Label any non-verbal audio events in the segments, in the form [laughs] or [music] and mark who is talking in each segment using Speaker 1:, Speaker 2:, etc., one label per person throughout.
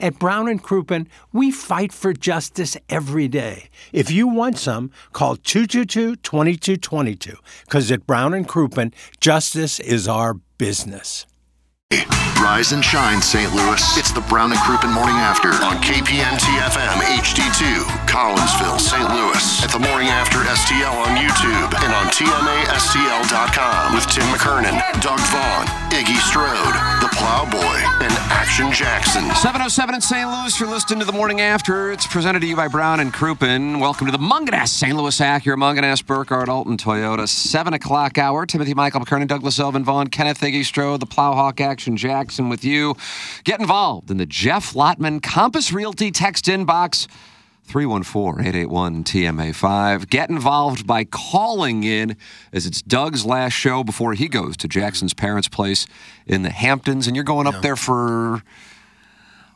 Speaker 1: At Brown and Crouppen, we fight for justice every day. If you want some, call 222-2222 cuz at Brown and Crouppen, justice is our business.
Speaker 2: Rise and shine, St. Louis. It's the Brown and Crouppen Morning After on KPN TFM HD2, Collinsville, St. Louis. At the Morning After STL on YouTube and on TMASTL.com with Tim McKernan, Doug Vaughn, Iggy Strode, The Plowboy, and Action Jackson.
Speaker 3: 707 in St. Louis, you're listening to The Morning After. It's presented to you by Brown and Crouppen. Welcome to the Munganass St. Louis Hack, your Munganass Burkhardt Alton Toyota. 7 o'clock hour. Timothy Michael McKernan, Douglas Elvin Vaughn, Kenneth Iggy Strode, the Plowhawk Action Jackson with you. Get involved in the Jeff Lotman Compass Realty text inbox. 314-881-TMA5. Get involved by calling in as it's Doug's last show before he goes to Jackson's parents' place in the Hamptons and you're going up there for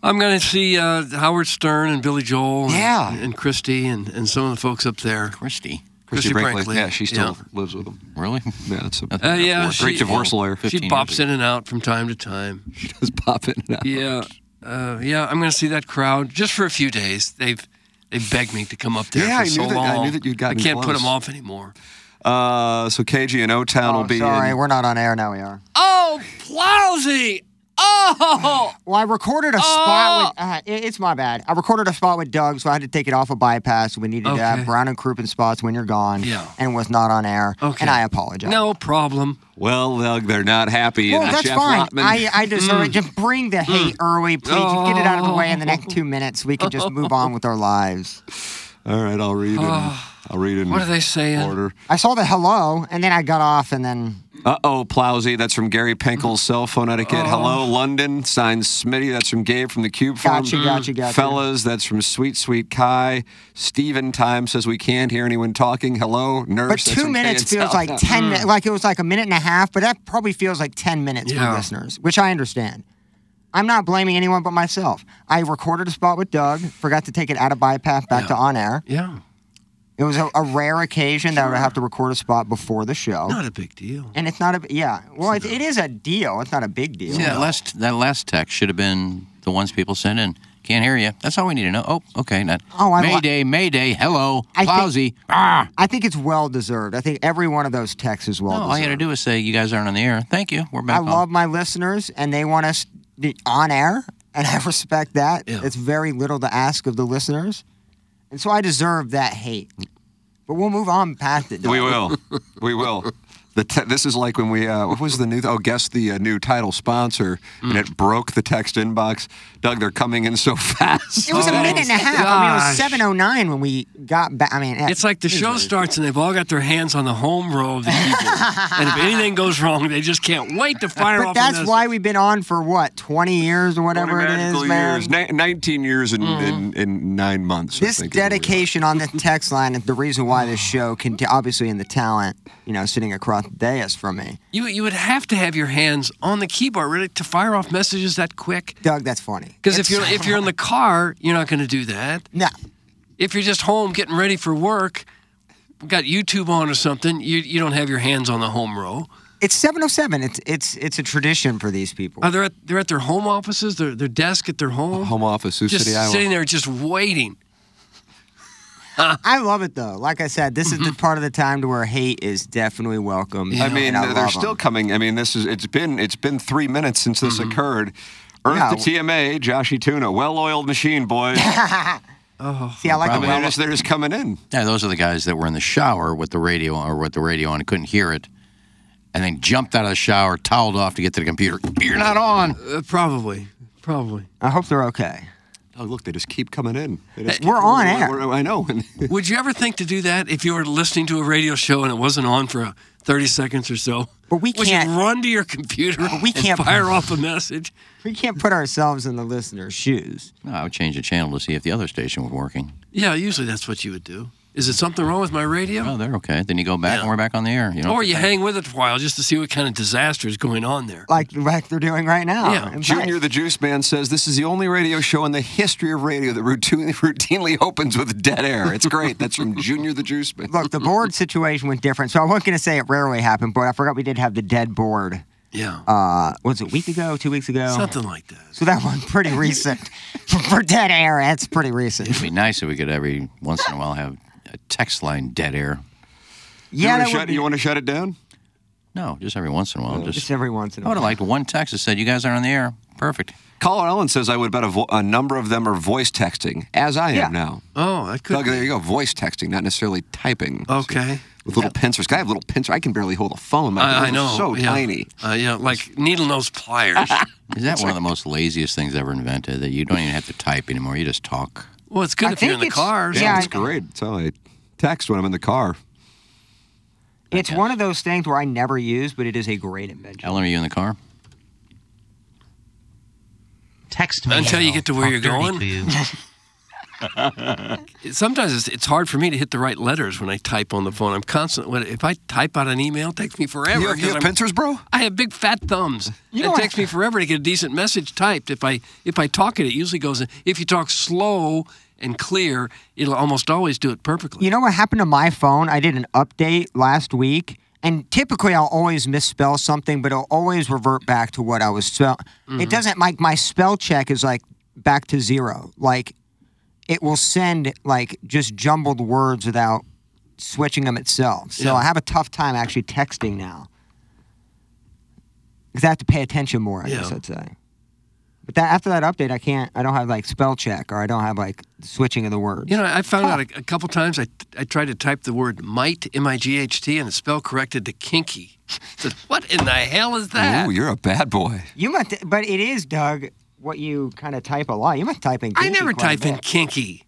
Speaker 4: I'm going to see uh, Howard Stern and Billy Joel and,
Speaker 3: Yeah.
Speaker 4: and Christy and, and some of the folks up there.
Speaker 5: Christy.
Speaker 4: Christy Brinkley.
Speaker 3: Yeah, she still lives with him.
Speaker 5: Really?
Speaker 3: [laughs] Yeah, that's a
Speaker 4: Uh, yeah,
Speaker 3: great divorce lawyer.
Speaker 4: She
Speaker 5: 15
Speaker 4: pops
Speaker 5: years
Speaker 4: in and out from time to time.
Speaker 3: She does pop in and out.
Speaker 4: Yeah, uh, yeah. I'm going to see that crowd just for a few days. They've they begged me to come up there.
Speaker 3: Yeah,
Speaker 4: for
Speaker 3: I knew
Speaker 4: so
Speaker 3: that- I
Speaker 4: long.
Speaker 3: knew that you'd gotten
Speaker 4: I can't put
Speaker 3: close.
Speaker 4: them off anymore.
Speaker 3: Uh, so KG and O Town will
Speaker 6: Oh,
Speaker 3: be
Speaker 6: sorry,
Speaker 3: in.
Speaker 6: we're not on air now. We are.
Speaker 4: Oh, Plowsy! Oh,
Speaker 6: Well, I recorded a spot with. Uh, it- it's my bad. I recorded a spot with Doug, so I had to take it off a bypass. We needed to
Speaker 4: Okay.
Speaker 6: have Brown and Crouppen spots when you're gone.
Speaker 4: Yeah.
Speaker 6: And was not on air.
Speaker 4: Okay.
Speaker 6: And I apologize.
Speaker 4: no problem.
Speaker 3: Well, Doug, they're not happy.
Speaker 6: Well,
Speaker 3: and
Speaker 6: that's
Speaker 3: Jeff
Speaker 6: fine.
Speaker 3: Lotman-
Speaker 6: I, I deserve it. Just bring the hate early, please. Just get it out of the way in the next two minutes. We can just move on with our lives.
Speaker 3: All right, I'll read it. in- I'll read it. in
Speaker 4: Ah, What are they saying?
Speaker 3: Order.
Speaker 6: I saw the hello, and then I got off, and then
Speaker 3: Uh oh, Plowsy. That's from Gary Pinkel's cell phone etiquette.
Speaker 4: Oh.
Speaker 3: Hello, London. Signed Smitty. That's from Gabe from the Cube Farm.
Speaker 6: gotcha, gotcha, gotcha.
Speaker 3: Fellas, that's from Sweet Sweet Kai. Steven Time says we can't hear anyone talking. Hello, nurse.
Speaker 6: But
Speaker 3: That's
Speaker 6: two
Speaker 3: from
Speaker 6: minutes
Speaker 3: KNSL. [laughs]
Speaker 6: feels like ten. mi- Like it was like a minute and a half, but that probably feels like ten minutes
Speaker 4: Yeah.
Speaker 6: for listeners, which I understand. I'm not blaming anyone but myself. I recorded a spot with Doug, forgot to take it out of bypass back to on air.
Speaker 4: Yeah,
Speaker 6: It was a, a rare occasion that I would have to record a spot before the show,
Speaker 4: not a big deal.
Speaker 6: and it's not a yeah. Well, it, it is a deal. It's not a big deal.
Speaker 4: Yeah.
Speaker 5: That last that last text should have been the ones people send in. Can't hear you. That's all we need to know. Oh, okay. Not.
Speaker 6: Oh, I li-
Speaker 5: Mayday, Mayday. Hello,
Speaker 6: I
Speaker 5: Plowsy.
Speaker 6: think-
Speaker 5: ah.
Speaker 6: I think it's well deserved. I think every one of those texts is well
Speaker 5: No,
Speaker 6: deserved.
Speaker 5: all you had to do was say you guys aren't on the air. Thank you. We're back.
Speaker 6: I
Speaker 3: Uh-huh.
Speaker 5: on.
Speaker 6: love my listeners, and they want us to- on air, and [laughs] I respect that.
Speaker 4: Yeah.
Speaker 6: It's very little to ask of the listeners, and so I deserve that hate. But we'll move on past it.
Speaker 3: We
Speaker 6: Doug.
Speaker 3: will. we will. The te- this is like when we uh, what was the new oh guess the uh, new title sponsor and
Speaker 6: Mm.
Speaker 3: it broke the text inbox. Doug, they're coming in so [laughs] fast.
Speaker 6: It was a minute and a half. I mean, it
Speaker 4: Oh, gosh.
Speaker 6: was seven oh nine when we got back. I mean,
Speaker 4: It's like the show starts and they've all got their hands on the home
Speaker 6: [laughs]
Speaker 4: row of the keyboard. and if anything goes wrong, they just can't wait to fire
Speaker 6: But
Speaker 4: off.
Speaker 6: that's
Speaker 4: on this.
Speaker 6: why we've been on for what twenty years or whatever it is, man. Mm-hmm.
Speaker 3: years, ni- nineteen years in, in, in nine months. I
Speaker 6: This
Speaker 3: think is what we were.
Speaker 6: dedication on this text line is the reason why
Speaker 3: [sighs]
Speaker 6: this show can obviously in the talent, you know, sitting across the dais from me.
Speaker 4: You you would have to have your hands on the keyboard really to fire off messages that quick.
Speaker 6: Doug, that's funny.
Speaker 4: Because
Speaker 6: It's-
Speaker 4: if you're if you're in the car, you're not going to do that.
Speaker 6: [laughs] no,
Speaker 4: If you're just home getting ready for work, got YouTube on or something, you you don't have your hands on the home row.
Speaker 6: It's 707. It's it's it's a tradition for these people.
Speaker 4: Are they at they're at their home offices, their their desk at their home,
Speaker 3: Home office, Sioux
Speaker 4: just
Speaker 3: City, Iowa.
Speaker 4: sitting there just waiting.
Speaker 6: I love it though. Like I said, this is the part of the time to where hate is definitely welcome.
Speaker 3: I mean,
Speaker 6: and I
Speaker 3: they're
Speaker 6: love
Speaker 3: still
Speaker 6: 'em.
Speaker 3: coming. I mean, this is it's been it's been three minutes since this occurred. Earth
Speaker 6: Mm-hmm. Yeah.
Speaker 3: to TMA, Joshy Tuna, well-oiled machine,
Speaker 6: [laughs]
Speaker 3: boys.
Speaker 6: See, I like
Speaker 3: I
Speaker 6: the
Speaker 3: mean, they're just, they're just coming in.
Speaker 5: Yeah, those are the guys that were in the shower with the radio or with the radio on and couldn't hear it, and then jumped out of the shower, toweled off to get to the computer. You're not on.
Speaker 4: Uh, probably. Probably.
Speaker 6: I hope they're okay.
Speaker 3: Oh, look, they just keep coming in. They just
Speaker 6: We're
Speaker 3: keep-
Speaker 6: on air.
Speaker 3: we're- I know. [laughs]
Speaker 4: Would you ever think to do that if you were listening to a radio show and it wasn't on for 30 seconds or so?
Speaker 6: But we
Speaker 4: Would you
Speaker 6: can't-
Speaker 4: run to your computer
Speaker 6: [laughs] we
Speaker 4: and
Speaker 6: can't-
Speaker 4: fire off a message?
Speaker 6: We can't put ourselves in the listener's shoes.
Speaker 5: No, I would change the channel to see if the other station was working.
Speaker 4: Yeah, usually that's what you would do. Is it something wrong with my radio?
Speaker 5: Oh, they're okay. Then you go back and we're back on the air. You know,
Speaker 4: Or you hang with it for a while just to see what kind of disaster is going on there.
Speaker 6: Like like they're doing right now.
Speaker 4: Yeah,
Speaker 6: In
Speaker 3: Junior
Speaker 6: fact,
Speaker 3: the Juice Man says this is the only radio show in the history of radio that routinely, [laughs] routinely opens with dead air. It's great. That's from Junior the Juice Man.
Speaker 6: Look, the board situation was different, so I wasn't gonna say it rarely happened, but I forgot we did have the dead board.
Speaker 4: Yeah.
Speaker 6: Uh, was it a week ago, two weeks ago?
Speaker 4: something like that.
Speaker 6: So [laughs] that one pretty recent. [laughs] For- For dead air, that's pretty recent.
Speaker 5: it'd be nice if we could every once in a while have a text line dead air.
Speaker 6: Yeah,
Speaker 3: you want,
Speaker 6: that
Speaker 3: to
Speaker 6: would
Speaker 3: shut,
Speaker 6: be-
Speaker 3: you want to shut it down?
Speaker 5: No, just every once in a while. Just,
Speaker 6: just every once in
Speaker 5: I
Speaker 6: a
Speaker 5: would
Speaker 6: while.
Speaker 5: have liked one text that said, "You guys are on the air." Perfect.
Speaker 3: Caller Ellen says I would bet a, vo- a number of them are voice texting, as I am
Speaker 6: Yeah.
Speaker 3: now.
Speaker 4: Oh, I could.
Speaker 3: Doug, there you go. Voice texting, not necessarily typing.
Speaker 4: Okay.
Speaker 3: With little pincers. I have little pincers. I can barely hold a phone. My
Speaker 4: I, I
Speaker 3: fingers
Speaker 4: know.
Speaker 3: are So
Speaker 4: yeah.
Speaker 3: tiny.
Speaker 4: Uh, yeah, like needle nose
Speaker 6: [laughs]
Speaker 4: pliers.
Speaker 5: Is that one of the most laziest things ever invented? That you don't even have to type anymore. You just talk.
Speaker 4: well, it's good
Speaker 6: I
Speaker 4: if you're
Speaker 6: think
Speaker 4: in the
Speaker 6: it's-
Speaker 4: car.
Speaker 6: yeah,
Speaker 3: That's
Speaker 6: I-
Speaker 3: great. That's how I text when I'm in the car.
Speaker 6: It's one of those things where I never use, but it is a great invention.
Speaker 5: Ellen, are you in the car?
Speaker 7: Text me
Speaker 4: Until
Speaker 7: and
Speaker 4: you get to
Speaker 7: I'll
Speaker 4: where
Speaker 7: talk
Speaker 4: you're
Speaker 7: dirty
Speaker 4: going.
Speaker 7: to you.
Speaker 4: [laughs] sometimes it's, it's hard for me to hit the right letters when I type on the phone. I'm constant. when- If I type out an email, it takes me forever.
Speaker 3: You have, you
Speaker 4: 'cause
Speaker 3: have
Speaker 4: I'm-
Speaker 3: pincers, bro?
Speaker 4: I have big fat
Speaker 3: [laughs]
Speaker 4: thumbs.
Speaker 6: know
Speaker 4: It
Speaker 6: what-
Speaker 4: takes me forever to get a decent message typed. If I if I talk it, it usually goes. in- If you talk slow and clear, it'll almost always do it perfectly.
Speaker 6: You know what happened to my phone? I did an update last week, and typically I'll always misspell something, but it'll always revert back to what I was spell. It doesn't like my spell check is like back to zero. Like it will send like just jumbled words without switching them itself. So I have a tough time actually texting now because I have to pay attention more. I guess
Speaker 4: Yeah.
Speaker 6: I'd say. But that, after that update, I can't. I don't have like spell check, or I don't have like switching of the words.
Speaker 4: You know, I found out a, a couple times I, I tried to type the word might, M I G H T, and it's spell corrected to kinky. [laughs] I said, what in the hell is that?
Speaker 3: Ooh, you're a bad boy.
Speaker 6: You must, but it is Doug. What you kind of type a lot. You must type in.
Speaker 4: I
Speaker 6: kinky
Speaker 4: never
Speaker 6: quite a
Speaker 4: type in
Speaker 6: bit.
Speaker 4: kinky.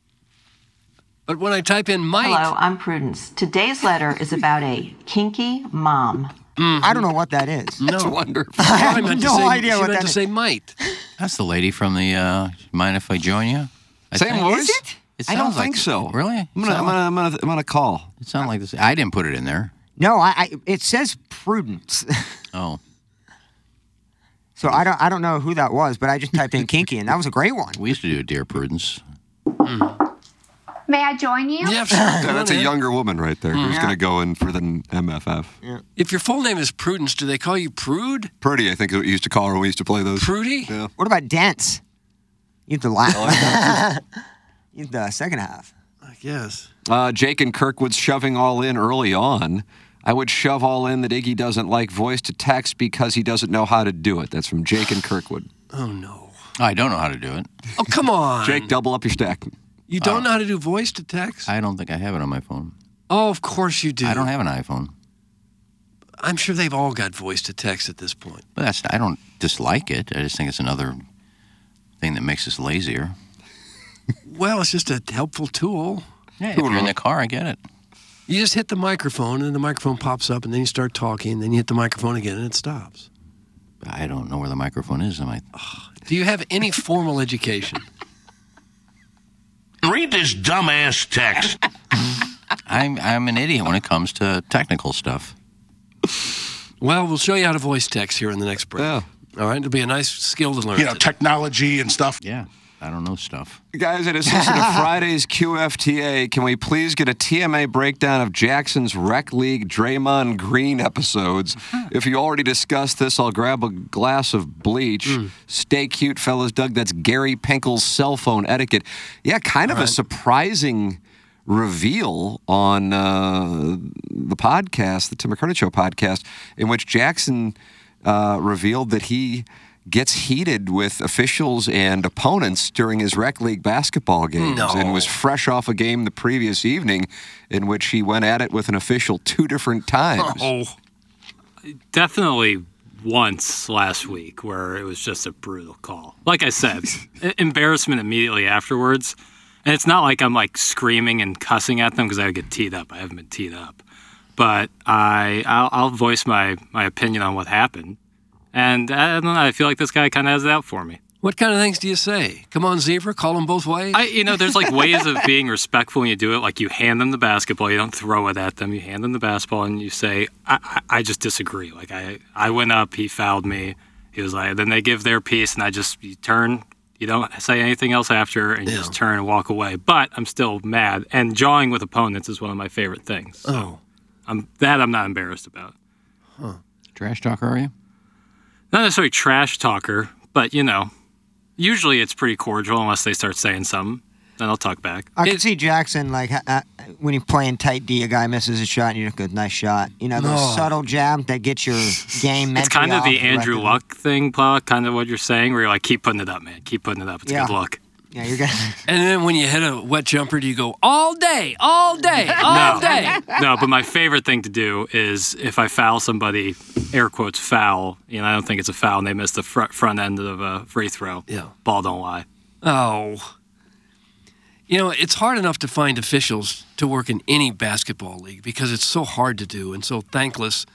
Speaker 4: But when I type in might,
Speaker 8: Hello, I'm Prudence. Today's letter is about a kinky mom.
Speaker 6: I don't know what that is.
Speaker 4: no.
Speaker 3: That's
Speaker 4: [laughs]
Speaker 3: wonderful.
Speaker 6: [laughs] I have
Speaker 4: I meant to
Speaker 6: no
Speaker 4: say-
Speaker 6: idea
Speaker 4: she
Speaker 6: what
Speaker 4: meant
Speaker 6: that
Speaker 4: to
Speaker 6: is. [laughs]
Speaker 4: say might.
Speaker 5: That's the lady from the. Uh, Mind if I join you? I
Speaker 3: Same
Speaker 5: think-
Speaker 3: voice?
Speaker 6: it?
Speaker 5: It
Speaker 3: I don't
Speaker 5: sounds like
Speaker 3: think
Speaker 5: it.
Speaker 3: so.
Speaker 5: Really?
Speaker 3: I'm gonna, I'm
Speaker 5: Sound-
Speaker 3: gonna, I'm gonna, I'm gonna call.
Speaker 5: It sounded like this. I didn't put it in there.
Speaker 6: No, I, I. It says prudence. [laughs]
Speaker 5: Oh,
Speaker 6: so I don't. I don't know who that was, but I just typed in kinky, and that was a great one.
Speaker 5: we used to do a Dear Prudence.
Speaker 9: May I join you?
Speaker 4: Yeah, sure, go
Speaker 3: Yeah, that's a
Speaker 4: ahead.
Speaker 3: younger woman right there who's gonna go in for the MFF.
Speaker 4: If your full name is Prudence, do they call you Prude?
Speaker 3: Purdy, I think is what you used to call her when we used to play those.
Speaker 4: Prudy?
Speaker 3: Yeah.
Speaker 6: What about dance? You have to
Speaker 4: Oh,
Speaker 6: laugh. [laughs] you have the second half.
Speaker 4: I guess.
Speaker 3: Uh, Jake and Kirkwood's shoving all in early on. I would shove all in that Iggy doesn't like voice to text because he doesn't know how to do it. That's from Jake and Kirkwood.
Speaker 4: Oh, no.
Speaker 5: I don't know how to do it.
Speaker 4: Oh,
Speaker 3: [laughs]
Speaker 4: come on.
Speaker 3: Jake, uh, double up your stack.
Speaker 4: you don't know how to do voice to text?
Speaker 5: I don't think I have it on my phone.
Speaker 4: oh, of course you do.
Speaker 5: I don't have an iPhone.
Speaker 4: I'm sure they've all got voice to text at this point.
Speaker 5: But that's I don't dislike it. I just think it's another thing that makes us lazier.
Speaker 4: Well, it's just a helpful tool.
Speaker 5: Yeah, if you're in the car, I get it.
Speaker 4: You just hit the microphone, and the microphone pops up, and then you start talking, and then you hit the microphone again, and it stops.
Speaker 5: But I don't know where the microphone is. Am I?
Speaker 4: Do you have any formal education?
Speaker 7: Read this dumbass text.
Speaker 5: I'm I'm an idiot when it comes to technical stuff.
Speaker 4: Well, we'll show you how to voice text here in the next break.
Speaker 3: Yeah.
Speaker 4: All right, it'll be a nice skill to learn.
Speaker 7: You know, technology and stuff.
Speaker 5: Yeah, I don't know stuff.
Speaker 3: Guys, in assistant to Friday's QFTA, can we please get a TMA breakdown of Jackson's Rec League Draymond Green episodes? If you already discussed this, I'll grab a glass of bleach. Stay cute, fellas. Doug, that's Gary Pinkel's cell phone etiquette. Yeah, kind of a surprising reveal on uh, the podcast, the Tim McCurdy Show podcast, in which Jackson uh, revealed that he gets heated with officials and opponents during his rec league basketball games and was fresh off a game the previous evening in which he went at it with an official two different times.
Speaker 4: Oh, definitely once last week where it was just a brutal call. Like I said, e- embarrassment immediately afterwards. And it's not like I'm like screaming and cussing at them because I would get teed up. I haven't been teed up, but I I'll, I'll voice my my opinion on what happened. And uh, I don't know. I feel like this guy kind of has it out for me.
Speaker 10: What kind of things do you say? Come on, zebra, call them both ways.
Speaker 4: I, you know, there's like ways of being respectful when you do it. Like you hand them the basketball, you don't throw it at them. You hand them the basketball and you say, I, I, I just disagree. Like I, I went up, he fouled me. He was like, then they give their piece, and I just you turn. You don't say anything else after, and you just turn and walk away. But I'm still mad, and jawing with opponents is one of my favorite things. So
Speaker 10: Oh.
Speaker 4: I'm that I'm not embarrassed about.
Speaker 5: Trash talker, are you?
Speaker 4: Not necessarily trash talker, but you know, usually it's pretty cordial unless they start saying something. Then I'll talk back.
Speaker 6: I can see Jackson like ha- uh, when you're playing tight D, a guy misses a shot and you just go, "Nice shot." You know,
Speaker 4: No.
Speaker 6: those subtle jab that gets
Speaker 4: [laughs]
Speaker 6: your game.
Speaker 4: Oh. It's kind of
Speaker 6: mentally
Speaker 4: the
Speaker 6: off
Speaker 4: Andrew
Speaker 6: record.
Speaker 4: Luck thing, Pla, kind of what you're saying, where you're like, keep putting it up, man. Keep putting it up. It's
Speaker 10: Yeah.
Speaker 4: good luck.
Speaker 6: Yeah, you're good.
Speaker 10: And then when you hit a wet jumper, do you go all day, all day, all
Speaker 4: [laughs] No.
Speaker 10: day?
Speaker 4: No, but my favorite thing to do is if I foul somebody, air quotes foul, you know, I don't think it's a foul, and they miss the front front end of a free throw. Yeah. Ball don't lie.
Speaker 10: Oh. You know, it's hard enough to find officials to work in any basketball league because it's so hard to do and so thankless,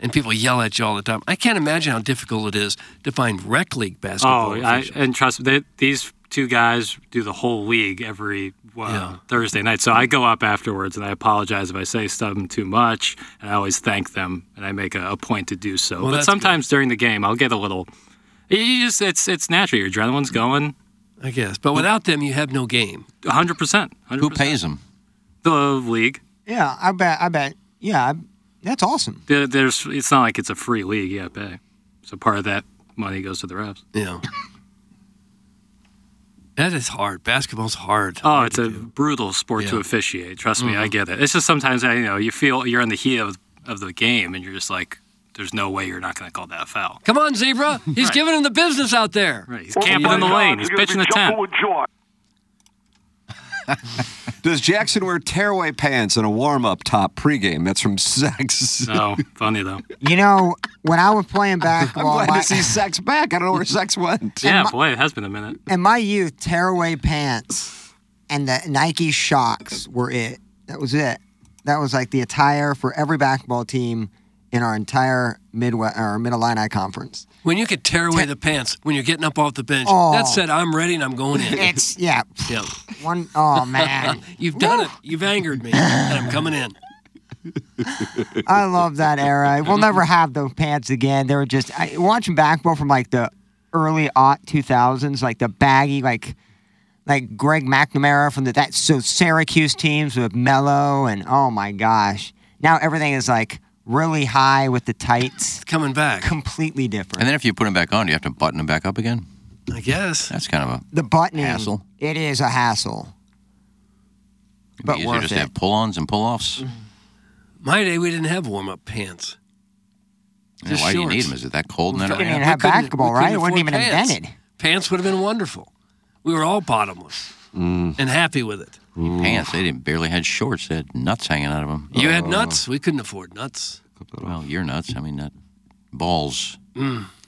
Speaker 10: and people yell at you all the time. I can't imagine how difficult it is to find rec league basketball.
Speaker 4: Oh, I,
Speaker 10: officials.
Speaker 4: and trust me, they, these two guys do the whole league every well,
Speaker 10: Yeah.
Speaker 4: Thursday night. So I go up afterwards and I apologize if I say something too much, and I always thank them and I make a, a point to do so.
Speaker 10: Well,
Speaker 4: but
Speaker 10: that's
Speaker 4: sometimes during the game, I'll get a little. you- You just it's it's natural. Your adrenaline's going.
Speaker 10: I guess, but without them, you have no game.
Speaker 4: 100 percent. Who
Speaker 5: pays them?
Speaker 4: The league.
Speaker 6: Yeah, I bet. I bet. Yeah, I, that's awesome.
Speaker 4: There, there's it's not like it's a free league. Yeah, pay. So part of that money goes to the refs.
Speaker 10: Yeah. That is hard. Basketball's hard.
Speaker 4: Oh, it's a brutal sport to
Speaker 10: Yeah.
Speaker 4: officiate. Trust me, I
Speaker 10: Mhm.
Speaker 4: get it. It's just sometimes I you know you feel you're in the heat of, of the game and you're just like, there's no way you're not going to call that a foul.
Speaker 10: Come on, zebra. He's giving him the business out there.
Speaker 4: Right. He's camping in the lane. He's pitching the tent.
Speaker 3: Does Jackson wear tearaway pants and a warm up top pregame? That's from
Speaker 4: [laughs]
Speaker 3: Sex.
Speaker 4: No, Oh, funny though.
Speaker 6: You know, when I was
Speaker 3: [laughs]
Speaker 6: playing
Speaker 3: I'm
Speaker 6: basketball,
Speaker 3: glad
Speaker 6: my,
Speaker 3: to see Sex back. I don't know where Sex went.
Speaker 4: Yeah, boy, it has been a minute.
Speaker 6: in my youth, tearaway pants and the Nike shocks were it. That was it. That was like the attire for every basketball team in our entire Midwest or Mid Illini conference.
Speaker 10: When you could tear away the pants when you're getting up off the bench,
Speaker 6: Oh.
Speaker 10: that said, I'm ready and I'm going in.
Speaker 6: It's yeah.
Speaker 10: yeah.
Speaker 6: One oh man.
Speaker 10: You've done it. You've angered
Speaker 6: [laughs]
Speaker 10: me, and I'm coming in.
Speaker 6: I love that era.
Speaker 5: [laughs]
Speaker 6: We'll never have those pants again. They were just I, watching basketball from like the early aught two thousands, like the baggy, like like Greg McNamara from the that so Syracuse teams with Mello and oh my gosh. Now everything is like really high with the tights.
Speaker 10: coming back.
Speaker 6: Completely different.
Speaker 5: And then if you put them back on, do you have to button them back up again?
Speaker 10: I guess.
Speaker 6: Uh,
Speaker 5: That's kind of a
Speaker 6: The buttoning
Speaker 5: Hassle.
Speaker 6: It is a hassle.
Speaker 5: it'd be
Speaker 6: But
Speaker 5: easier
Speaker 6: worth
Speaker 5: just
Speaker 6: it.
Speaker 5: to have pull-ons and pull-offs.
Speaker 10: My day, we didn't have warm up pants.
Speaker 5: Yeah,
Speaker 10: Just
Speaker 5: why do you
Speaker 10: shorts.
Speaker 5: need them? Is it that cold? in that
Speaker 6: didn't
Speaker 5: arena?
Speaker 6: even have
Speaker 10: couldn't-
Speaker 6: basketball,
Speaker 10: we couldn't
Speaker 6: right? It wasn't
Speaker 10: afford
Speaker 6: even
Speaker 10: pants.
Speaker 6: invented.
Speaker 10: Pants would have been wonderful. We were all bottomless
Speaker 6: Mm.
Speaker 10: and happy with it.
Speaker 5: Pants. They didn't barely had shorts. They had nuts hanging out of them.
Speaker 10: You
Speaker 6: Oh.
Speaker 10: had nuts. We couldn't afford nuts.
Speaker 5: Well, you're nuts. I mean, nut balls,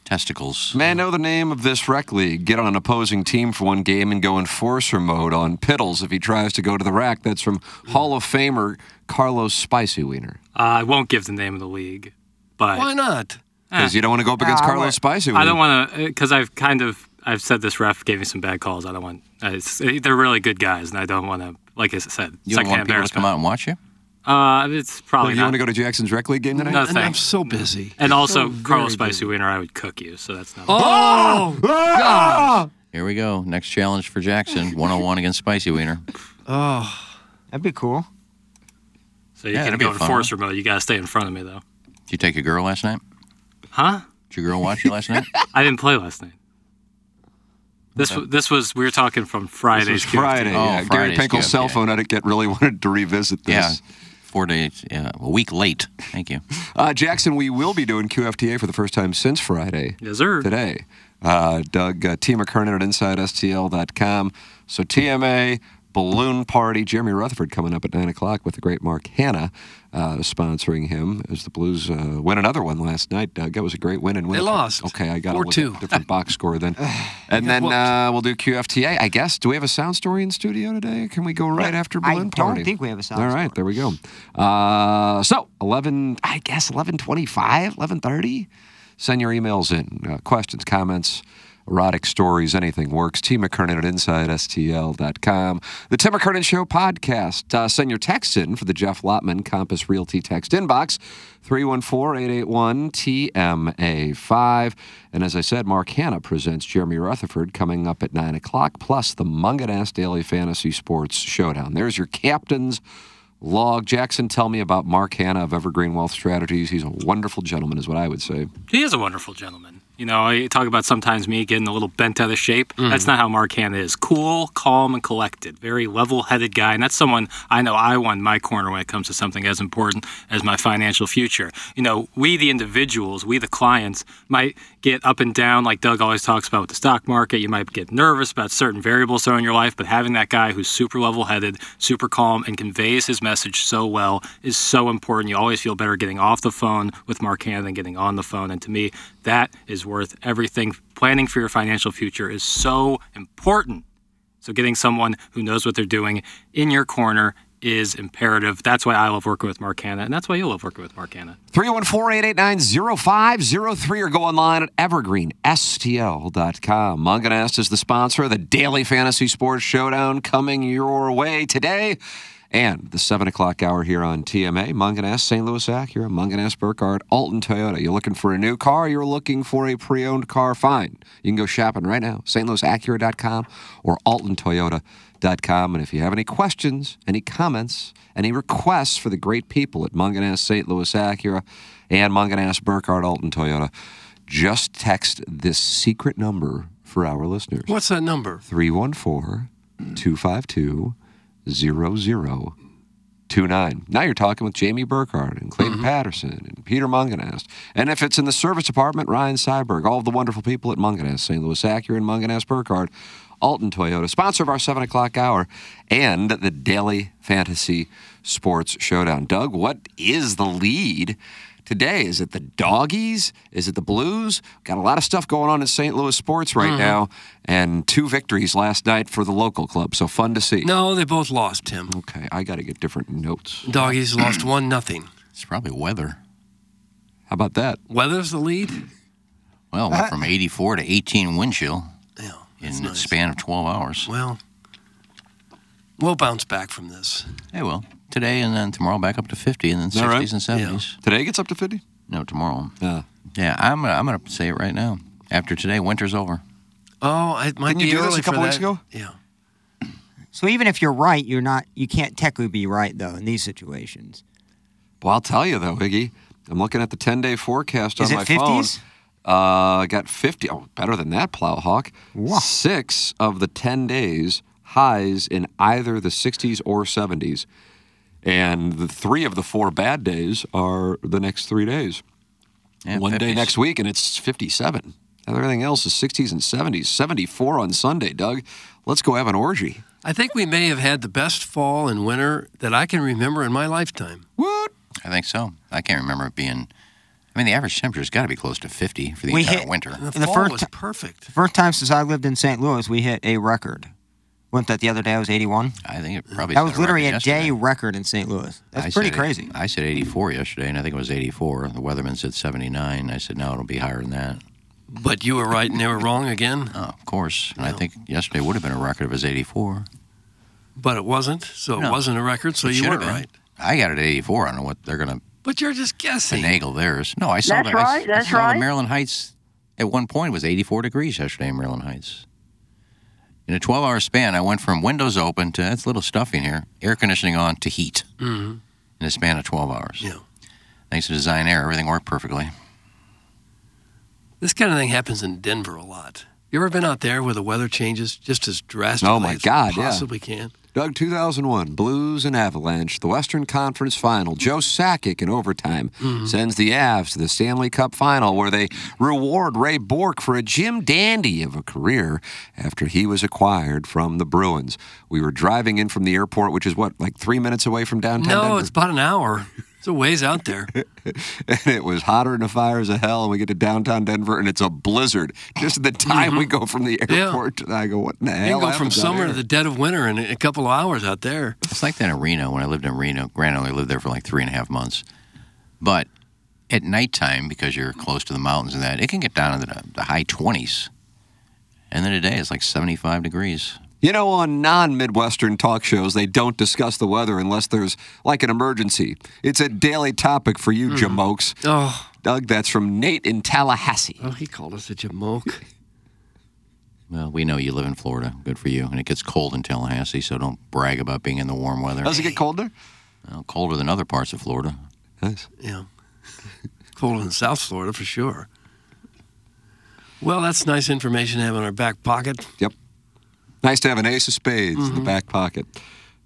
Speaker 5: testicles.
Speaker 3: May I know the name of this rec league? Get on an opposing team for one game and go enforcer mode on Piddles if he tries to go to the rack. That's from Hall of Famer Carlos Spicy Wiener.
Speaker 4: I won't give the name of the league, but
Speaker 10: Why not?
Speaker 3: Because you don't want to go up against Carlos Spicy Wiener.
Speaker 4: Ah. I don't want to because I've kind of I've said this ref gave me some bad calls. I don't want. I- It's, they're really good guys, and I don't want to. Like I said,
Speaker 5: You don't want people to
Speaker 4: secondhand
Speaker 5: come
Speaker 4: embarrassment.
Speaker 5: out and watch you.
Speaker 4: Uh, it's probably
Speaker 3: you
Speaker 4: not.
Speaker 3: want to go to Jackson's rec league game tonight?
Speaker 4: No, thanks.
Speaker 10: so busy.
Speaker 4: And also,
Speaker 10: So very
Speaker 4: Carlos Spicy Wiener, I would cook you, so that's not.
Speaker 10: Oh, God.
Speaker 5: Here we go. Next challenge for Jackson. 101 against Spicy Wiener.
Speaker 10: Oh.
Speaker 6: That'd be cool.
Speaker 4: So you
Speaker 5: Yeah,
Speaker 4: can
Speaker 5: that'd be
Speaker 4: go
Speaker 5: a fun
Speaker 4: enforcer mode. You gotta stay in front of me though.
Speaker 5: Did you take your girl last night?
Speaker 4: Huh?
Speaker 5: Did your girl watch you last night?
Speaker 4: I didn't play last night. This
Speaker 5: Okay.
Speaker 4: w this was we were talking from Friday's
Speaker 3: This was Friday.
Speaker 4: QFT.
Speaker 3: yeah. Gary
Speaker 5: Oh, Friday's
Speaker 3: Pinkel's
Speaker 5: gift,
Speaker 3: cell
Speaker 5: yeah.
Speaker 3: phone etiquette really [laughs] wanted to revisit this.
Speaker 5: Yeah. Four days, yeah, a week late. Thank you.
Speaker 3: Uh, Jackson, we will be doing QFTA for the first time since Friday.
Speaker 4: Yes, sir.
Speaker 3: Today. Uh, Doug, uh, T. McKernan at InsideSTL.com. So TMA, balloon party. Jeremy Rutherford coming up at 9 o'clock with the great Mark Hanna uh, sponsoring him as the Blues uh, win another one last night, Doug. That was a great win. And win
Speaker 4: They lost.
Speaker 3: Okay, I got to look
Speaker 4: 4-2.
Speaker 3: at a different box score
Speaker 4: [sighs]
Speaker 3: then. And then uh, we'll do QFTA, I guess. Do we have a sound story in studio today? Can we go right after
Speaker 6: I
Speaker 3: balloon
Speaker 6: don't
Speaker 3: party?
Speaker 6: think we have a sound
Speaker 3: All right, there we go. Uh, so, 11, I guess 1125, 1130? Send your emails in. Uh, questions, comments, erotic stories, anything works. T. McKernan at InsideSTL.com. The Tim McKernan Show podcast. Uh, send your texts in for the Jeff Lotman Compass Realty text inbox, 314-881-TMA5. And as I said, Mark Hanna presents Jeremy Rutherford coming up at 9 o'clock, plus the Munganass Daily Fantasy Sports Showdown. There's your captain's log. Jackson, tell me about Mark Hanna of Evergreen Wealth Strategies. He's a wonderful gentleman, is what I would say.
Speaker 11: He is a wonderful gentleman. You know, I talk about sometimes me getting a little bent out of shape. That's not how Mark Hanna is. Cool, calm, and collected. Very level headed guy. And that's someone I know I want in my corner when it comes to something as important as my financial future. You know, we, the individuals, we, the clients, might get up and down, like Doug always talks about with the stock market. You might get nervous about certain variables that are in your life, but having that guy who's super level headed, super calm, and conveys his message so well is so important. You always feel better getting off the phone with Mark Hanna than getting on the phone. And to me, that is worth everything. Planning for your financial future is so important. So getting someone who knows what they're doing in your corner is imperative. That's why I love working with Mark Hanna, and that's why you love working with Mark Hanna.
Speaker 3: 314-889-0503 or go online at evergreenstl.com. Munganast is the sponsor of the Daily Fantasy Sports Showdown coming your way today and the 7 o'clock hour here on TMA. Munganast, St. Louis Acura, Munganast, Burkhardt, Alton Toyota. You're looking for a new car, you're looking for a pre-owned car, fine. You can go shopping right now, stlouisacura.com or altontoyota.com. And if you have any questions, any comments, any requests for the great people at Munganast, St. Louis Acura, and Munganast Burkhardt Alton Toyota. Just text this secret number for our listeners.
Speaker 4: What's that number?
Speaker 3: 314 252 0029. Now you're talking with Jamie Burkhardt and Clayton Patterson and Peter Munganast. And if it's in the service department, Ryan Seiberg, all of the wonderful people at Munganast, St. Louis Acura and Munganast Burkhardt, Alton Toyota, sponsor of our 7 o'clock hour, and the Daily Fantasy Sports Showdown. Doug, what is the lead? Today, is it the doggies? Is it the blues? Got a lot of stuff going on in St. Louis sports right
Speaker 4: Mhm.
Speaker 3: now, and two victories last night for the local club. So fun to see.
Speaker 4: No, they both lost, Tim.
Speaker 3: Okay, I got to get different notes.
Speaker 4: Doggies lost one nothing.
Speaker 5: It's probably weather.
Speaker 3: How about that?
Speaker 4: Weather's the lead.
Speaker 5: Well, it went from 84 to 18 wind chill in the span of 12 hours.
Speaker 4: Well, we'll bounce back from this.
Speaker 5: Hey, well, today and then tomorrow back up to 50 and then 60s
Speaker 4: that right?
Speaker 5: and 70s.
Speaker 3: Today gets up to 50?
Speaker 5: No, tomorrow. yeah, I'm gonna, I'm going to say it right now. After today, winter's over.
Speaker 4: Oh, I might
Speaker 5: Didn't you
Speaker 4: be
Speaker 5: do this
Speaker 4: early
Speaker 5: a couple
Speaker 4: for
Speaker 5: weeks
Speaker 4: that.
Speaker 5: ago?
Speaker 4: Yeah.
Speaker 6: So even if you're right, you're not. You can't technically be right though in these situations.
Speaker 3: Well, I'll tell you though, Iggy, I'm looking at the 10 day forecast
Speaker 6: Is
Speaker 3: on
Speaker 6: it
Speaker 3: my
Speaker 6: 50s?
Speaker 3: phone. Uh, I got 50. Oh, better than that, Plowhawk. Six of the 10 days highs in either the 60s or 70s. And the three of the four bad days are the next three days. One day next week, and it's 57. Everything else is 60s and 70s. 74 on Sunday, Doug. Let's go have an orgy.
Speaker 4: I think we may have had the best fall and winter that I can remember in my lifetime.
Speaker 3: What?
Speaker 5: I think so. I can't remember it being. I mean, the average temperature's got to be close to 50 for the entire winter.
Speaker 6: The, first ti-
Speaker 4: perfect.
Speaker 6: the first time since I lived in St. Louis, we hit a record. Wasn't that the other day? I was 81.
Speaker 5: I think it probably
Speaker 6: that
Speaker 5: set
Speaker 6: was
Speaker 5: a
Speaker 6: literally a
Speaker 5: record
Speaker 6: day record in St. Louis. That's
Speaker 5: I
Speaker 6: pretty
Speaker 5: said-
Speaker 6: crazy.
Speaker 5: I said 84 yesterday, and I think it was 84. The weatherman said 79. I said, no, it'll be higher than that.
Speaker 4: But you were right and they were wrong again.
Speaker 5: Oh, of course. And I think yesterday would have been a record if it was 84.
Speaker 4: But it wasn't, so
Speaker 5: No.
Speaker 4: it wasn't a record, so
Speaker 5: It
Speaker 4: you
Speaker 5: should have
Speaker 4: weren't
Speaker 5: been.
Speaker 4: right.
Speaker 5: I got it at 84. I don't know what they're going to
Speaker 4: But you're just guessing.
Speaker 5: finagle theirs. No, I saw
Speaker 4: That's
Speaker 5: that. I s-
Speaker 4: right,
Speaker 5: I
Speaker 4: that's
Speaker 5: saw
Speaker 4: right.
Speaker 5: The Maryland Heights at one point it was 84 degrees yesterday in Maryland Heights. In a 12 hour span, I went from windows open to it's a little stuffy in here, air conditioning on to heat
Speaker 4: Mhm.
Speaker 5: in a span of 12 hours.
Speaker 4: Yeah.
Speaker 5: Thanks to Design Air, everything worked perfectly.
Speaker 4: This kind of thing happens in Denver a lot. You ever been out there where the weather changes just as drastically
Speaker 3: Oh, my
Speaker 4: as
Speaker 3: God,
Speaker 4: it
Speaker 3: yeah.
Speaker 4: possibly can?
Speaker 3: Doug, 2001, Blues and Avalanche, the Western Conference Final. Joe Sakic in overtime
Speaker 4: Hmm.
Speaker 12: Mhm.
Speaker 3: sends the Avs to the Stanley Cup Final, where they reward Ray Bork for a Jim Dandy of a career after he was acquired from the Bruins. We were driving in from the airport, which is what, like three minutes away from downtown?
Speaker 4: No,
Speaker 3: Denver?
Speaker 4: it's about an hour. It's a ways out there.
Speaker 3: [laughs] and it was hotter than a fire as a hell. And we get to downtown Denver, and it's a blizzard. Just the time we go from the
Speaker 4: Mm-hmm. Yeah.
Speaker 3: airport, to, I go, what in the
Speaker 4: You
Speaker 3: hell?
Speaker 4: can go from
Speaker 3: happened down
Speaker 4: summer to
Speaker 3: here?
Speaker 4: the dead of winter in a couple of hours out there.
Speaker 5: It's like that in Reno. When I lived in Reno, granted, I only lived there for like three and a half months. But at nighttime, because you're close to the mountains and that, it can get down into the, the high 20s. And then today, it's like 75 degrees.
Speaker 3: You know, on non Midwestern talk shows, they don't discuss the weather unless there's like an emergency. It's a daily topic for you, Jamokes.
Speaker 4: Oh.
Speaker 3: Doug, that's from Nate in Tallahassee.
Speaker 4: Oh, he called us a Jamoke. [laughs]
Speaker 5: Well, we know you live in Florida. Good for you. And it gets cold in Tallahassee, so don't brag about being in the warm weather.
Speaker 4: Oh.
Speaker 3: Does it get cold there?
Speaker 5: Well, colder than other parts of Florida.
Speaker 3: Nice.
Speaker 4: Yeah. Colder than South Florida for sure. Well, that's nice information to have in our back pocket.
Speaker 3: Yep. Nice to have an ace of spades in the back pocket.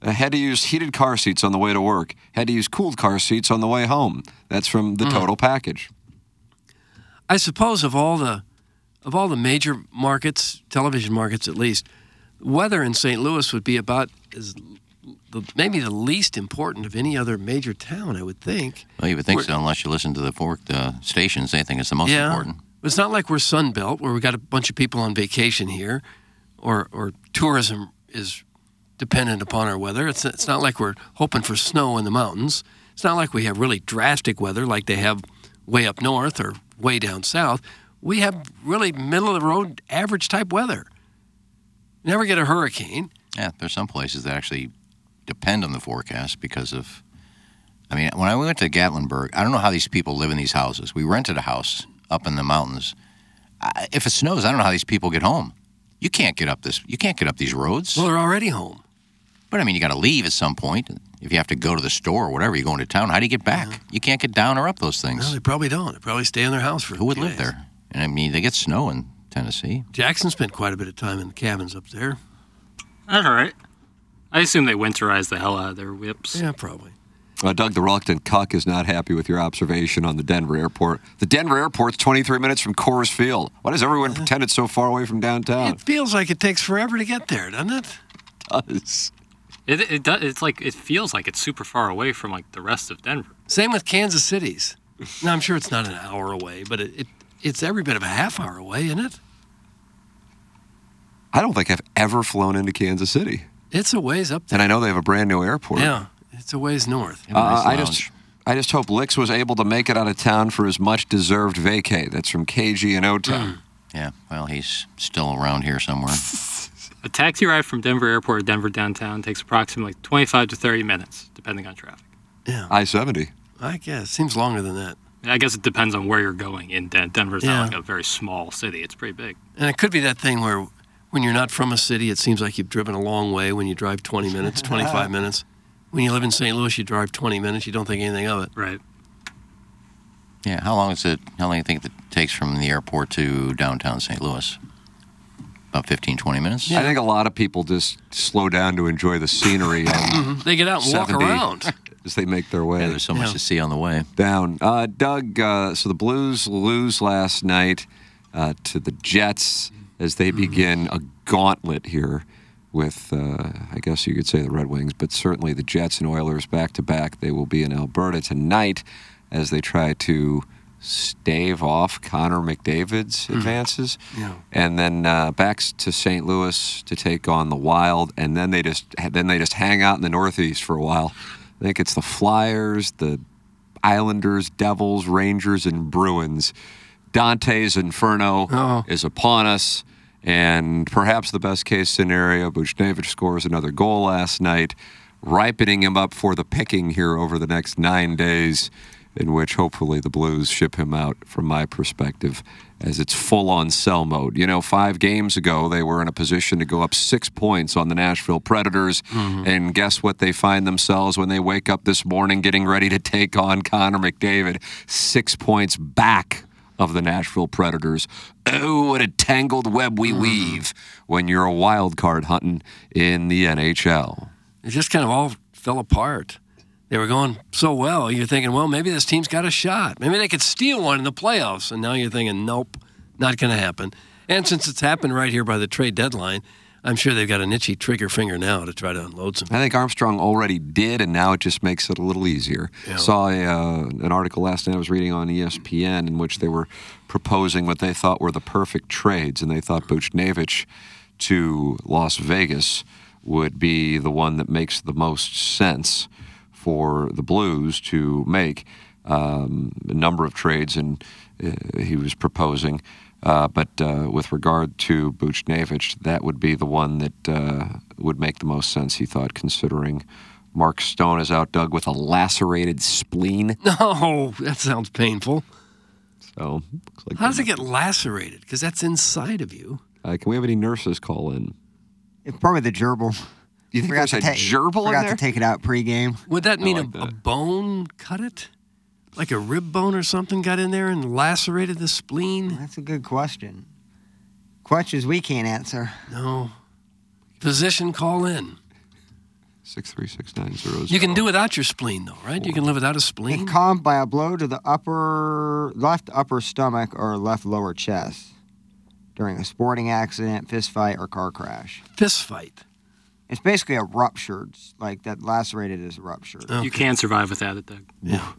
Speaker 3: I had to use heated car seats on the way to work, had to use cooled car seats on the way home. That's from the total package.
Speaker 4: I suppose of all the of all the major markets, television markets at least, weather in St. Louis would be about as the, maybe the least important of any other major town, I would think.
Speaker 5: Well, you would think
Speaker 4: We're-
Speaker 5: so, unless you listen to the fork uh, stations. They think it's the most
Speaker 4: yeah.
Speaker 5: important.
Speaker 4: It's not like we're Sunbelt where we got a bunch of people on vacation here or or tourism is dependent upon our weather. It's it's not like we're hoping for snow in the mountains. It's not like we have really drastic weather like they have way up north or way down south. We have really middle of the road average type weather. Never get a hurricane.
Speaker 5: Yeah, there's some places that actually depend on the forecast because of. I mean, when I went to Gatlinburg, I don't know how these people live in these houses. We rented a house up in the mountains. I, if it snows, I don't know how these people get home. You can't get up this. You can't get up these roads. Well,
Speaker 4: they're already home.
Speaker 5: But I mean, you got to leave at some point. If you have to go to the store or whatever, you're going to town. How do you get back? You can't get down or up those things.
Speaker 4: No, they probably don't. They probably stay in their house for
Speaker 5: Who would
Speaker 4: two
Speaker 5: live
Speaker 4: days.
Speaker 5: there? And I mean, they get snow in Tennessee.
Speaker 4: Jackson spent quite a bit of time in the cabins up there.
Speaker 11: All right. I assume they winterize the hell out of their whips.
Speaker 4: Yeah, probably.
Speaker 3: Uh, Doug, the reluctant cuck is not happy with your observation on the Denver airport. The Denver airport's 23 minutes from Coors Field. Why does everyone pretend it's so far away from downtown?
Speaker 4: It feels like it takes forever to get there, doesn't it?
Speaker 3: does.
Speaker 11: It, it does. It's like it feels like it's super far away from like the rest of Denver.
Speaker 4: Same with Kansas City's. Now I'm sure it's not an hour away, but it, it it's every bit of a half hour away, isn't it?
Speaker 3: I don't think I've ever flown into Kansas City.
Speaker 4: It's a ways up.
Speaker 3: And I know they have a brand new airport.
Speaker 4: Yeah, it's a ways north.
Speaker 3: Uh, I just I just hope Lix was able to make it out of town for his much deserved vacay. That's from KG and O
Speaker 4: Mm.
Speaker 3: Town.
Speaker 5: Yeah. Well, he's still around here somewhere.
Speaker 11: A taxi ride from Denver Airport to Denver downtown takes approximately 25 to 30 minutes, depending on traffic.
Speaker 3: I 70.
Speaker 4: I guess seems longer than that.
Speaker 11: I guess it depends on where you're going. In Den- Denver's
Speaker 4: Yeah.
Speaker 11: not like a very small city; it's pretty big.
Speaker 4: And it could be that thing where when you're not from a city, it seems like you've driven a long way when you drive
Speaker 11: [laughs]
Speaker 4: 20 minutes, 25 minutes. When you live in St. Louis, you drive 20 minutes, you don't think anything of it.
Speaker 11: Right.
Speaker 5: Yeah, how long is it? How long do you think it takes from the airport to downtown St. Louis? About 15, 20 minutes.
Speaker 3: I think a lot of people just slow down to enjoy the
Speaker 4: [laughs]
Speaker 3: scenery. on
Speaker 4: They get out and walk
Speaker 3: 70 [laughs]
Speaker 4: around.
Speaker 3: As they make their way.
Speaker 5: there's so much Yeah. to see on the way.
Speaker 3: Down. Uh, Doug, uh, so the Blues lose last night uh, to the Jets as they begin a gauntlet here with, uh, I guess you could say the Red Wings, but certainly the Jets and Oilers back to back. They will be in Alberta tonight as they try to stave off Connor McDavid's advances.
Speaker 4: Yeah.
Speaker 3: and then uh, back to St. Louis to take on the Wild, and then they just then they just hang out in the Northeast for a while. I think it's the Flyers, the Islanders, Devils, Rangers, and Bruins. Dante's Inferno is upon us, and perhaps the best case scenario, Buchnevich scores another goal last night, ripening him up for the picking here over the next nine days, in which hopefully the Blues ship him out, from my perspective, as it's full on sell mode. You know, five games ago, they were in a position to go up six points on the Nashville Predators, and guess what they find themselves when they wake up this morning getting ready to take on Connor McDavid? Six points back of the Nashville Predators. Oh, what a tangled web we weave when you're a wild card hunting in the NHL.
Speaker 4: It just kind of all fell apart. They were going so well. You're thinking, well, maybe this team's got a shot. Maybe they could steal one in the playoffs. And now you're thinking, nope, not going to happen. And since it's happened right here by the trade deadline, I'm sure they've got an itchy trigger finger now to try to unload some. [laughs]
Speaker 3: I think Armstrong already did, and now it just makes it a little easier.
Speaker 4: Yeah.
Speaker 3: Saw a, uh, an article last night I was reading on E ESPN in which they were proposing what they thought were the perfect trades, and they thought Buchnevich to Las Vegas would be the one that makes the most sense for the Blues to make. Um, a number of trades, and uh, he was proposing. Uh, but uh, with regard to Buchnevich, that would be the one that uh, would make the most sense, he thought, considering Mark Stone is out, Doug, with a lacerated spleen.
Speaker 4: No, that sounds painful.
Speaker 3: So,
Speaker 4: How does it get lacerated? Because that's inside of you.
Speaker 3: uh, can we have any nurses call in?
Speaker 6: It's probably the gerbil.
Speaker 3: You think there's a gerbil in
Speaker 6: forgot
Speaker 4: there?
Speaker 6: to take it out pregame.
Speaker 4: Would that mean a, a bone cut it? Like a rib bone or something got in there and lacerated the spleen?
Speaker 6: That's a good question. Questions we can't answer.
Speaker 4: No. Physician, call in.
Speaker 3: Six three six nine zero.
Speaker 4: You can do without your spleen, though, right? You can live without a spleen.
Speaker 6: It calmed by a blow to the upper left upper stomach or left lower chest during a sporting accident, fist fight, or car crash.
Speaker 4: Fist fight.
Speaker 6: It's basically a ruptured, like that lacerated is ruptured.
Speaker 11: You can't survive without it, Doug.
Speaker 4: Yeah.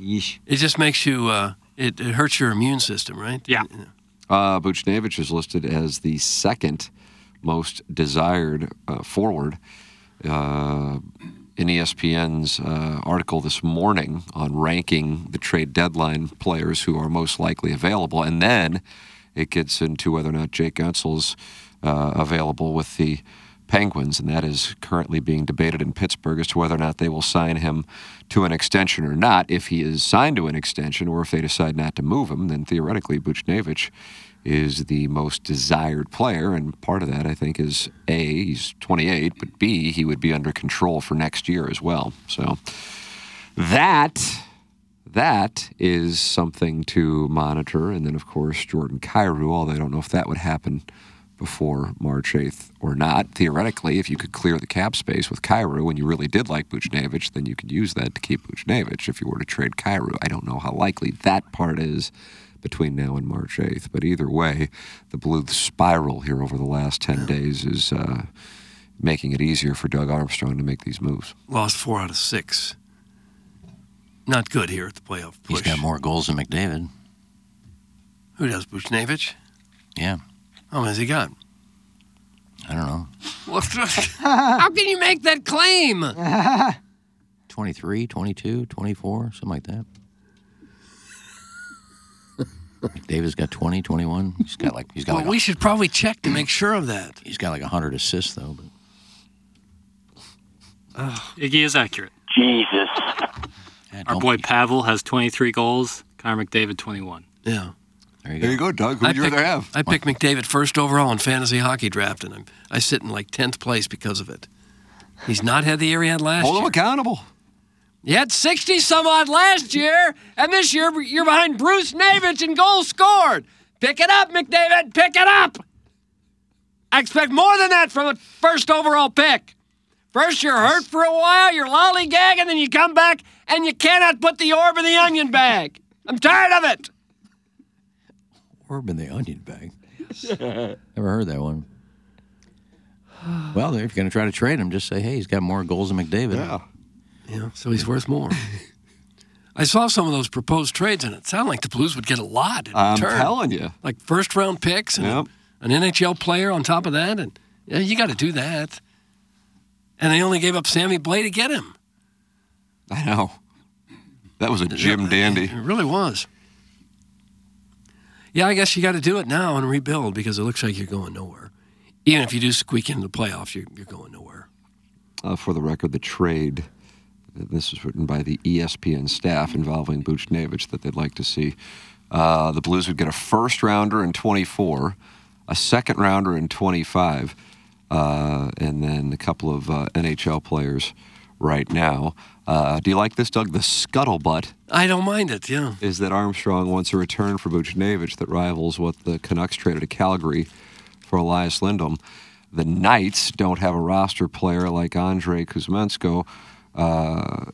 Speaker 6: Yeesh.
Speaker 4: It just makes you, uh, it, it hurts your immune system, right? Yeah.
Speaker 3: Uh, Buchnevich is listed as the second most desired uh, forward. Uh, in ESPN's uh, article this morning on ranking the trade deadline players who are most likely available, and then it gets into whether or not Jake Gutzel's uh, available with the Penguins, and that is currently being debated in Pittsburgh as to whether or not they will sign him to an extension or not. If he is signed to an extension, or if they decide not to move him, then theoretically Buchnevich is the most desired player, and part of that I think is a he's 28, but b he would be under control for next year as well. So that that is something to monitor. And then, of course, Jordan Cairo, although I don't know if that would happen before March 8th or not. Theoretically, if you could clear the cap space with Cairo and you really did like Buchnevich, then you could use that to keep Buchnevich if you were to trade Cairo. I don't know how likely that part is between now and March 8th. But either way, the blue spiral here over the last 10 days is uh, making it easier for Doug Armstrong to make these moves.
Speaker 4: Lost four out of six. Not good here at the playoff push.
Speaker 5: He's got more goals than McDavid.
Speaker 4: Who does Buchnevich?
Speaker 5: Yeah.
Speaker 4: How many has he got?
Speaker 5: I don't know.
Speaker 11: [laughs]
Speaker 4: What- How can you make that claim?
Speaker 5: 23, 22, 24, something like that. McDavid's got 20, 21. He's got like he's got
Speaker 4: well,
Speaker 5: like
Speaker 4: we should probably check to make sure of that.
Speaker 5: he's got like 100 assists though. But
Speaker 11: Iggy is accurate.
Speaker 5: Jesus.
Speaker 11: Our boy Pavel has 23 goals. Connor McDavid 21.
Speaker 4: Yeah.
Speaker 5: There
Speaker 3: you go. There you go, Doug. Who'd you rather have?
Speaker 4: I picked McDavid first overall in fantasy hockey draft, and I'm, I sit in like 10th place because of it. He's not had the year he had last
Speaker 3: Hold
Speaker 4: year.
Speaker 3: him accountable.
Speaker 4: You had 60 some odd last year, and this year you're behind Bruce Navich in goals scored. Pick it up, McDavid. Pick it up. I expect more than that from a first overall pick. First, you're hurt for a while, you're lollygagging, then you come back and you cannot put the orb in the onion bag. I'm tired of it.
Speaker 5: Orb in the onion bag. Never heard that one. Well, if you're going to try to trade him, just say, hey, he's got more goals than McDavid. Yeah.
Speaker 4: Yeah, so he's worth more. I saw some of those proposed trades, and it sounded like the Blues would get a lot in
Speaker 3: I'm
Speaker 4: return.
Speaker 3: telling you.
Speaker 4: Like first round picks and
Speaker 3: Yep.
Speaker 4: an NHL player on top of that. And yeah, you got to do that. And they only gave up Sammy Blay to get him.
Speaker 3: I know. That was a Jim dandy.
Speaker 4: It really was. Yeah, I guess you got to do it now and rebuild because it looks like you're going nowhere. Even if you do squeak into the playoffs, you're, you're going nowhere.
Speaker 3: Uh, for the record, the trade, uh, this is written by the E ESPN staff involving Buchnevich that they'd like to see. Uh, the Blues would get a first rounder in 24, a second rounder in 25, uh, and then a couple of uh, NHL players right now. Uh, do you like this, Doug? The scuttlebutt
Speaker 4: I don't mind it. Yeah.
Speaker 3: is that Armstrong wants a return for Buchnevich that rivals what the Canucks traded to Calgary for Elias Lindholm. the Knights don't have a roster player like Andre Kuzmensko, uh,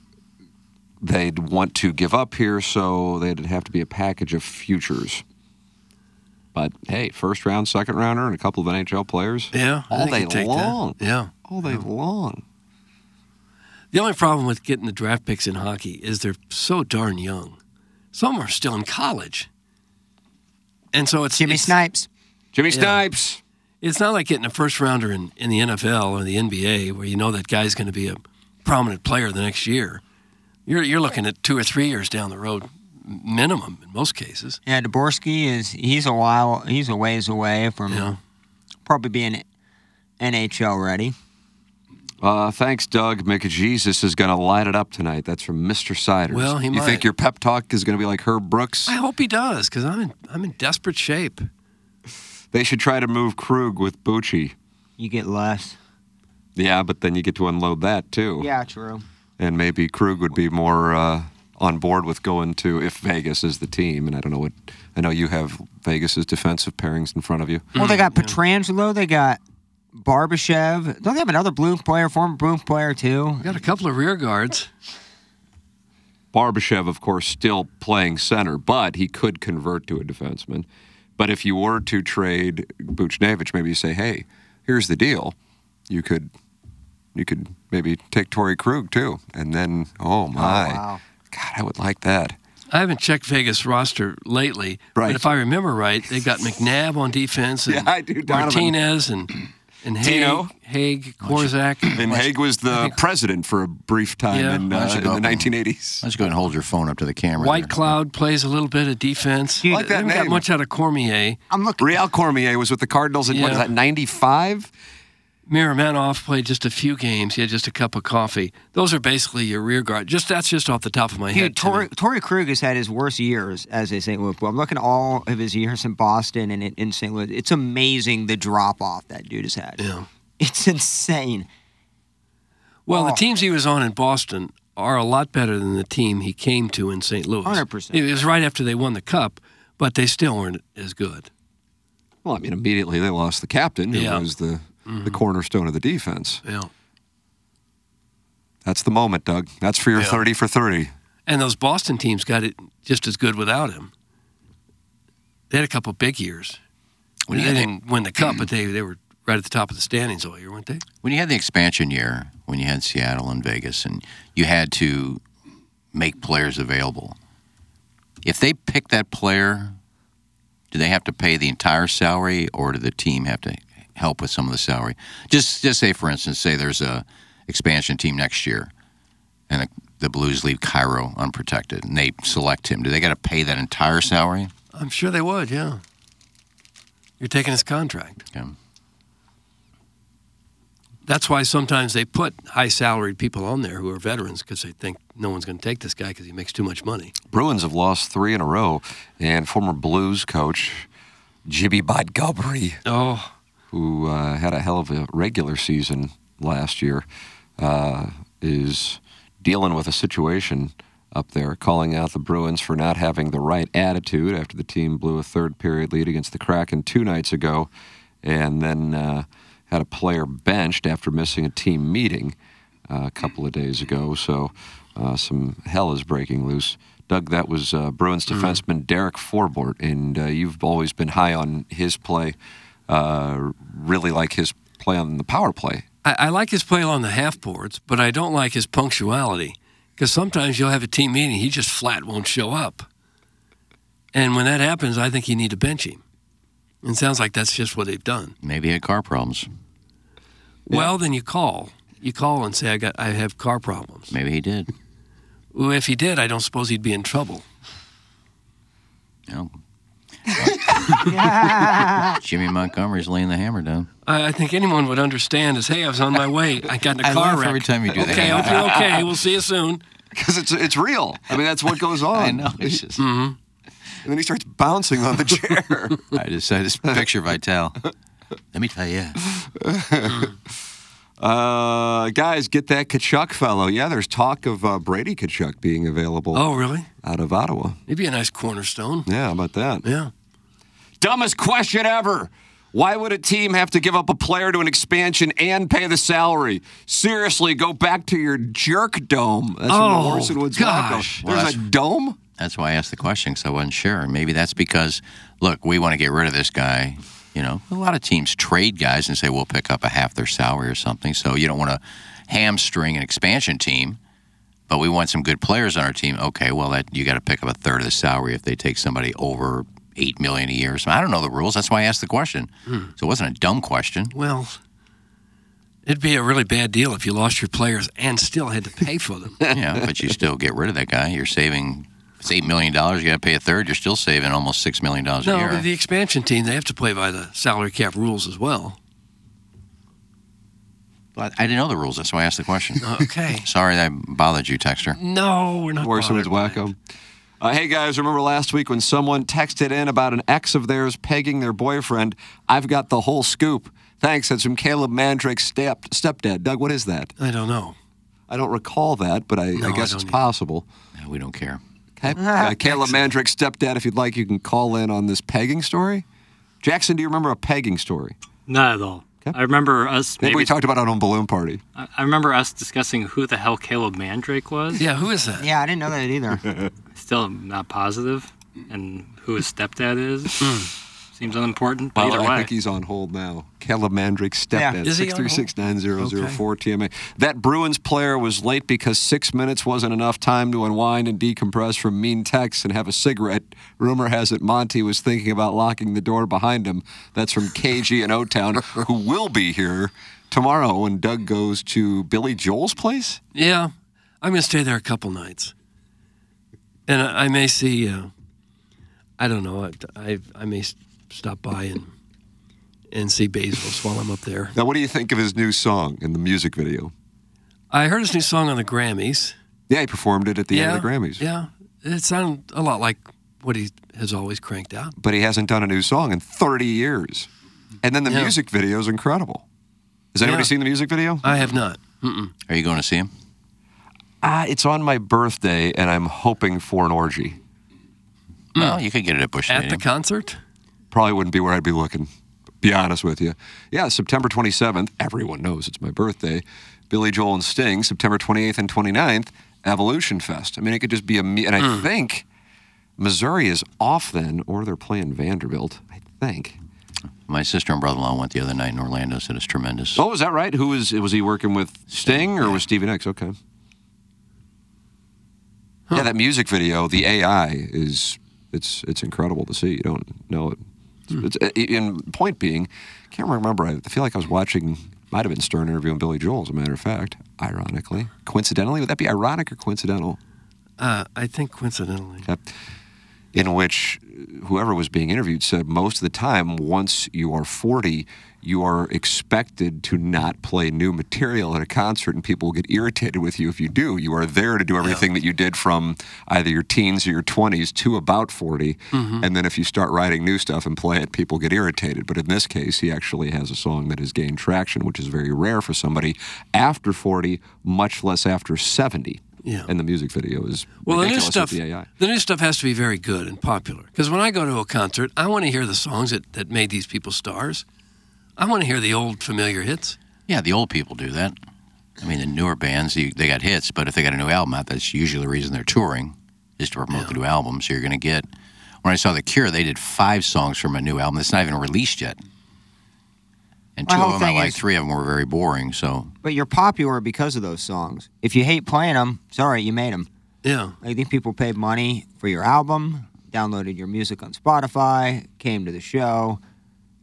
Speaker 3: they'd want to give up here, so they'd have to be a package of futures. But hey, first round, second rounder, and a couple of NHL players.
Speaker 4: Yeah, I
Speaker 3: all
Speaker 4: think
Speaker 3: day
Speaker 4: you take that.
Speaker 3: long.
Speaker 4: Yeah.
Speaker 3: all day long.
Speaker 4: The only problem with getting the draft picks in hockey is they're so darn young. Some are still in college. And so it's Jimmy
Speaker 6: Snipes.
Speaker 3: Jimmy Snipes.
Speaker 4: It's not like getting a first rounder in, in the NFL or the NBA where you know that guy's going to be a prominent player the next year. You're, you're looking at two or three years down the road, m- minimum in most cases.
Speaker 6: Yeah, Dvorsky is he's a while he's a ways away from probably being NHL ready.
Speaker 3: Uh, thanks, Doug. Mickey Jesus is going to light it up tonight. That's from Mr. Siders.
Speaker 4: Well, he
Speaker 3: you
Speaker 4: might.
Speaker 3: think your pep talk is going to be like Herb Brooks?
Speaker 4: I hope he does because I'm in, I'm in desperate shape.
Speaker 3: They should try to move Krug with Bucci.
Speaker 6: You get less.
Speaker 3: Yeah, but then you get to unload that too.
Speaker 6: Yeah, true.
Speaker 3: And maybe Krug would be more uh, on board with going to if Vegas is the team. And I don't know what I know. You have Vegas's defensive pairings in front of you.
Speaker 6: Well,
Speaker 4: Mm,
Speaker 6: they got Petrangelo. They got Barbashev. Don't they have another Bloom player, former Bloom player too?
Speaker 4: Got a couple of rear guards.
Speaker 3: Barbashev, of course, still playing center, but he could convert to a defenseman. But if you were to trade Buchnevich, maybe you say, "Hey, here's the deal. You could, you could maybe take Torrey Krug too, and then oh my, God, I would like that."
Speaker 4: I haven't checked Vegas roster lately,
Speaker 3: Right.
Speaker 4: but if I remember right, they've got McNabb on defense
Speaker 3: [laughs]
Speaker 4: and
Speaker 3: Yeah, I do, Donovan.
Speaker 4: Martinez and and
Speaker 3: Tino.
Speaker 4: Haig, Haig, Korzak.
Speaker 3: And Haig was the president for a brief time
Speaker 4: Yeah.
Speaker 3: in,
Speaker 4: Why
Speaker 3: uh,
Speaker 4: don't you
Speaker 3: in
Speaker 4: go
Speaker 3: the
Speaker 4: up and-
Speaker 3: 1980s.
Speaker 5: Let's go and hold your phone up to the camera.
Speaker 4: White Cloud plays a little bit of defense.
Speaker 3: I like
Speaker 4: they
Speaker 3: that
Speaker 4: haven't got
Speaker 3: name.
Speaker 4: much out of Cormier.
Speaker 6: I'm looking.
Speaker 3: Real Cormier was with the Cardinals in what is
Speaker 4: Yeah.
Speaker 3: that 95?
Speaker 4: Miramanoff played just a few games. He had just a cup of coffee. Those are basically your rear guard. Just that's just off the top of my
Speaker 6: Dude,
Speaker 4: head. Timmy.
Speaker 6: Tori, Torrey Krug has had his worst years as a St. Louis. Well, I'm looking at all of his years in Boston and in, in St. Louis. It's amazing the drop off that dude has had.
Speaker 4: Yeah.
Speaker 6: It's insane.
Speaker 4: Well, the
Speaker 6: Oh.
Speaker 4: teams he was on in Boston are a lot better than the team he came to in St. Louis.
Speaker 6: 100%.
Speaker 4: It was right after they won the cup, but they still weren't as good.
Speaker 3: Well, I mean, immediately they lost the captain, who
Speaker 4: Yeah.
Speaker 3: was the the cornerstone of the defense.
Speaker 4: Yeah.
Speaker 3: That's the moment, Doug. That's for your
Speaker 4: Yeah.
Speaker 3: 30 for 30.
Speaker 4: And those Boston teams got it just as good without him. They had a couple big years.
Speaker 5: When you
Speaker 4: they
Speaker 5: had the-
Speaker 4: didn't win the cup, but they, they were right at the top of the standings all year, weren't they?
Speaker 5: When you had the expansion year, when you had Seattle and Vegas, and you had to make players available, if they pick that player, do they have to pay the entire salary, or do the team have to help with some of the salary? Just, just say, for instance, say there's a expansion team next year, and the, the Blues leave Cairo unprotected, and they select him. Do they got to pay that entire salary?
Speaker 4: I'm sure they would, yeah. You're taking his contract.
Speaker 5: Yeah.
Speaker 4: That's why sometimes they put high salaried people on there who are veterans because they think no one's going to take this guy because he makes too much money.
Speaker 3: Bruins have lost three in a row, and former Blues coach Jimmy Montgomery,
Speaker 4: Oh,
Speaker 3: who uh, had a hell of a regular season last year, uh, is dealing with a situation up there, calling out the Bruins for not having the right attitude after the team blew a third period lead against the Kraken two nights ago, and then uh, had a player benched after missing a team meeting uh, a couple of days ago. So uh, some hell is breaking loose. Doug, that was uh, Bruins
Speaker 5: Mm-hmm.
Speaker 3: defenseman Derek Forbort, and uh, you've always been high on his play. Uh, really like his play on the power play.
Speaker 4: I, I like his play on the half boards, but I don't like his punctuality because sometimes you'll have a team meeting, he just flat won't show up. And when that happens, I think you need to bench him. It sounds like that's just what they've done.
Speaker 5: Maybe he had car problems.
Speaker 4: Well, then you call. You call and say, I, got, I have car problems.
Speaker 5: Maybe he did.
Speaker 4: Well, if he did, I don't suppose he'd be in trouble.
Speaker 5: No. Jimmy Montgomery's laying the hammer down.
Speaker 4: I, I think anyone would understand is, hey, I was on my way. I got in a
Speaker 5: I
Speaker 4: car
Speaker 5: laugh
Speaker 4: wreck.
Speaker 5: every time you do that.
Speaker 4: okay, okay, okay. We'll see you soon.
Speaker 3: Because it's it's real. I mean, that's what goes on.
Speaker 5: [laughs] I know. It's just,
Speaker 3: And then he starts bouncing on the
Speaker 5: [laughs]
Speaker 3: chair.
Speaker 5: I just I just picture Vital. Let me tell you.
Speaker 3: uh, guys, get that Kachuk fellow. Yeah, there's talk of uh, Brady Kachuk being available
Speaker 4: Oh, really?
Speaker 3: out of Ottawa.
Speaker 4: It'd be a nice cornerstone.
Speaker 3: Yeah, how about that?
Speaker 4: Yeah.
Speaker 3: Dumbest question ever. Why would a team have to give up a player to an expansion and pay the salary? Seriously, go back to your jerk dome. That's from
Speaker 5: Oh,
Speaker 3: the Orson Woods
Speaker 5: gosh.
Speaker 3: Waco. There's a dome?
Speaker 5: That's why I asked the question because I wasn't sure. Maybe that's because, look, we want to get rid of this guy. You know, a lot of teams trade guys and say we'll pick up a half their salary or something. So you don't want to hamstring an expansion team, but we want some good players on our team. Okay, well, that you got to pick up a third of the salary if they take somebody over eight million a year. So I don't know the rules. That's why I asked the question.
Speaker 4: Hmm.
Speaker 5: So it wasn't a dumb question.
Speaker 4: Well, it'd be a really bad deal if you lost your players and still had to pay for them.
Speaker 5: yeah, but you still get rid of that guy. You're saving. It's eight million dollars. You got to pay a third. You're still saving almost six million dollars a
Speaker 4: [laughs] No,
Speaker 5: year.
Speaker 4: but the expansion team, they have to play by the salary cap rules as well.
Speaker 5: Well, I didn't know the rules. That's why I asked the question.
Speaker 4: [laughs] Okay.
Speaker 5: Sorry that I bothered you, Texter.
Speaker 4: No, we're not.
Speaker 3: Orson Woods Wacko. Uh, hey guys, remember last week when someone texted in about an ex of theirs pegging their boyfriend? I've got the whole scoop. Thanks. That's from Caleb Mandrake's step, stepdad. Doug, what is that?
Speaker 4: I don't know.
Speaker 3: I don't recall that, but I, I guess it's possible.
Speaker 5: we don't care.
Speaker 3: Okay.
Speaker 11: Ah,
Speaker 3: Uh, Caleb Mandrake's stepdad, if you'd like, you can call in on this pegging story. Jackson, do you remember a pegging story?
Speaker 11: Not at all. I remember us.
Speaker 3: Maybe,
Speaker 11: Maybe,
Speaker 3: we talked about it on Balloon Party.
Speaker 11: I I remember us discussing who the hell Caleb Mandrake was.
Speaker 4: Yeah, who is that?
Speaker 6: Yeah, I didn't know that
Speaker 11: either. Still not positive, and who his stepdad is
Speaker 4: Hmm.
Speaker 11: seems unimportant. But
Speaker 3: Well,
Speaker 11: either
Speaker 3: I
Speaker 11: way,
Speaker 3: think he's on hold now. Caleb Mandrick's
Speaker 11: Yeah.
Speaker 3: stepdad,
Speaker 11: Is he on hold?
Speaker 3: 636-9004 TMA. That Bruins player was late because six minutes wasn't enough time to unwind and decompress from mean texts and have a cigarette. Rumor has it Monty was thinking about locking the door behind him. That's from KG in O-Town, who will be here tomorrow when Doug goes to Billy Joel's place.
Speaker 4: Yeah, I'm going to stay there a couple nights, and I, I may see. Uh, I don't know. I, I I may s- stop by and and see Basil's while I'm up there.
Speaker 3: Now, what do you think of his new song in the music video?
Speaker 4: I heard his new song on the Grammys.
Speaker 3: Yeah, he performed it at the end of the Grammys.
Speaker 4: Yeah, it sounded a lot like what he has always cranked out.
Speaker 3: but he hasn't done a new song in 30 years. And then the
Speaker 4: Yeah.
Speaker 3: music video is incredible. Has anybody
Speaker 4: Yeah.
Speaker 3: seen the music video?
Speaker 4: I have not. Mm-mm.
Speaker 5: Are you going to see him?
Speaker 3: Uh, it's on my birthday, and I'm hoping for an orgy.
Speaker 5: Well, you could get it at Bush
Speaker 4: At the concert?
Speaker 3: Probably wouldn't be where I'd be looking. Be honest with you. Yeah, September 27th. Everyone knows it's my birthday. Billy Joel and Sting. September 28th and 29th. Evolution Fest. I mean, it could just be a. Me- and I
Speaker 4: Mm.
Speaker 3: think Missouri is off then, or they're playing Vanderbilt. I think.
Speaker 5: My sister and brother-in-law went the other night in Orlando. Said it's tremendous.
Speaker 3: Oh, is that right? Who was was he working with? Sting or was Stevie Nicks? Okay. Yeah, that music video, the AI is it's it's incredible to see. You don't know it. It's, it's, and point being, I can't remember. I feel like I was watching. Might have been Stern interviewing Billy Joel. As a matter of fact, ironically, coincidentally, would that be ironic or coincidental?
Speaker 4: Uh, I think coincidentally.
Speaker 3: in which whoever was being interviewed said most of the time, once you are 40, you are expected to not play new material at a concert, and people will get irritated with you if you do. You are there to do everything that you did from either your teens or your 20s to about 40.
Speaker 4: Mm-hmm.
Speaker 12: Mhm.
Speaker 3: And then if you start writing new stuff and play it, people get irritated. But in this case, he actually has a song that has gained traction, which is very rare for somebody after 40, much less after 70.
Speaker 4: Yeah.
Speaker 3: And the music video is
Speaker 4: Well, the new
Speaker 3: ridiculous with
Speaker 4: stuff,
Speaker 3: the AI.
Speaker 4: the new stuff has to be very good and popular. Because when I go to a concert, I want to hear the songs that, that made these people stars. I want to hear the old familiar hits.
Speaker 5: Yeah, the old people do that. I mean, the newer bands, you, they got hits, but if they got a new album out, that's usually the reason they're touring, is to promote the new album. So you're going to get. When I saw The Cure, they did five songs from a new album that's not even released yet. And
Speaker 6: My
Speaker 5: two
Speaker 6: whole
Speaker 5: of them I
Speaker 6: thing
Speaker 5: like,
Speaker 6: is-
Speaker 5: three of them were very boring. So
Speaker 6: But you're popular because of those songs. If you hate playing them, sorry, you made them.
Speaker 4: Yeah.
Speaker 6: Like these people paid money for your album, downloaded your music on Spotify, came to the show,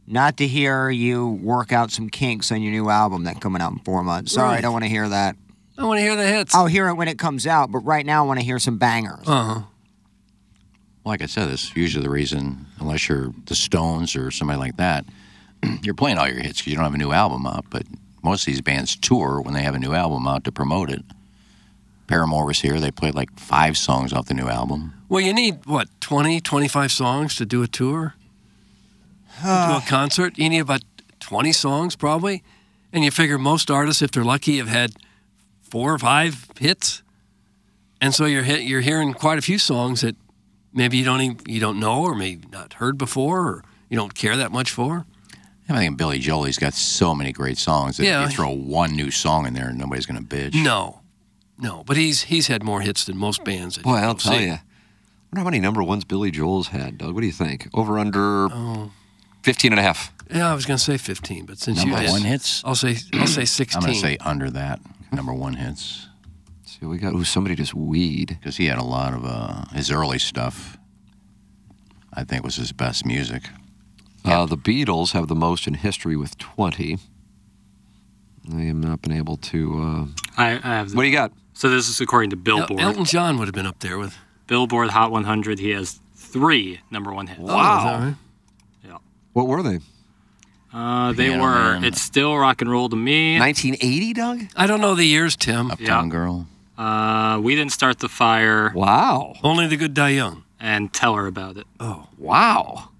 Speaker 6: not to hear you work out some kinks on your new album that coming out in four months. Sorry, I
Speaker 4: Right.
Speaker 6: don't want to hear that.
Speaker 4: I want to hear the hits.
Speaker 6: I'll hear it when it comes out, but right now I want to hear some bangers.
Speaker 4: Uh huh.
Speaker 5: like I said, it's usually the reason, unless you're the Stones or somebody like that, [clears throat] you're playing all your hits because you don't have a new album out. But most of these bands tour when they have a new album out to promote it. Paramore was here; they played like five songs off the new album.
Speaker 4: Well, you need, what, 20, 25 songs to do a tour? to do a concert? You need about 20 songs, probably. And you figure most artists, if they're lucky, have had four or five hits. And so you're, hit, you're hearing quite a few songs that maybe you don't, even, you don't know or maybe not heard before or you don't care that much for.
Speaker 5: I think Billy Joel's got so many great songs that
Speaker 4: Yeah.
Speaker 5: if you throw one new song in there, nobody's going to bitch.
Speaker 4: No, no, but he's he's had more hits than most bands. that
Speaker 3: Boy, I'll
Speaker 4: you'll
Speaker 3: tell
Speaker 4: see.
Speaker 3: you. wonder how many number ones Billy Joel's had, Doug. What do you think? Over under 15 and a half.
Speaker 4: Yeah, I was going to say 15, but since you
Speaker 5: Number
Speaker 4: did,
Speaker 5: one hits?
Speaker 4: I'll say I'll say
Speaker 5: I'm
Speaker 4: 16.
Speaker 5: going to say under that. Number one hits.
Speaker 3: See, we got ooh, somebody just weed.
Speaker 5: Because he had a lot of uh, his early stuff, I think, was his best music.
Speaker 3: Uh, the Beatles have the most in history with 20. I have not been able to. Uh,
Speaker 11: I, I have.
Speaker 3: What do you got?
Speaker 11: So this is according to
Speaker 4: El-
Speaker 11: Billboard.
Speaker 4: Elton John would have been up there with.
Speaker 11: Billboard Hot 100. He has three number one hits.
Speaker 4: Oh,
Speaker 3: What were they?
Speaker 11: Uh, they
Speaker 4: Piano
Speaker 11: were.
Speaker 4: Man.
Speaker 11: It's still rock and roll to me.
Speaker 3: 1980, Doug.
Speaker 4: I don't know the years, Tim.
Speaker 11: Uptown
Speaker 5: Girl.
Speaker 11: Uh, we didn't start the fire.
Speaker 3: Wow.
Speaker 4: Only the good die young.
Speaker 11: And tell her about it.
Speaker 4: Oh,
Speaker 3: wow.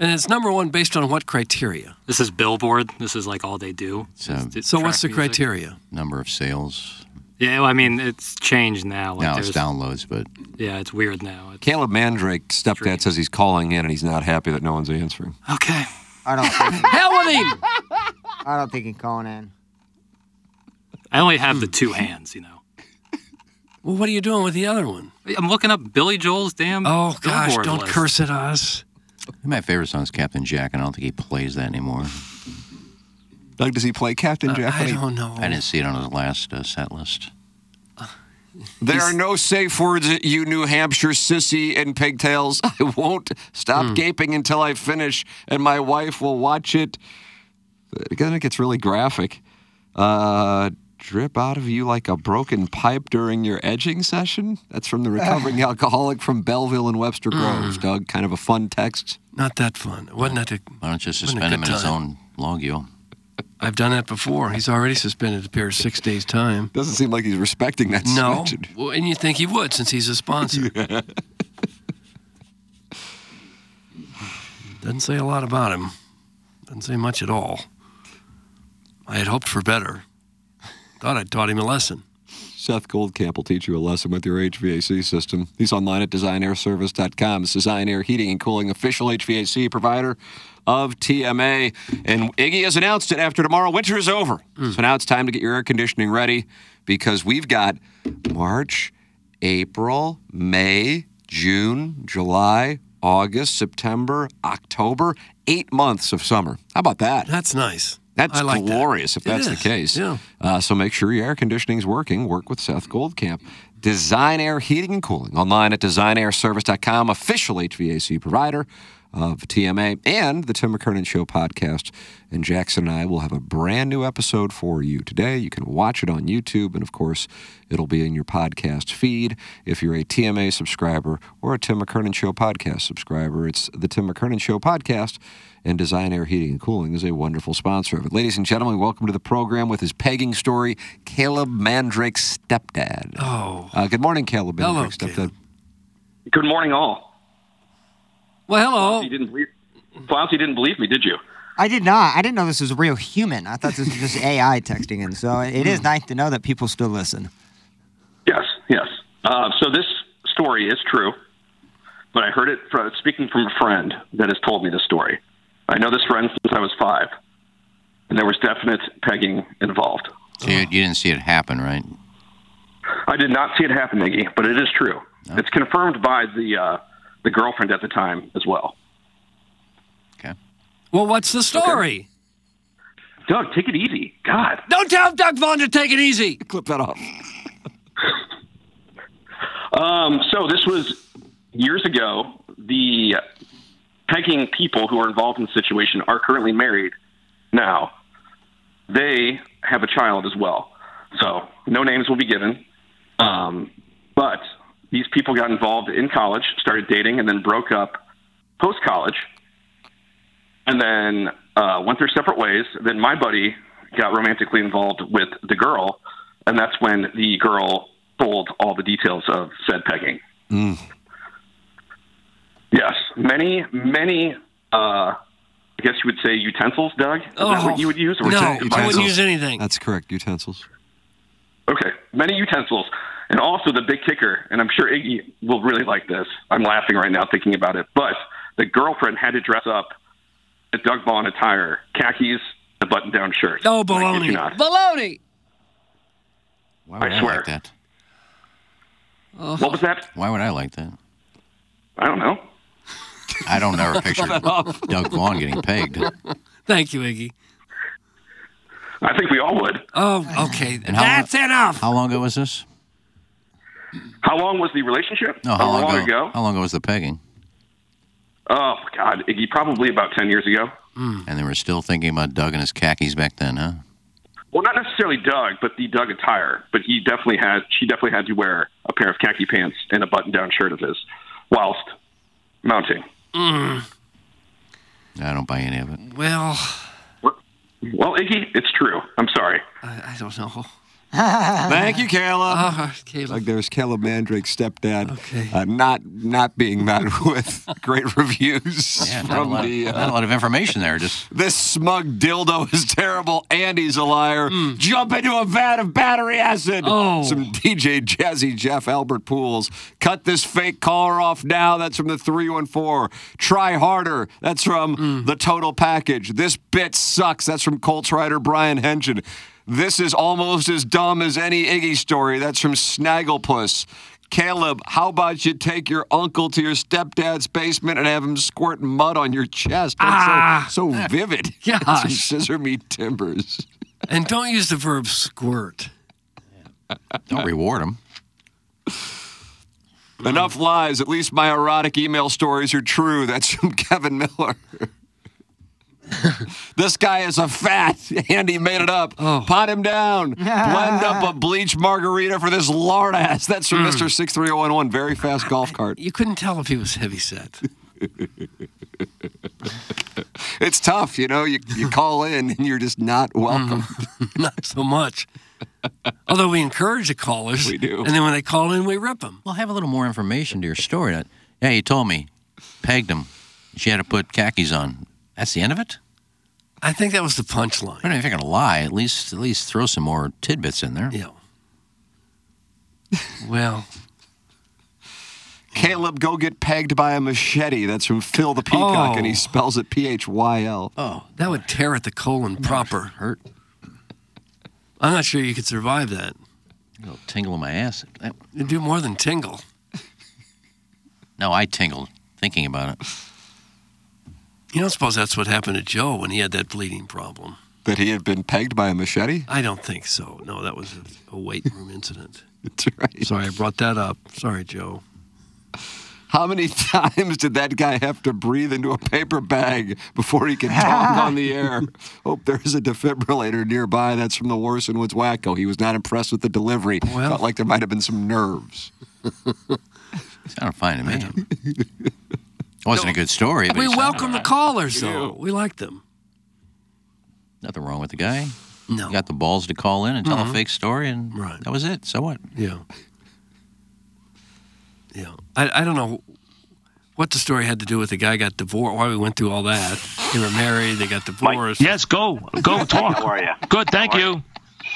Speaker 4: And it's number one based on what criteria?
Speaker 11: This is Billboard. This is like all they do.
Speaker 5: So,
Speaker 4: So what's the criteria?
Speaker 5: Number of sales.
Speaker 11: Yeah, well, I mean it's changed now. Like,
Speaker 5: now it's
Speaker 11: there's-
Speaker 5: downloads, but
Speaker 11: Yeah, it's weird now.
Speaker 3: Caleb Mandrake, stepdad, says he's calling in and he's not happy that no one's answering.
Speaker 11: Okay.
Speaker 6: I don't think
Speaker 4: Hell with him!
Speaker 6: I don't think he's calling in.
Speaker 11: I only have the two hands, you know.
Speaker 4: Hmm. [laughs] Well, what are you doing with the other one?
Speaker 11: I'm looking up Billy Joel's damn.
Speaker 4: Oh gosh,
Speaker 11: Billboard
Speaker 4: don't
Speaker 11: list.
Speaker 4: curse at us.
Speaker 5: my favorite song is Captain Jack, and I don't think he plays that anymore.
Speaker 3: Doug, does he play Captain Jack?
Speaker 4: Uh, I don't know.
Speaker 5: I didn't see it on his last uh, set list.
Speaker 3: There are no safe words, you New Hampshire sissy and pigtails. [laughs] I won't stop gaping until I finish, and my wife will watch it. Again, it gets really graphic. Uh, drip out of you like a broken pipe during your edging session. That's from the recovering alcoholic from Belleville and Webster Groves. Doug, kind of a fun text.
Speaker 4: Not that fun.
Speaker 5: Oh.
Speaker 4: Wasn't that a,
Speaker 5: Why don't you
Speaker 4: Wasn't a
Speaker 5: suspend him
Speaker 4: good
Speaker 5: in his
Speaker 4: time.
Speaker 5: own logio?
Speaker 4: I've done that before. He's already suspended a pair of six days time.
Speaker 3: Doesn't seem like he's respecting that
Speaker 4: No.
Speaker 3: suspension.
Speaker 4: Well, and you think he would since he's
Speaker 5: [laughs]
Speaker 4: a sponsor. Doesn't say a lot about him. Doesn't say much at all. I had hoped for better. Thought I'd taught him a lesson.
Speaker 3: Seth Goldcamp will teach you a lesson with your HVAC system. He's online at designairservice.com. It's Design Air Heating and Cooling, official HVAC provider of TMA. And Iggy has announced it after tomorrow. Winter is over. So now it's time to get your air conditioning ready because we've got March, April, May, June, July, August, September, October, eight months of summer. How about that?
Speaker 4: That's nice.
Speaker 3: That's
Speaker 4: I like that.
Speaker 3: glorious if
Speaker 4: It
Speaker 3: that's
Speaker 4: is,
Speaker 3: the case.
Speaker 4: yeah.
Speaker 3: Uh, so make sure your air conditioning's working. Work with Seth Goldcamp. Design Air Heating and Cooling online at designairservice.com, official HVAC provider of TMA and the Tim McKernan Show podcast. And Jackson and I will have a brand new episode for you today. You can watch it on YouTube, and of course, it'll be in your podcast feed. If you're a TMA subscriber or a Tim McKernan Show podcast subscriber, it's the Tim McKernan Show podcast and Design Air Heating and Cooling is a wonderful sponsor of it. Ladies and gentlemen, welcome to the program with his pegging story, Caleb Mandrake's stepdad.
Speaker 4: Oh.
Speaker 3: Uh, good morning, Caleb
Speaker 4: Hello,
Speaker 3: Mandrake's stepdad.
Speaker 12: Good morning, all.
Speaker 4: Well, hello.
Speaker 12: Oh, You didn't believe. Flouncy didn't believe me, did you?
Speaker 6: I did not. I didn't know this was a real human. I thought this was just AI texting in. So it
Speaker 4: Hmm.
Speaker 6: is nice to know that people still listen.
Speaker 12: Yes, yes. Uh, so this story is true, but I heard it from, speaking from a friend that has told me the story. I know this friend since I was five, and there was definite pegging involved.
Speaker 5: So you, you didn't see it happen, right?
Speaker 12: I did not see it happen, Iggy, but it is true. It's confirmed by the uh, the girlfriend at the time as well.
Speaker 4: Well, what's the story?
Speaker 12: Doug, take it easy. God.
Speaker 4: Don't tell Doug Vaughn to take
Speaker 12: [laughs]
Speaker 4: it easy.
Speaker 3: Clip that off.
Speaker 12: Um, so this was years ago. The pegging people who are involved in the situation are currently married now. They have a child as well. So no names will be given. Um, but these people got involved in college, started dating, and then broke up post college. And then uh, went their separate ways. Then my buddy got romantically involved with the girl, and that's when the girl told all the details of said pegging.
Speaker 3: Mm.
Speaker 12: Yes, many, many. Uh, I guess you would say utensils, Doug. Is that what you would use?
Speaker 3: Utensil- utensils.
Speaker 4: anything.
Speaker 3: That's correct, utensils.
Speaker 12: Okay, many utensils, and also the big kicker. And I'm sure Iggy will really like this. I'm laughing right now thinking about it. But the girlfriend had to dress up
Speaker 13: a Doug Vaughn attire, khakis, a button-down shirt.
Speaker 4: Oh,
Speaker 13: I kid you
Speaker 4: baloney.
Speaker 13: not.
Speaker 4: baloney.
Speaker 5: Why would I,
Speaker 13: swear.
Speaker 5: like that?
Speaker 13: What was that?
Speaker 5: Why would I like that?
Speaker 13: I don't know.
Speaker 5: I don't ever picture
Speaker 4: Shut up.
Speaker 5: Doug Vaughn getting pegged.
Speaker 4: Thank you, Iggy.
Speaker 13: I think we all would.
Speaker 4: Oh, okay.
Speaker 5: [sighs] And how-
Speaker 4: That's enough.
Speaker 5: How long ago was this?
Speaker 13: How long was the relationship?
Speaker 5: No, how
Speaker 13: How
Speaker 5: long,
Speaker 13: long
Speaker 5: ago?
Speaker 13: ago?
Speaker 5: How long ago was the pegging?
Speaker 13: Oh God, Iggy, probably about ten years ago.
Speaker 5: And they were still thinking about Doug and his khakis back then, huh?
Speaker 13: Well, not necessarily Doug, but the Doug attire. But he definitely had, she definitely had to wear a pair of khaki pants and a button-down shirt of his, whilst mounting.
Speaker 5: I don't buy any of it.
Speaker 4: Well,
Speaker 13: Well, Iggy, it's true. I'm sorry.
Speaker 4: I, I don't know. [laughs] Ah,
Speaker 3: Thank you, Caleb.
Speaker 4: Caleb.
Speaker 3: Like Uh, there's Caleb Mandrake's stepdad, uh, not not being met [laughs] with great reviews
Speaker 5: Yeah, not, a
Speaker 3: from
Speaker 5: lot,
Speaker 3: the.
Speaker 5: not a lot of information there. Just
Speaker 3: this smug dildo is terrible. Andy's a liar. Jump into a vat of battery acid. Some DJ Jazzy Jeff Albert Pools. Cut this fake caller off now. That's from the 314. Try harder. That's from the total package. This bit sucks. That's from Colts writer Brian Henson. This is almost as dumb as any Iggy story. That's from Snagglepuss. Caleb, how about you take your uncle to your stepdad's basement and have him squirt mud on your chest? That's so- so, vivid.
Speaker 4: Gosh.
Speaker 3: That's from Scissor me timbers.
Speaker 4: And don't use the verb squirt.
Speaker 5: don't reward him.
Speaker 3: Enough lies. At least my erotic email stories are true. That's from [laughs] Kevin Miller. this guy is a fat. [laughs] Andy made it up. Pot him down. Blend up a bleach margarita for this lard ass. That's from Mr. 63011. Very fast golf cart.
Speaker 4: You couldn't tell if he was heavy set. [laughs]
Speaker 3: It's tough, you know. You, you call in and you're just not welcome.
Speaker 4: Not so much. Although we encourage the callers. We do. And then when they call in, we rip them.
Speaker 5: Well, have a little more information to your story. That, yeah, you told me, pegged him. She had to put khakis on. That's the end of it.
Speaker 4: I think that was the punchline.
Speaker 5: I mean, if you're gonna lie, at least at least throw some more tidbits in there.
Speaker 4: Yeah. Well,
Speaker 3: Caleb, go get pegged by a machete. That's from Phil the Peacock, and he
Speaker 4: Oh.
Speaker 3: spells it P H Y L.
Speaker 4: Oh, that would tear at the colon proper.
Speaker 5: Hurt.
Speaker 4: I'm not sure you could survive that.
Speaker 5: It'll tingle in my ass. That-
Speaker 4: It'd do more than tingle.
Speaker 5: No, I tingled thinking about it.
Speaker 4: You don't suppose that's what happened to Joe when he had that bleeding problem?
Speaker 3: That he had been pegged by a machete?
Speaker 4: I don't think so. No, that was a, a weight room incident.
Speaker 3: [laughs] That's right.
Speaker 4: Sorry, I brought that up. Sorry, Joe.
Speaker 3: How many [laughs] times did that guy have to breathe into a paper bag before he could
Speaker 4: [laughs]
Speaker 3: talk on the air? Hope there's a defibrillator nearby. That's from the Warson Woods Wacko. He was not impressed with the delivery. Felt like there might have been some nerves.
Speaker 5: Sounded fine to me.
Speaker 4: [laughs]
Speaker 5: It wasn't a good story. But
Speaker 4: we
Speaker 5: it sounded
Speaker 4: welcome
Speaker 5: all
Speaker 4: the
Speaker 5: right.
Speaker 4: callers, though. We like them.
Speaker 5: Nothing wrong with the guy.
Speaker 4: No.
Speaker 5: He got the balls to call in and tell
Speaker 4: Mhm.
Speaker 5: a fake story, and
Speaker 4: Right.
Speaker 5: that was it. So what?
Speaker 4: Yeah. Yeah. I, I don't know what the story had to do with the guy got divorced, why we went through all that. They were married, they got divorced. yes, go.
Speaker 14: Go talk. How are ya?
Speaker 4: Good, thank
Speaker 14: you.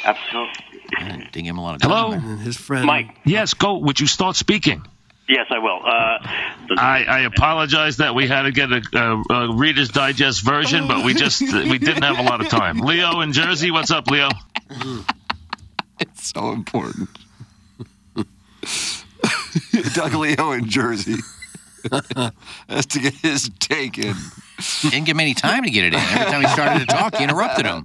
Speaker 14: Absolutely.
Speaker 5: Didn't give him a lot of time.
Speaker 14: Hello?
Speaker 5: there.
Speaker 4: His friend.
Speaker 14: Mike.
Speaker 1: Yes, go. Would you start speaking?
Speaker 14: Yes, I will. Uh,
Speaker 1: I, I apologize that we had to get a, a, a Reader's Digest version, but we just we didn't have a lot of time. Leo in Jersey, what's up, Leo?
Speaker 3: It's so important. [laughs] Doug Leo in Jersey [laughs] has to get his take in.
Speaker 5: Didn't give him any time to get it in. Every time he started to talk, you interrupted him.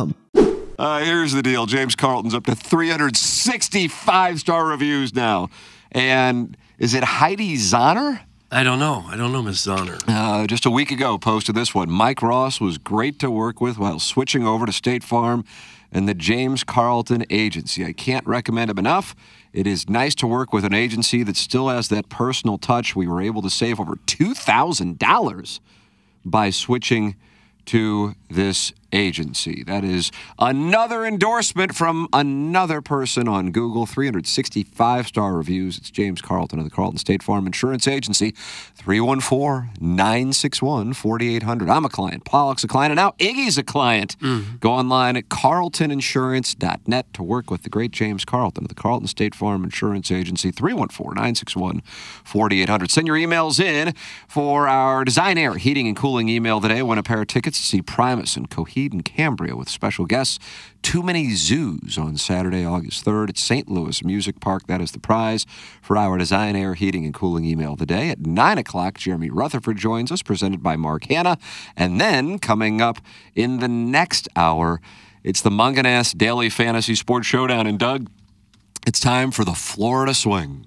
Speaker 3: Uh, here's the deal James Carlton's up to 365 star reviews now. And is it Heidi Zahner?
Speaker 4: I don't know. I don't know Miss Zahner.
Speaker 3: Uh, just a week ago, posted this one. Mike Ross was great to work with while switching over to State Farm and the James Carlton Agency. I can't recommend him enough. It is nice to work with an agency that still has that personal touch. We were able to save over $2,000 by switching to this agency. That is another endorsement from another person on Google. 365 star reviews. It's James Carlton of the Carlton State Farm Insurance Agency. 314 961 4800. I'm a client. Pollock's a client. And now Iggy's a client. Go online at carltoninsurance.net to work with the great James Carlton of the Carlton State Farm Insurance Agency. 314 961 4800. Send your emails in for our Design Air Heating and Cooling email today. Win a pair of tickets to see Primus and Coheed and Cambria with special guests. Too Many Zoos on Saturday, August 3rd at St. Louis Music Park. That is the prize for our Design Air Heating and Cooling email today. At 9 o'clock, Jeremy Rutherford joins us, presented by Mark Hanna. And then coming up in the next hour, it's the Munganass Daily Fantasy Sports Showdown. And Doug, it's time for the Florida Swing.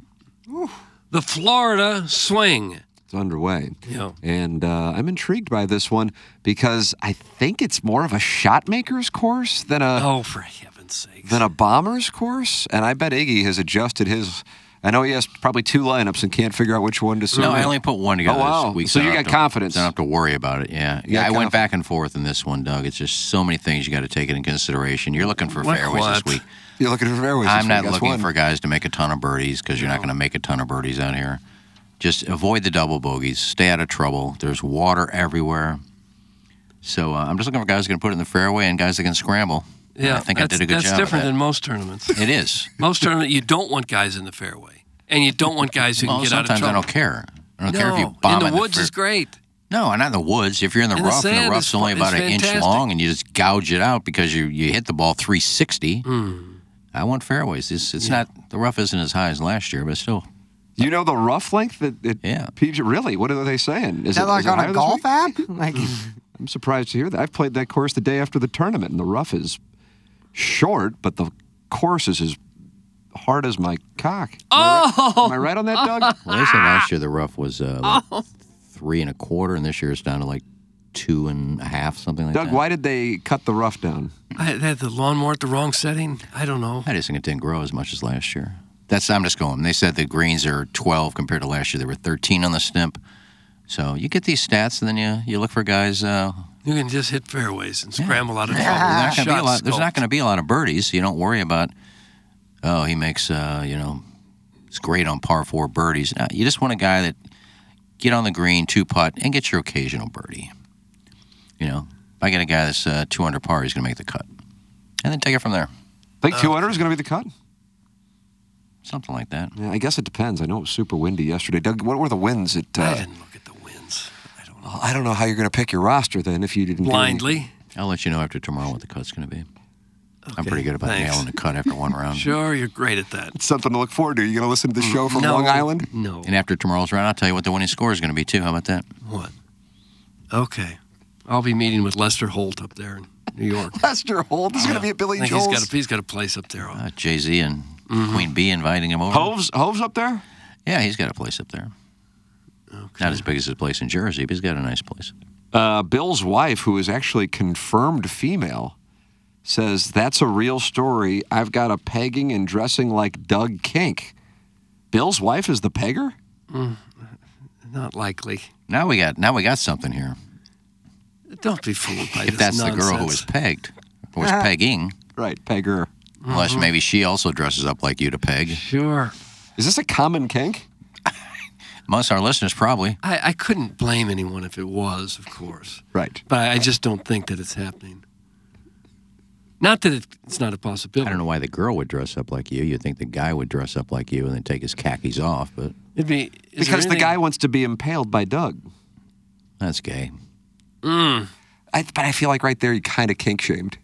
Speaker 4: The Florida swing.
Speaker 3: It's underway.
Speaker 4: Yeah.
Speaker 3: And uh, I'm intrigued by this one because I think it's more of a shot maker's course than a
Speaker 4: oh for heaven's sake
Speaker 3: than a bomber's course. And I bet Iggy has adjusted his. I know he has probably two lineups and can't figure out which one to.
Speaker 5: No,
Speaker 3: select.
Speaker 5: I only put one together
Speaker 3: Oh wow!
Speaker 5: this week.
Speaker 3: so
Speaker 5: I
Speaker 3: you
Speaker 5: don't
Speaker 3: got
Speaker 5: have to-
Speaker 3: confidence.
Speaker 5: so I don't have to worry about it. Yeah,
Speaker 3: You
Speaker 5: yeah. I
Speaker 3: got
Speaker 5: went back and forth in this one, Doug. It's just so many things you got to take into consideration. You're looking for
Speaker 3: Like
Speaker 5: fairways
Speaker 3: what?
Speaker 5: this week.
Speaker 3: You're looking for fairways.
Speaker 5: I'm
Speaker 3: this
Speaker 5: not
Speaker 3: week. That's
Speaker 5: looking
Speaker 3: one.
Speaker 5: for guys to make a ton of birdies because you're not going to make a ton of birdies out here. Just avoid the double bogeys. Stay out of trouble. There's water everywhere. So uh, I'm just looking for guys that can put it in the fairway and guys that can scramble. And
Speaker 4: Yeah,
Speaker 5: I think I
Speaker 4: that's-
Speaker 5: did a good
Speaker 4: that's
Speaker 5: job.
Speaker 4: different than most tournaments.
Speaker 5: It
Speaker 4: [laughs]
Speaker 5: is.
Speaker 4: most tournaments, you don't want guys in the fairway, and you don't want guys who
Speaker 5: Well,
Speaker 4: can get out of
Speaker 5: sometimes
Speaker 4: trouble.
Speaker 5: I don't care. I don't care if
Speaker 4: No,
Speaker 5: you bomb
Speaker 4: in
Speaker 5: it
Speaker 4: the woods
Speaker 5: fair-
Speaker 4: is great.
Speaker 5: No, not in the woods. If you're in the
Speaker 4: In the
Speaker 5: rough, and
Speaker 4: sand
Speaker 5: the rough's
Speaker 4: is
Speaker 5: only
Speaker 4: fu-
Speaker 5: about
Speaker 4: it's
Speaker 5: an inch
Speaker 4: fantastic.
Speaker 5: long, and you just gouge it out because you, you hit the ball 360.
Speaker 4: Hmm.
Speaker 5: I want fairways. It's, it's not the rough isn't as high as last year, but still.
Speaker 3: You know the rough length that it,
Speaker 5: yeah.
Speaker 3: PG, really? What are they saying?
Speaker 6: Is that like
Speaker 3: it
Speaker 6: on
Speaker 3: higher
Speaker 6: a
Speaker 3: this
Speaker 6: golf
Speaker 3: week? [laughs]
Speaker 6: app? Like,
Speaker 3: I'm surprised to hear that. I've played that course the day after the tournament, and the rough is short, but the course is as hard as my cock.
Speaker 4: Oh,
Speaker 3: Am I right on that, [laughs] Doug?
Speaker 5: Well, they said
Speaker 4: Ah.
Speaker 5: last year the rough was uh, like three and a quarter, and this year it's down to like two and a half, something like
Speaker 3: Doug,
Speaker 5: that.
Speaker 3: why did they cut the rough down?
Speaker 4: I had the lawnmower at the wrong setting. I don't know.
Speaker 5: I just think it didn't grow as much as last year. That's I'm just going. They said the greens are 12 compared to last year. They were 13 on the stimp. So you get these stats, and then you you look for guys. Uh,
Speaker 4: You can just hit fairways and scramble out of trouble. [laughs]
Speaker 5: there's not gonna be a
Speaker 4: Shot
Speaker 5: lot- there's not
Speaker 4: sculpt.
Speaker 5: going to be a lot of birdies. So you don't worry about. Oh, he makes uh, you know, it's great on par four birdies. No, you just want a guy that get on the green, two putt, and get your occasional birdie. You know, if I get a guy that's uh, 200 par, he's going to make the cut, and then take it from there.
Speaker 3: Think 200 is going to be the cut?
Speaker 5: Something like that.
Speaker 3: Yeah, I guess it depends. I know it was super windy yesterday. Doug, what were the winds? At, uh, I didn't look at the winds. I don't know. I don't know how you're going to pick your roster then if you didn't. get any-
Speaker 5: I'll let you know after tomorrow what the cut's going to be. I'm
Speaker 4: Okay,
Speaker 5: pretty good about
Speaker 4: thanks.
Speaker 5: nailing a cut after one round.
Speaker 4: Sure, you're great at that.
Speaker 3: It's something to look forward to. You going to listen to the show from
Speaker 4: No.
Speaker 3: Long Island? [laughs]
Speaker 4: No.
Speaker 5: And after tomorrow's round, I'll tell you what the winning score is going to be too. How about that?
Speaker 4: What? Okay. I'll be meeting with Lester Holt up there in New York.
Speaker 3: Lester Holt is going to be at
Speaker 4: I
Speaker 3: Billy
Speaker 4: think
Speaker 3: Joel's.
Speaker 4: He's got, a, he's got a place up there.
Speaker 5: Uh, Jay Z and
Speaker 4: Mm-hmm.
Speaker 5: Queen B inviting him over.
Speaker 3: Hove's Hove's up there.
Speaker 5: Yeah, he's got a place up there. Not as big as his place in Jersey, but he's got a nice place.
Speaker 3: Uh, Bill's wife, who is actually confirmed female, says that's a real story. I've got a pegging and dressing like Doug Kink. Bill's wife is the pegger.
Speaker 4: Mm, not likely.
Speaker 5: Now we got now we got something here.
Speaker 4: Don't be fooled by
Speaker 5: If
Speaker 4: this
Speaker 5: that's the girl who
Speaker 4: nonsense.
Speaker 5: was pegged, or was
Speaker 4: Ah.
Speaker 5: pegging,
Speaker 3: right? Pegger.
Speaker 5: Unless
Speaker 4: Mhm.
Speaker 5: maybe she also dresses up like you to peg.
Speaker 4: Sure.
Speaker 3: Is this a common kink?
Speaker 5: Amongst our listeners, probably.
Speaker 4: I, I couldn't blame anyone if it was, of course.
Speaker 3: Right.
Speaker 4: But I just don't think that it's happening. Not that it, it's not a possibility.
Speaker 5: I don't know why the girl would dress up like you. You'd think the guy would dress up like you and then take his khakis off, but
Speaker 4: It'd be is there
Speaker 3: because the
Speaker 4: anything-
Speaker 3: guy wants to be impaled by Doug.
Speaker 5: That's gay.
Speaker 4: Mm.
Speaker 3: I, but I feel like right there you kind of kink shamed.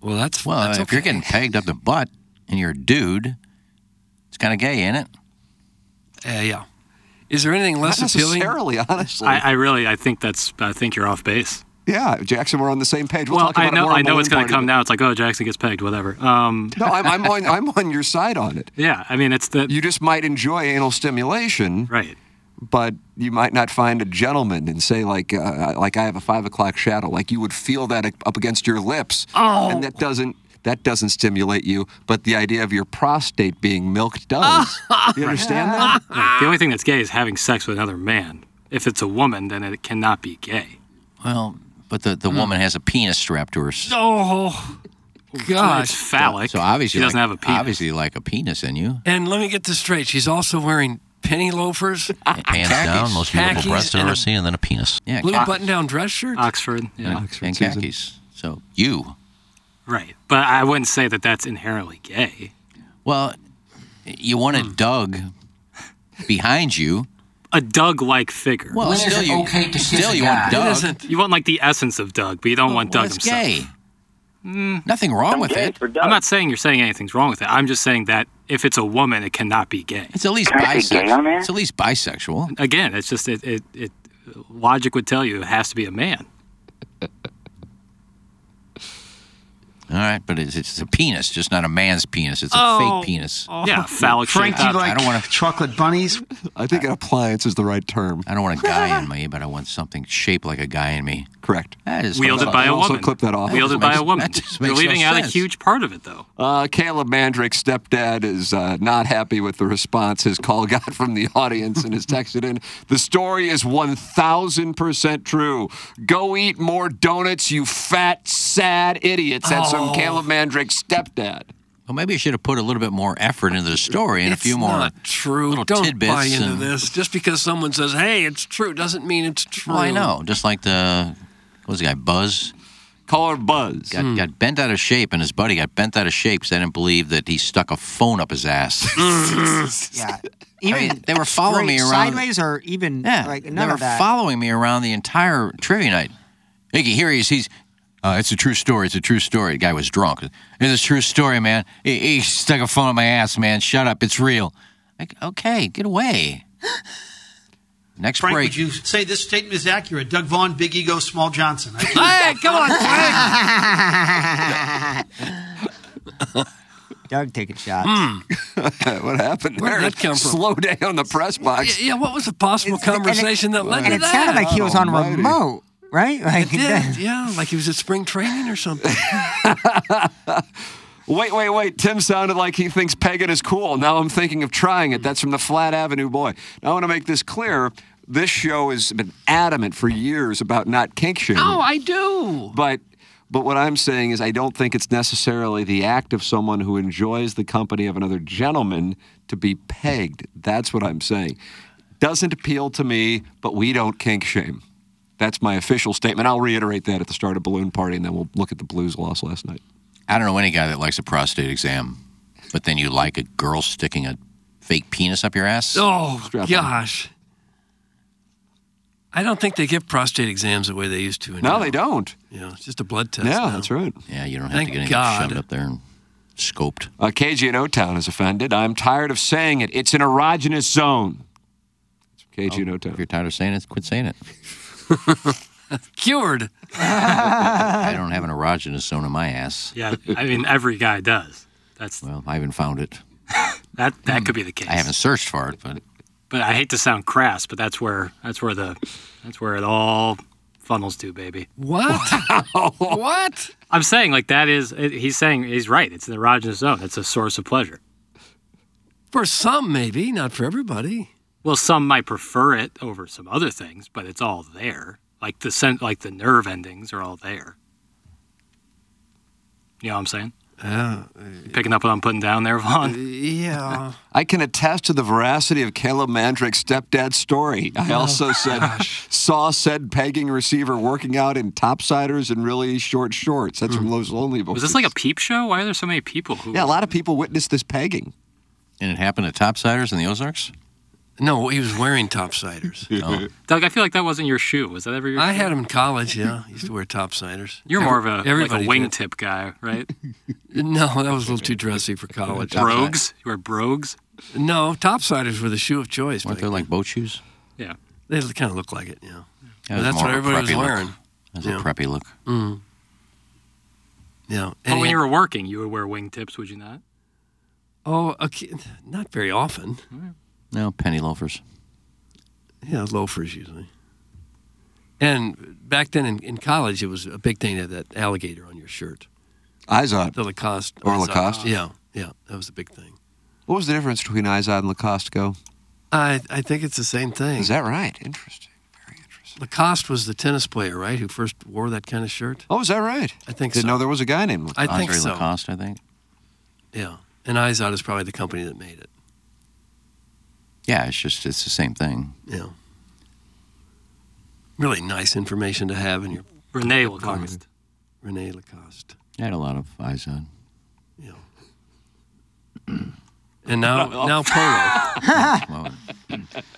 Speaker 4: Well, that's
Speaker 5: well.
Speaker 3: that's
Speaker 5: if you're
Speaker 3: okay.
Speaker 5: getting pegged up the butt and you're a dude, it's kind of gay, ain't it?
Speaker 4: Yeah, yeah. Is there anything less appealing?
Speaker 3: honestly.
Speaker 11: I, I really, I think that's. I think you're off base.
Speaker 3: Yeah, Jackson, we're on the same page. We'll,
Speaker 11: well,
Speaker 3: talk
Speaker 11: I
Speaker 3: about it
Speaker 11: know,
Speaker 3: more on
Speaker 11: I know
Speaker 3: Balloon
Speaker 11: it's going to
Speaker 3: Party,
Speaker 11: come
Speaker 3: but-
Speaker 11: now. It's like, oh, Jackson gets pegged, whatever. Um,
Speaker 3: No,
Speaker 11: [laughs]
Speaker 3: I'm, I'm on. I'm on your side on it.
Speaker 11: Yeah, I mean, it's the
Speaker 3: you just might enjoy anal stimulation,
Speaker 11: right?
Speaker 3: But you might not find a gentleman and say like, uh, like I have a five o'clock shadow. Like you would feel that up against your lips,
Speaker 4: Oh.
Speaker 3: and that doesn't that doesn't stimulate you. But the idea of your prostate being milked does. you understand that?
Speaker 5: Ah.
Speaker 11: Like, the only thing that's gay is having sex with another man. If it's a woman, then it cannot be gay.
Speaker 5: Well, hmm. but the, the woman has a penis strapped to her. s-
Speaker 15: Oh, gosh.
Speaker 5: So obviously,
Speaker 15: She doesn't
Speaker 5: like-
Speaker 15: have a penis.
Speaker 5: Obviously, you like a penis in you.
Speaker 15: And let me get this straight. She's also wearing penny
Speaker 5: [laughs]
Speaker 15: loafers,
Speaker 5: Hands down, most beautiful
Speaker 15: khakis,
Speaker 5: breasts I've
Speaker 15: and
Speaker 5: ever
Speaker 15: a
Speaker 5: seen, and then a penis. Yeah,
Speaker 15: blue
Speaker 5: khaki-
Speaker 15: button-down dress shirt.
Speaker 4: Oxford. Yeah.
Speaker 5: and, and khakis. So you.
Speaker 4: Right. But I wouldn't say that that's inherently gay.
Speaker 5: Well, you want
Speaker 15: Hmm.
Speaker 5: a Doug behind you.
Speaker 4: A Doug-like figure.
Speaker 5: Well, When is still it you- okay to still kiss a you want guy? Doug.
Speaker 4: It isn't- You want like the essence of Doug, but you don't want Doug
Speaker 5: that's
Speaker 4: himself.
Speaker 5: gay.
Speaker 15: Hmm.
Speaker 5: Nothing wrong with it.
Speaker 4: I'm not saying you're saying anything's wrong with it. I'm just saying that if it's a woman, it cannot be gay.
Speaker 5: It's at least bisexual. It's at least bisexual.
Speaker 4: Again, it's just it, it, it logic would tell you it has to be a man.
Speaker 5: All right, but it's, it's a penis, just not a man's penis. It's a
Speaker 16: Oh.
Speaker 5: fake penis.
Speaker 16: Oh. Yeah, phallic shape. Frank, do you
Speaker 5: I don't
Speaker 16: like
Speaker 5: want chocolate bunnies. I think appliance is the right term. I don't want a guy
Speaker 15: [laughs]
Speaker 5: in me, but I want something shaped like a guy in me. Correct. That is
Speaker 4: Wielded by a
Speaker 3: I'll Uh, also
Speaker 4: woman.
Speaker 3: clip that off.
Speaker 4: Wielded
Speaker 3: That
Speaker 4: by a
Speaker 3: just
Speaker 4: woman.
Speaker 3: makes- that just
Speaker 4: You're
Speaker 3: makes
Speaker 4: leaving
Speaker 3: no
Speaker 4: out a
Speaker 3: sense.
Speaker 4: huge part of it, though.
Speaker 3: Uh, Caleb Mandrick's stepdad is uh, not happy with the response his call [laughs] got from the audience
Speaker 5: [laughs]
Speaker 3: and has texted in. The story is 1,000% true. Go eat more donuts, you fat, sad idiots. That's
Speaker 5: Oh.
Speaker 3: from Caleb Mandrick's stepdad.
Speaker 5: Well, maybe you should have put a little bit more effort into the story and a few more
Speaker 15: not true.
Speaker 5: little
Speaker 15: Don't
Speaker 5: tidbits.
Speaker 15: buy into
Speaker 5: and,
Speaker 15: this. Just because someone says, "Hey, it's true," doesn't mean it's true.
Speaker 5: Well, I know. Just like the what was the guy Buzz?
Speaker 3: Caller Buzz
Speaker 5: got,
Speaker 15: Hmm.
Speaker 5: got bent out of shape, and his buddy got bent out of shape. 'cause They didn't believe that he stuck a phone up
Speaker 15: [laughs]
Speaker 5: his ass. [laughs]
Speaker 6: yeah. Even
Speaker 5: they were following me
Speaker 6: straight
Speaker 5: around.
Speaker 6: sideways or even
Speaker 5: Yeah,
Speaker 6: like
Speaker 5: they
Speaker 6: none
Speaker 5: were
Speaker 6: of that.
Speaker 5: following me around the entire trivia night. Iggy, here he is. He's, uh, it's a true story. It's a true story. The guy was drunk. It's a true story, man. He, he stuck a phone in my ass, man. Shut up. It's real. Like, okay,
Speaker 15: [gasps]
Speaker 5: get away. Next
Speaker 1: Frank,
Speaker 5: break.
Speaker 1: would you say this statement is accurate? Doug Vaughn, Big Ego, Small Johnson.
Speaker 15: hey, come on,
Speaker 6: Doug taking shots.
Speaker 3: [laughs]
Speaker 4: Hmm,
Speaker 3: what happened
Speaker 6: Where'd
Speaker 3: there?
Speaker 6: that come from?
Speaker 3: Slow down the press box.
Speaker 15: Yeah, yeah, what was the possible conversation that led
Speaker 6: and
Speaker 15: to
Speaker 6: it
Speaker 15: that?
Speaker 6: sounded like he was on remote, right? Like
Speaker 15: It
Speaker 6: that- [laughs]
Speaker 15: did, yeah, like he was at spring training or something.
Speaker 3: Wait, wait, wait. Tim sounded like he thinks Pagan is cool. Now I'm thinking of trying it. That's from the Flat Avenue Boy. Now I want to make this clear. This show has been adamant for years about not kink shaming.
Speaker 15: oh, I do.
Speaker 3: But but what I'm saying is I don't think it's necessarily the act of someone who enjoys the company of another gentleman to be pegged. That's what I'm saying. Doesn't appeal to me, but we don't kink shame. That's my official statement. I'll reiterate that at the start of Balloon Party, and then we'll look at the Blues loss last night.
Speaker 5: I don't know any guy that likes a prostate exam, but then you like a girl sticking a fake penis up your ass.
Speaker 15: [laughs] Oh
Speaker 5: Strap on.
Speaker 15: gosh. I don't think they give prostate exams the way they used to.
Speaker 5: No,
Speaker 15: they
Speaker 3: don't.
Speaker 15: Yeah, it's just a blood test.
Speaker 3: Yeah,
Speaker 15: now.
Speaker 3: that's right.
Speaker 5: Yeah, you
Speaker 15: have
Speaker 5: don't
Speaker 15: to Thank get anything God. shoved
Speaker 5: up there and scoped.
Speaker 3: Uh, KG in O Town is offended. I'm tired of saying it. It's an erogenous zone. It's from KG in
Speaker 4: Oh.
Speaker 3: O Town. If
Speaker 5: you're tired of saying it, quit saying
Speaker 4: [laughs]
Speaker 5: it.
Speaker 15: Cured.
Speaker 5: I don't have an erogenous zone in my ass.
Speaker 4: Yeah, I mean every guy does. That's
Speaker 5: Well, I haven't found it.
Speaker 4: that
Speaker 15: Hmm.
Speaker 4: that could be the case.
Speaker 5: I haven't searched for it, but
Speaker 4: But I hate to sound crass, but that's where that's where the that's where it all funnels to, baby. [laughs]
Speaker 15: What? what?
Speaker 4: I'm saying like that is it- he's saying he's right. It's an erogenous zone. It's a source of pleasure.
Speaker 15: For some, maybe not for everybody.
Speaker 4: Well, some might prefer it over some other things, but it's all there. Like the sen- like the nerve endings are all there. You know what I'm saying?
Speaker 15: Yeah.
Speaker 4: Picking up what I'm putting down there, Vaughn.
Speaker 15: Yeah.
Speaker 3: I can attest to the veracity of Caleb Mandrick's stepdad's story. I
Speaker 4: Oh,
Speaker 3: also said saw said pegging receiver working out in topsiders and really short shorts. That's from Los Lonely Boys.
Speaker 4: Hmm. Was this like a peep show? Why are there so many people who?
Speaker 3: yeah, a lot of people witnessed this pegging.
Speaker 5: and it happened at Topsiders in the Ozarks.
Speaker 15: No, he was wearing topsiders.
Speaker 5: Oh.
Speaker 4: Doug, I feel like that wasn't your shoe. Was that ever your?
Speaker 15: I
Speaker 4: shoe?
Speaker 15: had him in college. Yeah, used to wear topsiders.
Speaker 4: You're more of a like a
Speaker 15: everybody did.
Speaker 4: wingtip guy, right?
Speaker 15: No, that was a little too dressy for college.
Speaker 4: brogues. You wear brogues.
Speaker 15: No, topsiders were the shoe of choice.
Speaker 5: Weren't there like boat shoes?
Speaker 4: Yeah.
Speaker 15: They kind of look like it. Yeah.
Speaker 5: That
Speaker 15: But
Speaker 5: was
Speaker 15: that's
Speaker 5: more
Speaker 15: what
Speaker 5: of a
Speaker 15: everybody was
Speaker 5: preppy look.
Speaker 15: wearing.
Speaker 5: That was
Speaker 15: Yeah.
Speaker 5: a preppy look.
Speaker 15: Mm. Yeah.
Speaker 4: But
Speaker 15: and
Speaker 4: when
Speaker 15: he-
Speaker 4: you were working, you would wear wingtips, would you not?
Speaker 15: oh, okay, not very often.
Speaker 5: No, penny loafers.
Speaker 15: Yeah, loafers usually. And back then in, in college, it was a big thing to have that alligator on your shirt.
Speaker 3: Izod.
Speaker 15: The Lacoste.
Speaker 3: Or Lacoste.
Speaker 15: Yeah, yeah, that was a big thing.
Speaker 3: What was the difference between Izod and Lacoste Go?
Speaker 15: I I think it's the same thing.
Speaker 3: Is that right? Interesting.
Speaker 4: Lacoste was the tennis player, right, who first wore that kind of shirt?
Speaker 3: Oh, is that right?
Speaker 4: I think
Speaker 3: Didn't
Speaker 4: so.
Speaker 3: know there was a guy named
Speaker 4: I
Speaker 3: Lacoste.
Speaker 4: think so.
Speaker 5: Lacoste, I think.
Speaker 4: Yeah. And Eyes Out is probably the company that made it.
Speaker 5: Yeah, it's just it's the same thing.
Speaker 4: Yeah. Really nice information to have in your
Speaker 11: Renee Lacoste.
Speaker 4: Renee Lacoste.
Speaker 5: I had a lot of eyes on.
Speaker 4: And [laughs] now now [laughs] polo.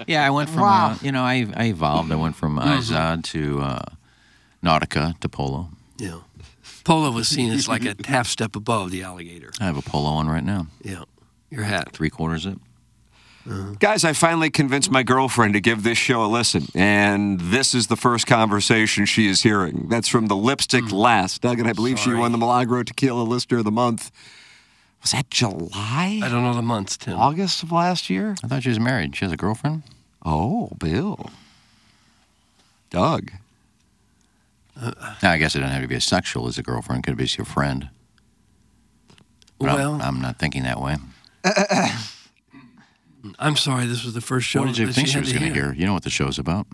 Speaker 5: Yeah, I went from
Speaker 4: Wow. Mm-hmm.
Speaker 5: uh, you know I I evolved. I went from Izod to uh, Nautica to Polo.
Speaker 4: yeah. Polo was seen as like a half step above the alligator.
Speaker 5: I have a Polo on right now.
Speaker 4: Yeah. Your hat.
Speaker 5: Three quarters it.
Speaker 3: Guys, I finally convinced my girlfriend to give this show a listen, and this is the first conversation she is hearing. That's from the
Speaker 4: Hmm.
Speaker 3: Lipstick Last. Doug, and I believe she won the Milagro Tequila Lister of the Month. Was that July?
Speaker 4: I don't know the months, Tim.
Speaker 3: August of last year?
Speaker 5: I thought she was married. She has a girlfriend.
Speaker 3: Oh, Bill. Doug.
Speaker 5: Now I guess it doesn't have to be a sexual as a girlfriend. It could be just your friend. But I'm-
Speaker 4: Well-
Speaker 5: I'm, not thinking that way.
Speaker 4: I'm sorry, this was the first show.
Speaker 5: What did you
Speaker 4: that
Speaker 5: think she
Speaker 4: had
Speaker 5: was
Speaker 4: to Mm.
Speaker 5: going to hear? You know what the show's about.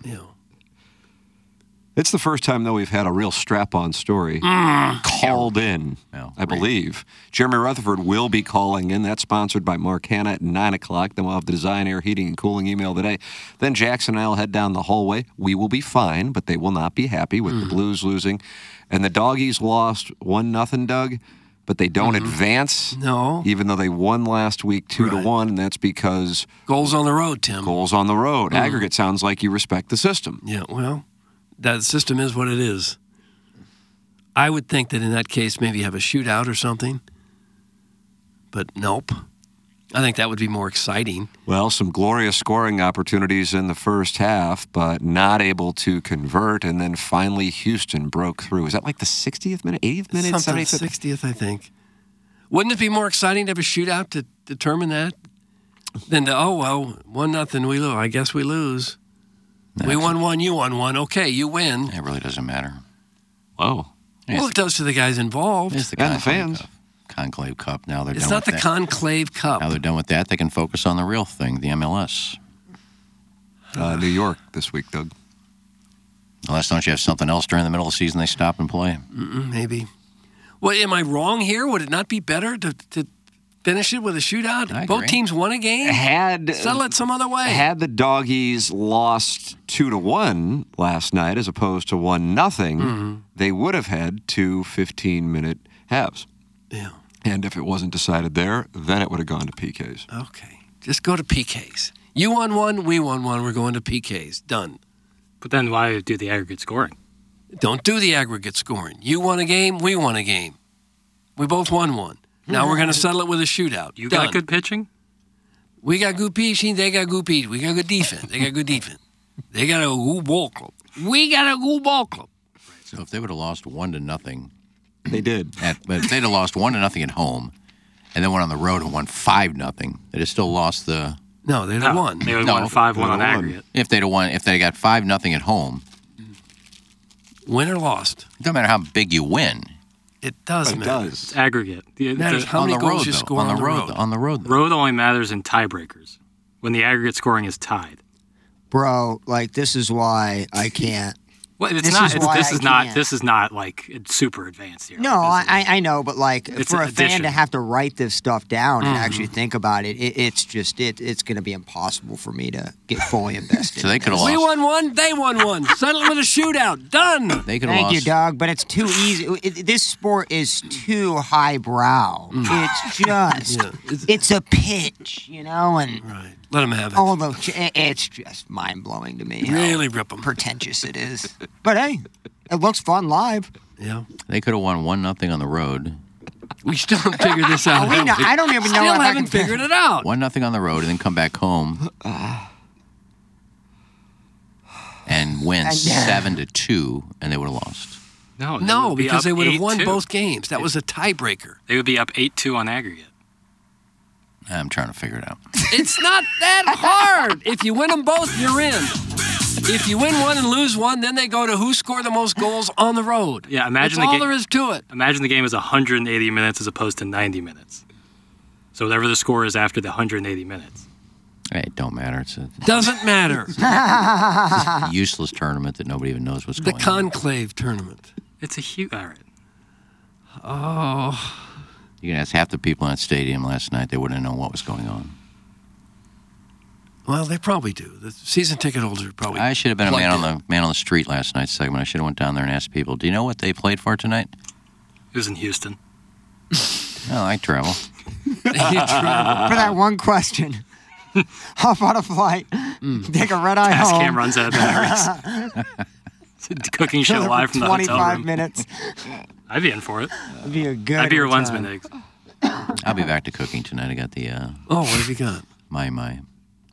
Speaker 3: It's the first time, though, we've had a real strap on story
Speaker 4: Mm.
Speaker 3: called in, I believe. Jeremy Rutherford will be calling in. That's sponsored by Mark Hanna at 9 o'clock. Then we'll have the design, air, heating, and cooling email today. Then Jackson and I will head down the hallway. We will be fine, but they will not be happy
Speaker 4: Mm.
Speaker 3: with the Blues losing. And the Doggies lost 1 nothing, Doug, but they don't advance.
Speaker 4: Mm-hmm. No.
Speaker 3: Even though they won last week 2 to 1, and that's because
Speaker 4: Goals on the road, Tim.
Speaker 3: goals on the road.
Speaker 4: Mhm.
Speaker 3: Aggregate sounds like you respect the system.
Speaker 4: Yeah, well, that system is what it is. I would think that in that case, maybe have a shootout or something. But nope. I think that would be more exciting.
Speaker 3: Well, some glorious scoring opportunities in the first half, but not able to convert. And then finally, Houston broke through. Is that like the 60th minute, 80th minute,
Speaker 4: Something
Speaker 3: 75th?
Speaker 4: 60th, I think. Wouldn't it be more exciting to have a shootout to determine that than to, oh, well, one nothing, we lose. I guess we lose. we won one, you won one. Okay, you win.
Speaker 5: It really doesn't matter.
Speaker 3: Whoa.
Speaker 4: Well, it does to the guys involved.
Speaker 5: It's the Conclave Cup. Conclave Cup. Now they're
Speaker 4: It's
Speaker 5: done with
Speaker 4: not the
Speaker 5: that.
Speaker 4: Conclave Cup.
Speaker 5: now they're done with that. They can focus on the real thing, the MLS.
Speaker 3: Uh, New York this week, Doug.
Speaker 5: Unless don't you have something else during the middle of the season they stop and play?
Speaker 4: Mm-mm, maybe. Well, am I wrong here? Would it not be better to, to finish it with a shootout? Both teams won a game.
Speaker 3: Had
Speaker 4: settle it some other way.
Speaker 3: Had the doggies lost two to one last night as opposed to one nothing,
Speaker 4: Mhm.
Speaker 3: they would have had two 15 minute halves.
Speaker 4: Yeah.
Speaker 3: And if it wasn't decided there, then it would have gone to PKs.
Speaker 4: Okay. Just go to PKs. You won one, we won one. We're going to PKs. Done.
Speaker 11: But then why do the aggregate scoring?
Speaker 4: Don't do the aggregate scoring. You won a game. We won a game. We both won one. Now we're going to settle it with a shootout.
Speaker 11: You
Speaker 4: Done.
Speaker 11: got good pitching?
Speaker 4: We got good pitching. They got good pitching. We got good defense. They got good defense. They got a good ball club. We got a good ball club.
Speaker 5: So if they would have lost one to nothing,
Speaker 3: they did.
Speaker 5: At, but if they'd have lost one to nothing at home, and then went on the road and won five nothing, they'd have still lost the.
Speaker 4: No, they'd have won.
Speaker 11: Ah, They would have won five one on aggregate.
Speaker 5: If they'd have won, if they got five nothing at home,
Speaker 4: win or lost,
Speaker 5: it doesn't matter how big you win.
Speaker 4: It does
Speaker 11: It
Speaker 4: matter.
Speaker 11: does. It's aggregate. The,
Speaker 4: Matters how
Speaker 11: on
Speaker 4: many
Speaker 11: the
Speaker 4: goals
Speaker 11: road,
Speaker 4: you
Speaker 11: though.
Speaker 4: score on the road.
Speaker 5: On the road,
Speaker 11: road only matters in tiebreakers when the aggregate scoring is tied.
Speaker 6: Bro, like this is why I can't.
Speaker 11: Well, it's
Speaker 6: This
Speaker 11: not.
Speaker 6: is
Speaker 11: it's-
Speaker 6: why
Speaker 11: this
Speaker 6: I
Speaker 11: is not.
Speaker 6: can't.
Speaker 11: This is not like it's super advanced here.
Speaker 6: No, I, I I know, but like
Speaker 11: It's
Speaker 6: for a
Speaker 11: an
Speaker 6: fan
Speaker 11: addition.
Speaker 6: to have to write this stuff down and
Speaker 4: Mm-hmm.
Speaker 5: Mhm.
Speaker 6: actually think about it, it it's just it it's going to be impossible for me to get fully invested.
Speaker 5: So they could have
Speaker 4: We
Speaker 5: lost.
Speaker 4: won one, they
Speaker 11: [laughs]
Speaker 4: won one. Settle with a shootout. Done.
Speaker 5: They could have
Speaker 6: Thank
Speaker 5: lost.
Speaker 6: you, Doug, but it's too easy. It- this sport is too highbrow. It's just it's, a pitch, you know, and
Speaker 4: Let them have it.
Speaker 6: all the it- it's just mind blowing to me. how
Speaker 4: Really rip them.
Speaker 6: pretentious it is. But hey, it looks fun live.
Speaker 4: Yeah.
Speaker 5: They could have won one nothing on the road.
Speaker 4: We still haven't figured this out.
Speaker 6: Oh, We know- I don't even know
Speaker 4: Still
Speaker 6: if I
Speaker 4: haven't
Speaker 6: can figure-
Speaker 4: figured it out.
Speaker 5: One nothing on the road, and then come back home and win
Speaker 4: And-
Speaker 5: seven to two, and they would have lost.
Speaker 11: No,
Speaker 4: No, because they would have won
Speaker 11: 8-2.
Speaker 4: both games. That was a tiebreaker.
Speaker 11: They would be up eight two on aggregate.
Speaker 5: I'm trying to figure it out.
Speaker 4: It's not that hard. If you win them both, you're in. If you win one and lose one, then they go to who scored the most goals on the road.
Speaker 11: Yeah, imagine
Speaker 4: That's
Speaker 11: the
Speaker 4: all
Speaker 11: game.
Speaker 4: there is to it.
Speaker 11: Imagine the game is 180 minutes as opposed to 90 minutes. So whatever the score is after the 180 minutes.
Speaker 5: Hey, it don't matter. It's a
Speaker 6: [laughs]
Speaker 4: Doesn't matter.
Speaker 5: useless tournament that nobody even knows what's
Speaker 4: Uh, the
Speaker 5: going on.
Speaker 4: conclave tournament.
Speaker 11: It's a huge. All right.
Speaker 4: Oh.
Speaker 5: You can ask half the people in that stadium last night; they wouldn't know what was going on.
Speaker 4: Well, they probably do. The season ticket holders are probably.
Speaker 5: I should have been a
Speaker 4: plugged
Speaker 5: man on
Speaker 4: in.
Speaker 5: the man on the street last night's segment. I should have went down there and asked people, "Do you know what they played for tonight?"
Speaker 11: It was in Houston.
Speaker 5: Oh, I travel.
Speaker 6: For that one question. Hop on a flight, take a red eye
Speaker 11: Fast
Speaker 6: home.
Speaker 11: cam runs out of batteries. [laughs] Cooking show
Speaker 6: Chilling
Speaker 11: live
Speaker 6: for
Speaker 11: from the hotel
Speaker 6: 25
Speaker 11: room.
Speaker 6: minutes.
Speaker 11: I'd be in for it.
Speaker 6: It'd be a good
Speaker 11: I'd be your
Speaker 6: old
Speaker 11: Lensman
Speaker 6: time.
Speaker 11: eggs.
Speaker 5: I'll be back to cooking tonight. I got the uh,
Speaker 4: Oh, what have you got?
Speaker 5: my my.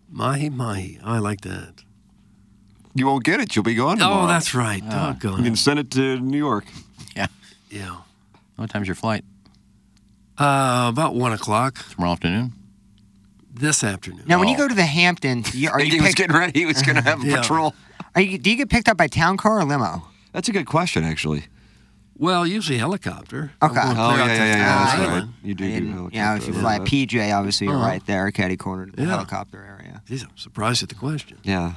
Speaker 4: Mahi Mahi. I like that.
Speaker 3: You won't get it. You'll be gone
Speaker 4: Oh,
Speaker 3: tomorrow.
Speaker 4: that's right.
Speaker 5: Ah.
Speaker 3: You
Speaker 4: Doggone.
Speaker 3: can send it to New York.
Speaker 5: Yeah.
Speaker 4: Yeah.
Speaker 5: What time's your flight
Speaker 4: Uh, about one o'clock
Speaker 5: tomorrow afternoon?
Speaker 4: this afternoon.
Speaker 6: Now, when you go to the
Speaker 3: [laughs]
Speaker 6: Hamptons, you, are you
Speaker 3: he was
Speaker 6: [laughs] picked-
Speaker 3: getting ready. He was going to [laughs] have a
Speaker 4: Yeah.
Speaker 3: patrol.
Speaker 6: Are you, do you get picked up by town car or limo?
Speaker 3: That's a good question, actually.
Speaker 4: Well, usually helicopter.
Speaker 6: Okay.
Speaker 4: I'm going
Speaker 3: Oh, yeah,
Speaker 4: clear out
Speaker 3: yeah,
Speaker 4: to
Speaker 3: yeah,
Speaker 4: Long
Speaker 3: yeah. That's
Speaker 4: Island.
Speaker 3: right. You do do helicopter.
Speaker 6: Yeah, if you
Speaker 3: I
Speaker 6: fly
Speaker 3: love that.
Speaker 6: PJ, obviously you're
Speaker 4: Uh-huh.
Speaker 6: right there, catty corner to the
Speaker 4: Yeah.
Speaker 6: helicopter area.
Speaker 4: Jeez, I'm surprised at the question.
Speaker 3: Yeah.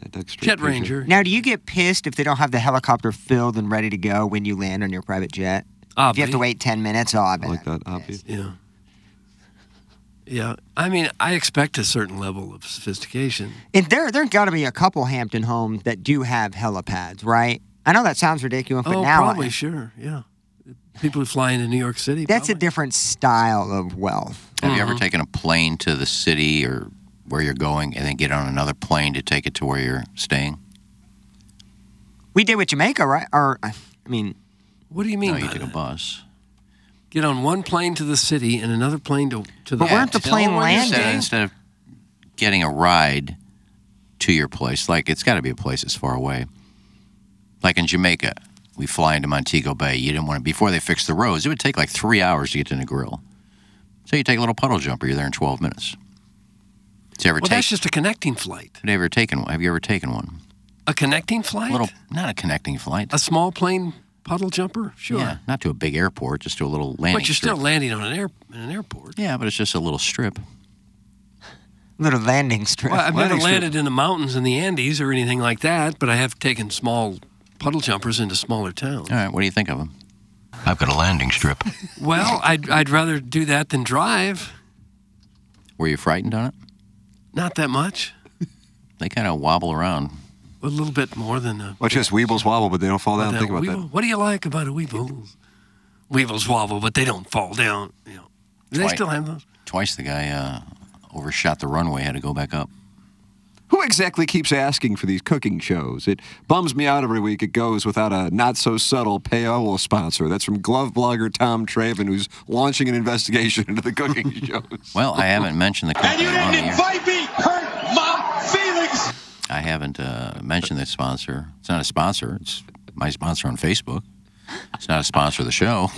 Speaker 3: Yeah, Doug Street
Speaker 4: Jet
Speaker 3: picture.
Speaker 4: Ranger.
Speaker 6: Now, do you get pissed if they don't have the helicopter filled and ready to go when you land on your private jet? If you have to
Speaker 4: Obvi.
Speaker 6: wait 10 minutes, oh, I
Speaker 3: Ah, I
Speaker 6: bet.
Speaker 3: like that. Obvious.
Speaker 4: Yeah. Yeah. I mean, I expect a certain level of sophistication.
Speaker 6: And there, there got to be a couple Hampton homes that do have helipads, right? I know that sounds ridiculous, but
Speaker 4: oh,
Speaker 6: now
Speaker 4: probably, sure. Yeah. People who fly into New York City.
Speaker 6: that's a
Speaker 4: probably.
Speaker 6: different style of wealth.
Speaker 5: Have
Speaker 4: Mm-hmm.
Speaker 5: you ever taken a plane to the city or where you're going, and then get on another plane to take it to where you're staying?
Speaker 6: We did with Jamaica, right? Or, I mean,
Speaker 4: What do you mean
Speaker 5: no, you
Speaker 4: by
Speaker 5: took a
Speaker 4: that?
Speaker 5: bus.
Speaker 4: Get on one plane to the city and another plane to, to the
Speaker 6: But weren't the
Speaker 4: hotel
Speaker 6: plane
Speaker 4: where you're
Speaker 6: landing?
Speaker 5: Instead,
Speaker 4: staying?
Speaker 5: instead of getting a ride to your place, like it's got to be a place that's far away. Like in Jamaica, we fly into Montego Bay. You didn't want to before they fixed the roads. It would take like three hours to get to Negril. So you take a little puddle jumper. You're there in 12 minutes. Did you ever
Speaker 4: Well,
Speaker 5: take?
Speaker 4: that's just a connecting flight.
Speaker 5: have you ever taken one? Have you ever taken one?
Speaker 4: A connecting flight?
Speaker 5: A little, not a connecting flight.
Speaker 4: A small plane puddle jumper? Sure.
Speaker 5: Yeah, not to a big airport, just to a little landing.
Speaker 4: But you're
Speaker 5: strip.
Speaker 4: still landing on an air in an airport.
Speaker 5: Yeah, but it's just a little strip.
Speaker 6: little landing strip.
Speaker 4: Well, I've never
Speaker 3: landing strip.
Speaker 4: landed in the mountains in the Andes or anything like that, but I have taken small puddle jumpers into smaller towns.
Speaker 5: All right, what do you think of them?
Speaker 17: I've got a landing strip.
Speaker 4: Well, I'd, I'd rather do that than drive.
Speaker 5: Were you frightened on it?
Speaker 4: Not that much.
Speaker 5: They kind of wobble around.
Speaker 4: A little bit more than a.
Speaker 3: Watch this. Weebles wobble, but they don't fall down.
Speaker 4: than a
Speaker 3: Think about
Speaker 4: weevil. What do you like about a weevil? Weevils wobble, but they don't fall down. You know. Do they
Speaker 5: Twice.
Speaker 4: still have those?
Speaker 5: Twice the guy uh, overshot the runway, had to go back up.
Speaker 3: that. Who exactly keeps asking for these cooking shows? It bums me out every week. It goes without a not so subtle payola sponsor. That's from glove blogger Tom Traven, who's launching an investigation [laughs] into the cooking shows.
Speaker 5: Well, I haven't mentioned the company on the air.
Speaker 18: me! Hurt my feelings!
Speaker 5: I haven't uh, mentioned the sponsor. It's not a sponsor. It's my sponsor on Facebook. It's not a sponsor of the show.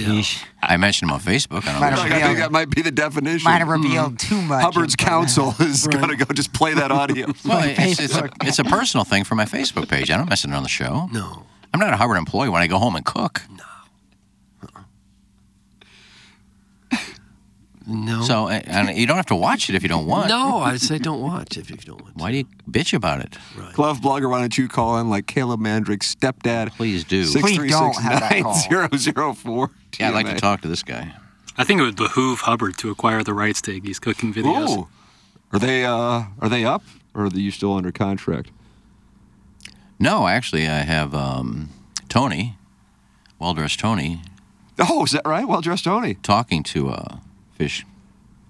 Speaker 5: I mentioned him on Facebook. I
Speaker 6: Might
Speaker 5: don't
Speaker 6: have
Speaker 5: know.
Speaker 3: I think that might be the definition.
Speaker 6: Might have revealed too much.
Speaker 3: Hmm. Hubbard's
Speaker 6: info.
Speaker 3: counsel is going to go just play that
Speaker 5: [laughs]
Speaker 3: audio.
Speaker 5: Well, it's, it's, a, it's a personal thing for my Facebook page. I don't mention it on the show.
Speaker 4: No.
Speaker 5: I'm not a Hubbard employee when I go home and cook.
Speaker 4: Uh-uh. No.
Speaker 5: So uh, and you don't have to watch it if you don't want.
Speaker 4: no, I'd say don't watch if you don't want.
Speaker 5: Why do you bitch about it?
Speaker 3: Glove blogger, why don't you call in like Caleb Mandrick's stepdad?
Speaker 5: Please do.
Speaker 6: Please don't have that call.
Speaker 3: 636-9004.
Speaker 5: Yeah, I'd like to
Speaker 3: TMA.
Speaker 5: talk to this guy.
Speaker 11: I think it would behoove Hubbard to acquire the rights to Iggy's cooking videos.
Speaker 3: Ooh. Are they uh are they up or are you still under contract?
Speaker 5: No, actually, I have um, Tony, well dressed Tony,
Speaker 3: Oh, is that right? Well dressed Tony.
Speaker 5: talking to uh, Fish,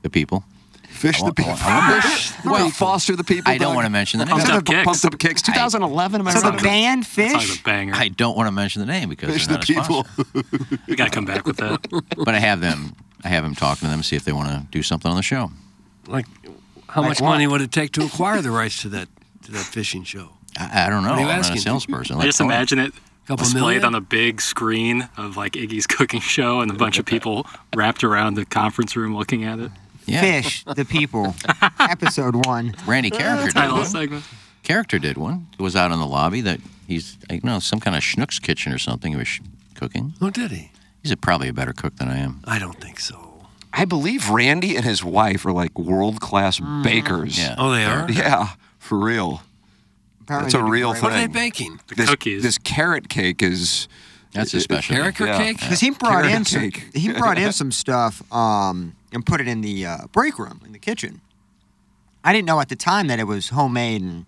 Speaker 5: the people.
Speaker 3: Fish
Speaker 5: I
Speaker 3: the
Speaker 5: want-
Speaker 3: people.
Speaker 5: I want- I want-
Speaker 3: Fish the people. Foster the people.
Speaker 5: I don't
Speaker 3: Doug.
Speaker 5: want to mention the name.
Speaker 3: Pumped
Speaker 11: Pumped Up
Speaker 3: up
Speaker 11: Kicks.
Speaker 3: Pumped up kicks. 2011. Am I
Speaker 6: So the
Speaker 3: right?
Speaker 6: band
Speaker 11: That song's
Speaker 6: fish.
Speaker 11: a banger.
Speaker 5: I don't want to mention the name because
Speaker 3: Fish
Speaker 5: they're
Speaker 3: the
Speaker 5: not a
Speaker 3: people.
Speaker 5: sponsor.
Speaker 11: we gotta come back with that.
Speaker 5: But I have them. I have him talking to them, see if they want to do something on the show.
Speaker 4: Like, how much money would it take to acquire the rights to that to that fishing show?
Speaker 5: I, I don't know.
Speaker 4: What are you
Speaker 5: I'm not
Speaker 4: asking?
Speaker 5: a salesperson.
Speaker 11: I
Speaker 5: Like
Speaker 11: just
Speaker 5: Tony.
Speaker 11: imagine it
Speaker 4: Couple
Speaker 11: displayed
Speaker 4: million?
Speaker 11: on a big screen of like Iggy's [laughs] cooking show and a bunch of people wrapped around the conference room looking at it.
Speaker 5: Yeah.
Speaker 6: Fish, the [laughs] people. Episode one.
Speaker 5: Randy
Speaker 4: Uh,
Speaker 5: Character did
Speaker 11: Title
Speaker 5: one.
Speaker 11: segment.
Speaker 5: Character did one. It was out in the lobby that he's, I know, some kind of schnook's kitchen or something. He was sh- cooking.
Speaker 4: Oh, did he? Uh,
Speaker 5: He's a, probably a better cook than I am.
Speaker 4: I don't think so.
Speaker 3: I believe Randy and his wife are like world class bakers.
Speaker 4: Yeah. Oh, they are?
Speaker 3: Yeah, for real.
Speaker 4: Apparently
Speaker 3: That's a
Speaker 4: they do
Speaker 3: real
Speaker 4: great.
Speaker 3: thing.
Speaker 4: What are they baking? The
Speaker 3: this,
Speaker 4: cookies.
Speaker 3: This carrot cake is.
Speaker 5: That's
Speaker 4: uh,
Speaker 3: a
Speaker 5: special.
Speaker 4: Carrot
Speaker 3: Yeah.
Speaker 4: cake?
Speaker 6: Because he brought
Speaker 3: Carrot
Speaker 6: in some,
Speaker 3: cake.
Speaker 6: he brought in some stuff um, and put it in the uh, break room in the kitchen. I didn't know at the time that it was homemade and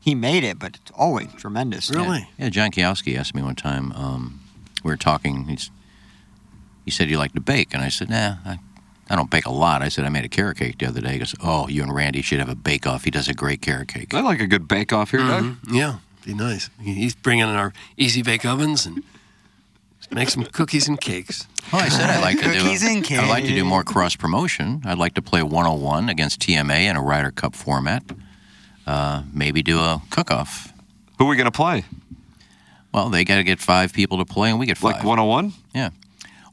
Speaker 6: he made it, but it's always tremendous.
Speaker 5: Yeah, yeah, John Kiowski asked me one time. Um, we were talking. He's, he said, You like to bake? And I said, Nah, I, I don't bake a lot. I said, I made a carrot cake the other day. He goes, Oh, you and Randy should have a bake off. He does a great carrot cake.
Speaker 3: I like a good bake off here, Doug.
Speaker 4: Yeah, be nice. He- He's bringing in our easy bake ovens and make some cookies and cakes.
Speaker 5: Oh, I said I like to do.
Speaker 4: Cookies and
Speaker 5: I'd like to do more cross promotion. I'd like to play 101 against TMA in a Ryder Cup format. Uh, maybe do a cook off.
Speaker 3: Who are we going to play?
Speaker 5: Well, they got to get five people to play, and we get five.
Speaker 3: Like 101?
Speaker 5: Yeah.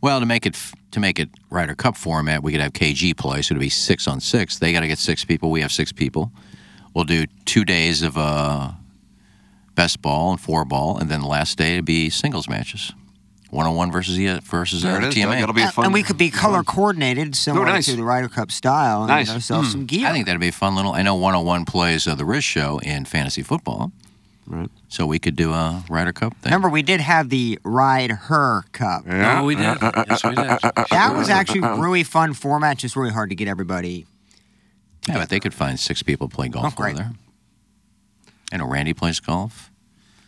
Speaker 5: Well, to make it f- to make it Ryder Cup format, we could have KG play, so it'd be six on six. They got to get six people. We have six people. We'll do two days of uh, best ball and four ball, and then the last day it'd be singles matches, one on one versus the versus
Speaker 3: There it
Speaker 5: uh,
Speaker 3: is,
Speaker 5: TMA.
Speaker 3: Doug. That'll be a
Speaker 6: And- And we could be color coordinated, similar
Speaker 5: nice.
Speaker 6: to the Ryder Cup style, and get ourselves
Speaker 5: Hmm.
Speaker 6: some gear.
Speaker 5: I think that'd be a fun little. I know 101 plays uh, the Riz Show in fantasy football. Right. So we could do a Ryder Cup thing.
Speaker 6: Remember, we did have the Ride Her Cup.
Speaker 5: Yeah. Oh, we did. Yes, we
Speaker 6: uh,
Speaker 5: did.
Speaker 6: That was actually really fun format. Just really hard to get everybody.
Speaker 5: Yeah, but they could find six people to play golf
Speaker 6: Oh, great.
Speaker 5: over there. I know Randy plays golf.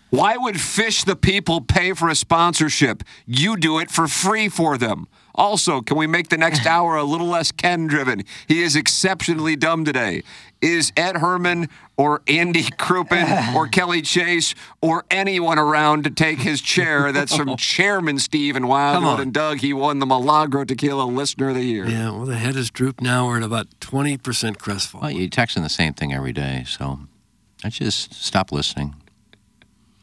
Speaker 3: Why would Fish the People pay for a sponsorship? You do it for free for them. Also, can we make the
Speaker 4: [laughs]
Speaker 3: next hour a little less Ken driven? He is exceptionally dumb today. Is Ed Herman or Andy
Speaker 4: [laughs]
Speaker 3: Crouppen or Kelly Chase or anyone around to take his
Speaker 4: [laughs]
Speaker 3: chair? That's from Chairman Steve and Wildwood
Speaker 4: on.
Speaker 3: and Doug. He won the Milagro Tequila Listener of the Year.
Speaker 4: Yeah, well, the head is drooped now. We're at about 20% crestfall.
Speaker 5: Well, you're texting the same thing every day, so I just stop listening.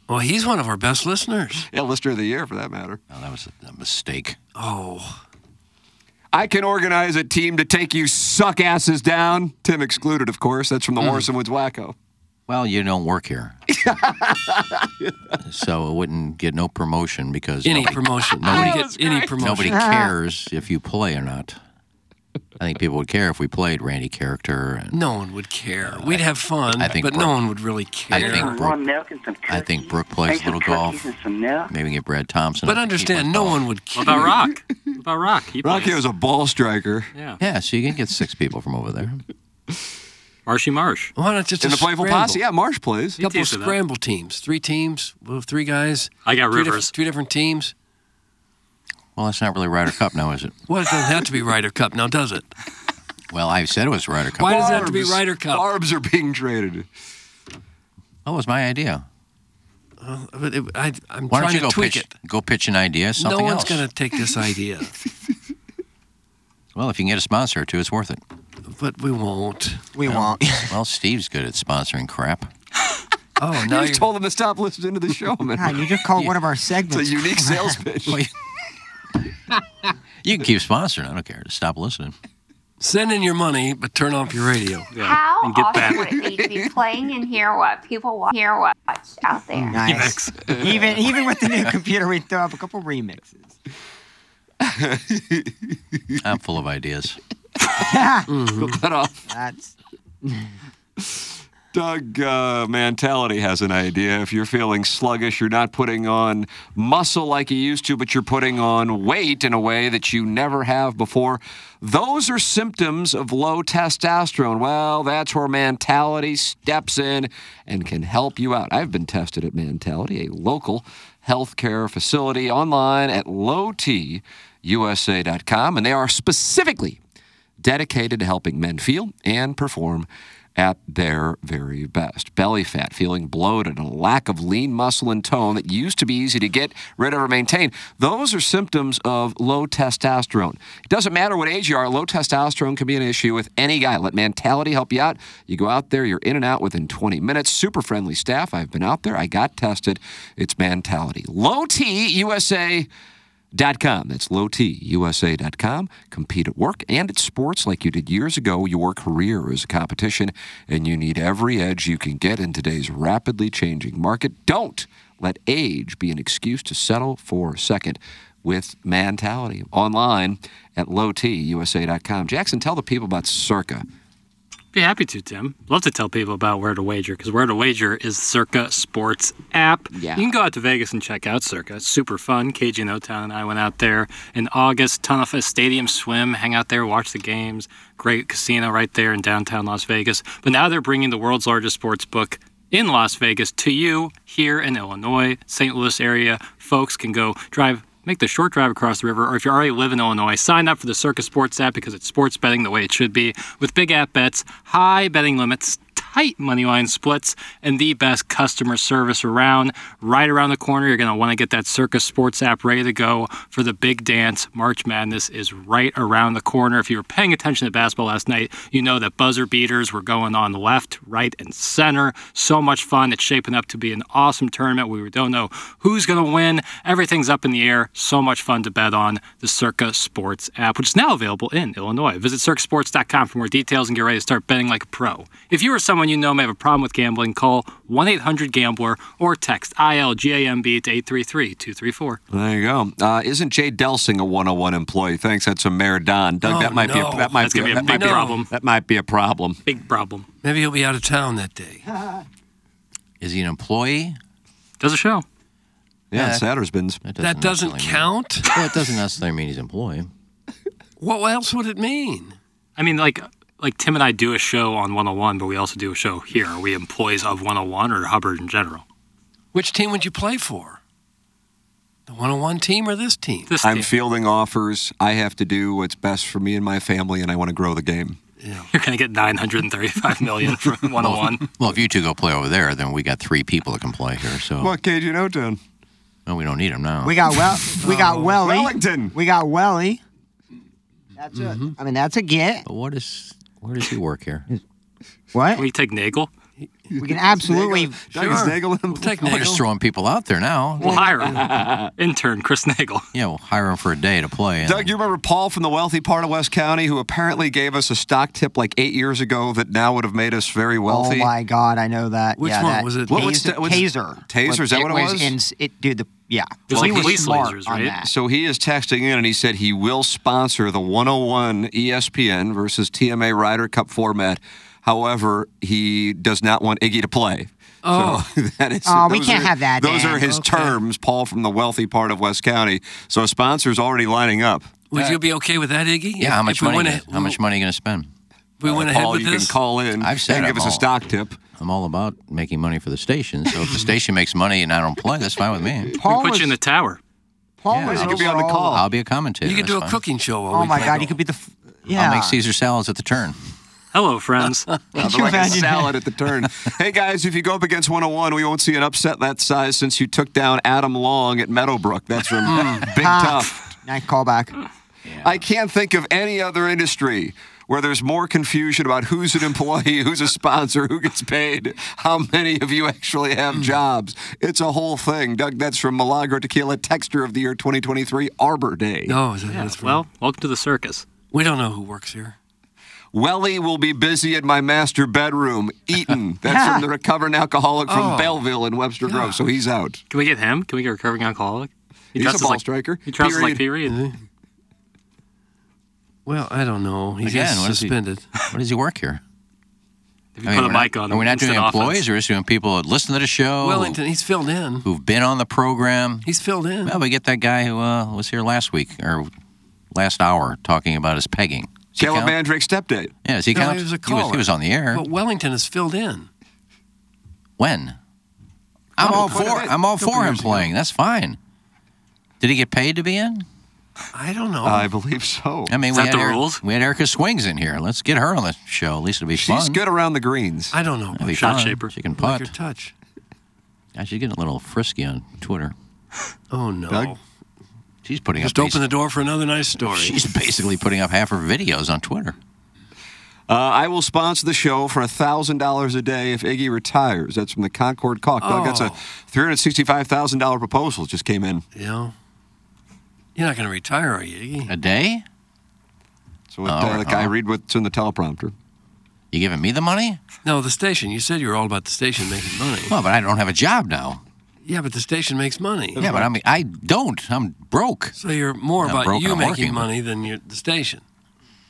Speaker 4: Well, he's one of our best listeners.
Speaker 3: Yeah, Listener of the Year for that matter.
Speaker 5: Oh, that was a mistake.
Speaker 4: Oh.
Speaker 3: I can organize a team to take you suck asses down. Tim excluded, of course. That's
Speaker 4: Mm.
Speaker 3: from the Morrison Woods Wacko.
Speaker 5: Well, you don't work
Speaker 4: [laughs]
Speaker 5: here, so it wouldn't get no promotion because
Speaker 4: Any
Speaker 5: nobody,
Speaker 4: promotion.
Speaker 5: Nobody
Speaker 4: That was Any great.
Speaker 5: [laughs]
Speaker 4: promotion.
Speaker 5: Nobody cares if you play or not. I think people would care if we played Randy character. And Uh,
Speaker 4: No one would care. We'd have fun,
Speaker 5: I think
Speaker 4: but
Speaker 5: Brooke-
Speaker 4: no one would really care.
Speaker 5: I think Brooke,
Speaker 19: milk and some
Speaker 5: I think Brooke plays a little golf.
Speaker 19: some milk.
Speaker 5: Maybe we get Brad Thompson.
Speaker 4: But
Speaker 5: up to keep
Speaker 4: understand,
Speaker 5: on
Speaker 4: no
Speaker 5: golf.
Speaker 4: one would care.
Speaker 1: What about Rock? What about Rock? He
Speaker 3: Rocky
Speaker 1: plays.
Speaker 3: was a ball striker.
Speaker 1: Yeah.
Speaker 5: Yeah, so you can get six people from over there.
Speaker 1: Marshy Marsh.
Speaker 4: Why not just
Speaker 3: In
Speaker 4: a
Speaker 3: the Playful
Speaker 4: scramble?
Speaker 3: Posse, yeah, Marsh plays.
Speaker 4: couple
Speaker 1: teams with that.
Speaker 4: scramble teams, three teams, well, three guys.
Speaker 1: I got
Speaker 4: three
Speaker 1: Rivers.
Speaker 4: Different, three different teams.
Speaker 5: Well, that's not really Ryder Cup now, is it?
Speaker 4: Well, it doesn't have to be Ryder Cup now, does it?
Speaker 5: Well, I said it was Ryder Cup.
Speaker 4: Why does it have to be
Speaker 3: Barbs.
Speaker 4: Ryder Cup?
Speaker 3: Barbs are being traded. [laughs]
Speaker 5: That was my idea.
Speaker 4: Well, Uh, but it- I, am
Speaker 5: Why don't
Speaker 4: trying
Speaker 5: you go
Speaker 4: to tweak
Speaker 5: pitch,
Speaker 4: it.
Speaker 5: go pitch an idea, something
Speaker 4: no
Speaker 5: else?
Speaker 4: one's going to take this idea,
Speaker 5: [laughs] Well, if you can get a sponsor or two, it's worth it.
Speaker 4: but we won't.
Speaker 6: We won't. [laughs]
Speaker 5: Well, Steve's good at sponsoring crap.
Speaker 4: Oh,
Speaker 3: You
Speaker 4: now
Speaker 3: just
Speaker 4: you're,
Speaker 3: told them to stop listening to the show,
Speaker 4: [laughs]
Speaker 6: God,
Speaker 3: man.
Speaker 6: you just called one of our
Speaker 3: It's a
Speaker 6: segments.
Speaker 3: unique sales pitch.
Speaker 5: Well, you- [laughs] you can keep sponsoring. I don't care. Just stop listening.
Speaker 4: send in your money, but turn off your radio.
Speaker 20: How
Speaker 1: and get
Speaker 20: awesome
Speaker 1: back.
Speaker 20: would it be to be playing and hear what people wa- hear what out there?
Speaker 6: Nice. [laughs] even even with the new computer, we throw up a couple remixes.
Speaker 5: I'm full of ideas.
Speaker 3: Cut off.
Speaker 6: That's
Speaker 3: Doug uh, Mentality has an idea. If you're feeling sluggish, you're not putting on muscle like you used to, but you're putting on weight in a way that you never have before. Those are symptoms of low testosterone. Well, that's where Mentality steps in and can help you out. I've been tested at Mentality, a local healthcare facility online at lowtusa.com, and they are specifically dedicated to helping men feel and perform at their very best. Belly fat, feeling bloated, and a lack of lean muscle and tone that used to be easy to get rid of or maintain. Those are symptoms of low testosterone. It doesn't matter what age you are, low testosterone can be an issue with any guy. Let mentality help you out. You go out there, you're in and out within 20 minutes. Super friendly staff. I've been out there, I got tested. It's mentality. Low T USA. Com. That's lowtusa.com. Compete at work and at sports like you did years ago. Your career is a competition, and you need every edge you can get in today's rapidly changing market. Don't let age be an excuse to settle for a second. with mentality online at lowtusa.com. Jackson, tell the people about Circa.
Speaker 4: Be happy to, Tim. Love to tell people about Where to Wager because Where to Wager is Circa Sports app.
Speaker 3: Yeah.
Speaker 4: You can go out to Vegas and check out Circa. It's super fun. KG and O-Town and I went out there in August, ton of a stadium swim, hang out there, watch the games. Great casino right there in downtown Las Vegas. But now they're bringing the world's largest sports book in Las Vegas to you here in Illinois, St. Louis area. Folks can go drive make the short drive across the river, or if you already live in Illinois, sign up for the Circus Sports app because it's sports betting the way it should be, with big app bets, high betting limits, tight money line splits, and the best customer service around. Right around the corner, you're going to want to get that Circus Sports app ready to go for the big dance. March Madness is right around the corner. If you were paying attention to basketball last night, you know that buzzer beaters were going on left, right, and center. So much fun. It's shaping up to be an awesome tournament. We don't know who's going to win. Everything's up in the air. So much fun to bet on the Circa Sports app, which is now available in Illinois. Visit circasports.com for more details and get ready to start betting like a pro. If you or someone you know may have a problem with gambling, call 1 800 Gambler or text ILGAMB to 833 234.
Speaker 3: There you go. Uh, isn't Jay Delsing a 101 employee? Thanks, that's a mayor Don. Doug,
Speaker 21: Oh,
Speaker 3: that might
Speaker 21: no.
Speaker 3: be a, that might
Speaker 21: That's
Speaker 3: be,
Speaker 21: gonna be a
Speaker 3: that might
Speaker 21: big problem.
Speaker 3: That might be a problem.
Speaker 4: Big problem.
Speaker 21: Maybe he'll be out of town that day.
Speaker 5: Is he an employee?
Speaker 4: Does a show.
Speaker 3: Yeah,
Speaker 5: that-
Speaker 3: Sattersbins.
Speaker 21: that doesn't
Speaker 5: necessarily
Speaker 21: count.
Speaker 5: Mean, [laughs] well, it doesn't necessarily mean he's an employee.
Speaker 21: What else would it mean?
Speaker 4: I mean, like, like Tim and I do a show on 101, but we also do a show here. Are we employees of 101 or Hubbard in general?
Speaker 21: Which team would you play for? The 101 team or this team? This
Speaker 3: I'm fielding offers. I have to do what's best for me and my family, and I want to grow the game.
Speaker 4: You're going to get 935
Speaker 21: [laughs]
Speaker 4: million oh from 101.
Speaker 5: Well, if you two go play over there, then we got three people that can play here. So
Speaker 3: What cage you know, Tim?
Speaker 5: no, we don't need him now.
Speaker 6: We got well. We got Welly.
Speaker 3: Wellington. Mm-hmm.
Speaker 6: We got Welly. That's a, I mean, that's a get.
Speaker 5: But what is? Where does he work here?
Speaker 6: What?
Speaker 4: We take Nagel.
Speaker 6: We can absolutely.
Speaker 3: Doug Nagel. We'll [laughs]
Speaker 21: take
Speaker 5: We're just throwing people out there now.
Speaker 4: We'll hire him. Intern Chris Nagel.
Speaker 5: Yeah, we'll hire him for a day to play. and-
Speaker 3: Doug, you remember Paul from the wealthy part of West County who apparently gave us a stock tip like eight years ago that now would have made us very
Speaker 6: Oh
Speaker 3: wealthy?
Speaker 6: my God, I know that.
Speaker 3: Which
Speaker 6: yeah,
Speaker 3: one
Speaker 6: that,
Speaker 3: was it? What was
Speaker 6: Taser.
Speaker 3: ta- what's-
Speaker 6: taser.
Speaker 3: Taser, is that what it was?
Speaker 6: ins- it, dude, the, yeah.
Speaker 4: was
Speaker 6: He
Speaker 4: like police
Speaker 6: smart
Speaker 4: lasers,
Speaker 6: on
Speaker 4: right?
Speaker 6: that.
Speaker 3: So he is texting in and he said he will sponsor the 101 ESPN versus TMA Ryder Cup format. However, he does not want Iggy to play.
Speaker 21: Oh.
Speaker 3: so [laughs] that is,
Speaker 6: Oh, we
Speaker 3: those
Speaker 6: can't
Speaker 3: are-
Speaker 6: have that,
Speaker 3: Those
Speaker 6: Dan.
Speaker 3: are his terms, Paul from the wealthy part of West County. So a sponsor's already lining up.
Speaker 21: Would you be okay with that, Iggy?
Speaker 5: yeah, how much
Speaker 21: we
Speaker 5: money?
Speaker 21: went
Speaker 5: you-
Speaker 21: ahe-
Speaker 5: how much money are you going to spend?
Speaker 21: We went ahead
Speaker 3: Uh, Paul,
Speaker 21: with
Speaker 3: you
Speaker 21: this.
Speaker 3: can call in.
Speaker 5: I've said
Speaker 3: and give
Speaker 5: I'm
Speaker 3: us a
Speaker 5: all-
Speaker 3: stock tip.
Speaker 5: I'm all about making money for the station. So if the station makes money and I don't play, that's fine with me.
Speaker 6: Paul
Speaker 4: we put
Speaker 6: was,
Speaker 4: you in the tower.
Speaker 6: Paul
Speaker 5: Yeah,
Speaker 6: was
Speaker 5: you could
Speaker 3: be on the
Speaker 6: overall-
Speaker 3: call.
Speaker 5: I'll be a commentator.
Speaker 21: you could do a
Speaker 5: that's fine.
Speaker 21: cooking show. While
Speaker 6: Oh
Speaker 21: we
Speaker 6: my
Speaker 21: play
Speaker 6: God, you
Speaker 21: golf.
Speaker 6: could be the. f- Yeah.
Speaker 5: I'll make Caesar salads at the turn.
Speaker 4: Hello, friends.
Speaker 3: I'll be
Speaker 6: you
Speaker 3: Uh, like a
Speaker 6: imagine that?
Speaker 3: salad at the
Speaker 6: [laughs]
Speaker 3: turn. hey guys, if you go up against 101, we won't see an upset that size since you took down Adam Long at Meadowbrook. That's from
Speaker 6: Hmm.
Speaker 3: Big Tough.
Speaker 6: Nice callback.
Speaker 3: I can't think of any other industry where there's more confusion about who's an employee, who's a sponsor, who gets paid, how many of you actually
Speaker 4: Hmm.
Speaker 3: have jobs. It's a whole thing. Doug, that's from Milagro Tequila, Texture of the Year 2023, Arbor Day.
Speaker 21: No, Oh, is that, that's
Speaker 4: well, welcome to the circus.
Speaker 21: we don't know who works here.
Speaker 3: Welly will be busy in my master bedroom,
Speaker 4: [laughs]
Speaker 3: Eaton. That's from the recovering alcoholic from
Speaker 21: Oh.
Speaker 3: Belleville in Webster Grove, so he's out.
Speaker 4: Can we get him? Can we get a recovering alcoholic? He
Speaker 3: He's a
Speaker 4: dresses
Speaker 3: ball
Speaker 4: like,
Speaker 3: striker.
Speaker 4: He dresses like Pee
Speaker 3: Period.
Speaker 4: Reed.
Speaker 21: Well, I don't know. He's
Speaker 5: Again, what is he-
Speaker 21: suspended.
Speaker 5: What does he work here?
Speaker 4: If you put a
Speaker 5: we're not-
Speaker 4: mic on him,
Speaker 5: Are we not
Speaker 4: instant
Speaker 5: doing employees?
Speaker 4: offense.
Speaker 5: Or just doing people that listen to the show?
Speaker 21: Wellington, he's filled in.
Speaker 5: Who, have been on the program?
Speaker 21: He's filled in.
Speaker 5: Well, we get that guy who uh, was here last week or last hour talking about his pegging. Does he
Speaker 3: Caleb
Speaker 5: count?
Speaker 3: Mandrake's stepdad.
Speaker 5: Yeah, does he
Speaker 21: No,
Speaker 5: count?
Speaker 21: he was a
Speaker 5: he, was,
Speaker 21: caller.
Speaker 5: on the air.
Speaker 21: But Wellington is filled in.
Speaker 5: when? I'm all
Speaker 3: quite a
Speaker 5: for
Speaker 3: bit.
Speaker 5: I'm all
Speaker 3: Couple
Speaker 5: for him
Speaker 3: years ago.
Speaker 5: playing. That's fine. Did he get paid to be in?
Speaker 21: I don't
Speaker 4: Oh.
Speaker 21: know.
Speaker 5: Uh,
Speaker 3: I believe so.
Speaker 5: I mean,
Speaker 4: Is
Speaker 5: we
Speaker 4: that
Speaker 5: had
Speaker 4: the
Speaker 5: Eric-
Speaker 4: rules?
Speaker 5: We had Erica Swings in here. Let's get her on the show. At least it'll be fun.
Speaker 3: She's good around the greens.
Speaker 21: I don't know.
Speaker 5: That'd be
Speaker 4: Shot
Speaker 5: fun.
Speaker 4: shaper.
Speaker 5: She can
Speaker 21: Like
Speaker 5: putt.
Speaker 21: your touch.
Speaker 5: Yeah, she's getting a little frisky on Twitter.
Speaker 21: Oh no.
Speaker 3: Doug?
Speaker 5: She's putting
Speaker 21: Just
Speaker 5: up.
Speaker 21: open the door for another nice story.
Speaker 5: [laughs] She's basically putting up half her videos on Twitter.
Speaker 3: Uh, I will sponsor the show for $1,000 a day if Iggy retires. That's from the Concord Caucus. That's a
Speaker 21: Oh.
Speaker 3: $365,000 proposal just came in.
Speaker 21: You know? You're not going to retire, are you? Iggy?
Speaker 5: A day?
Speaker 3: So what,
Speaker 5: Oh,
Speaker 3: uh, like, I
Speaker 5: oh.
Speaker 3: read what's in the teleprompter.
Speaker 5: You giving me the money?
Speaker 21: No, the station. You said you were all about the station making money.
Speaker 5: Well, but I don't have a job now.
Speaker 22: Yeah, but the station makes money.
Speaker 5: Yeah, but I mean, I don't. I'm broke.
Speaker 22: So you're more
Speaker 5: Not
Speaker 22: about
Speaker 5: broke,
Speaker 22: you
Speaker 5: I'm
Speaker 22: making
Speaker 5: working.
Speaker 22: money than your, the station.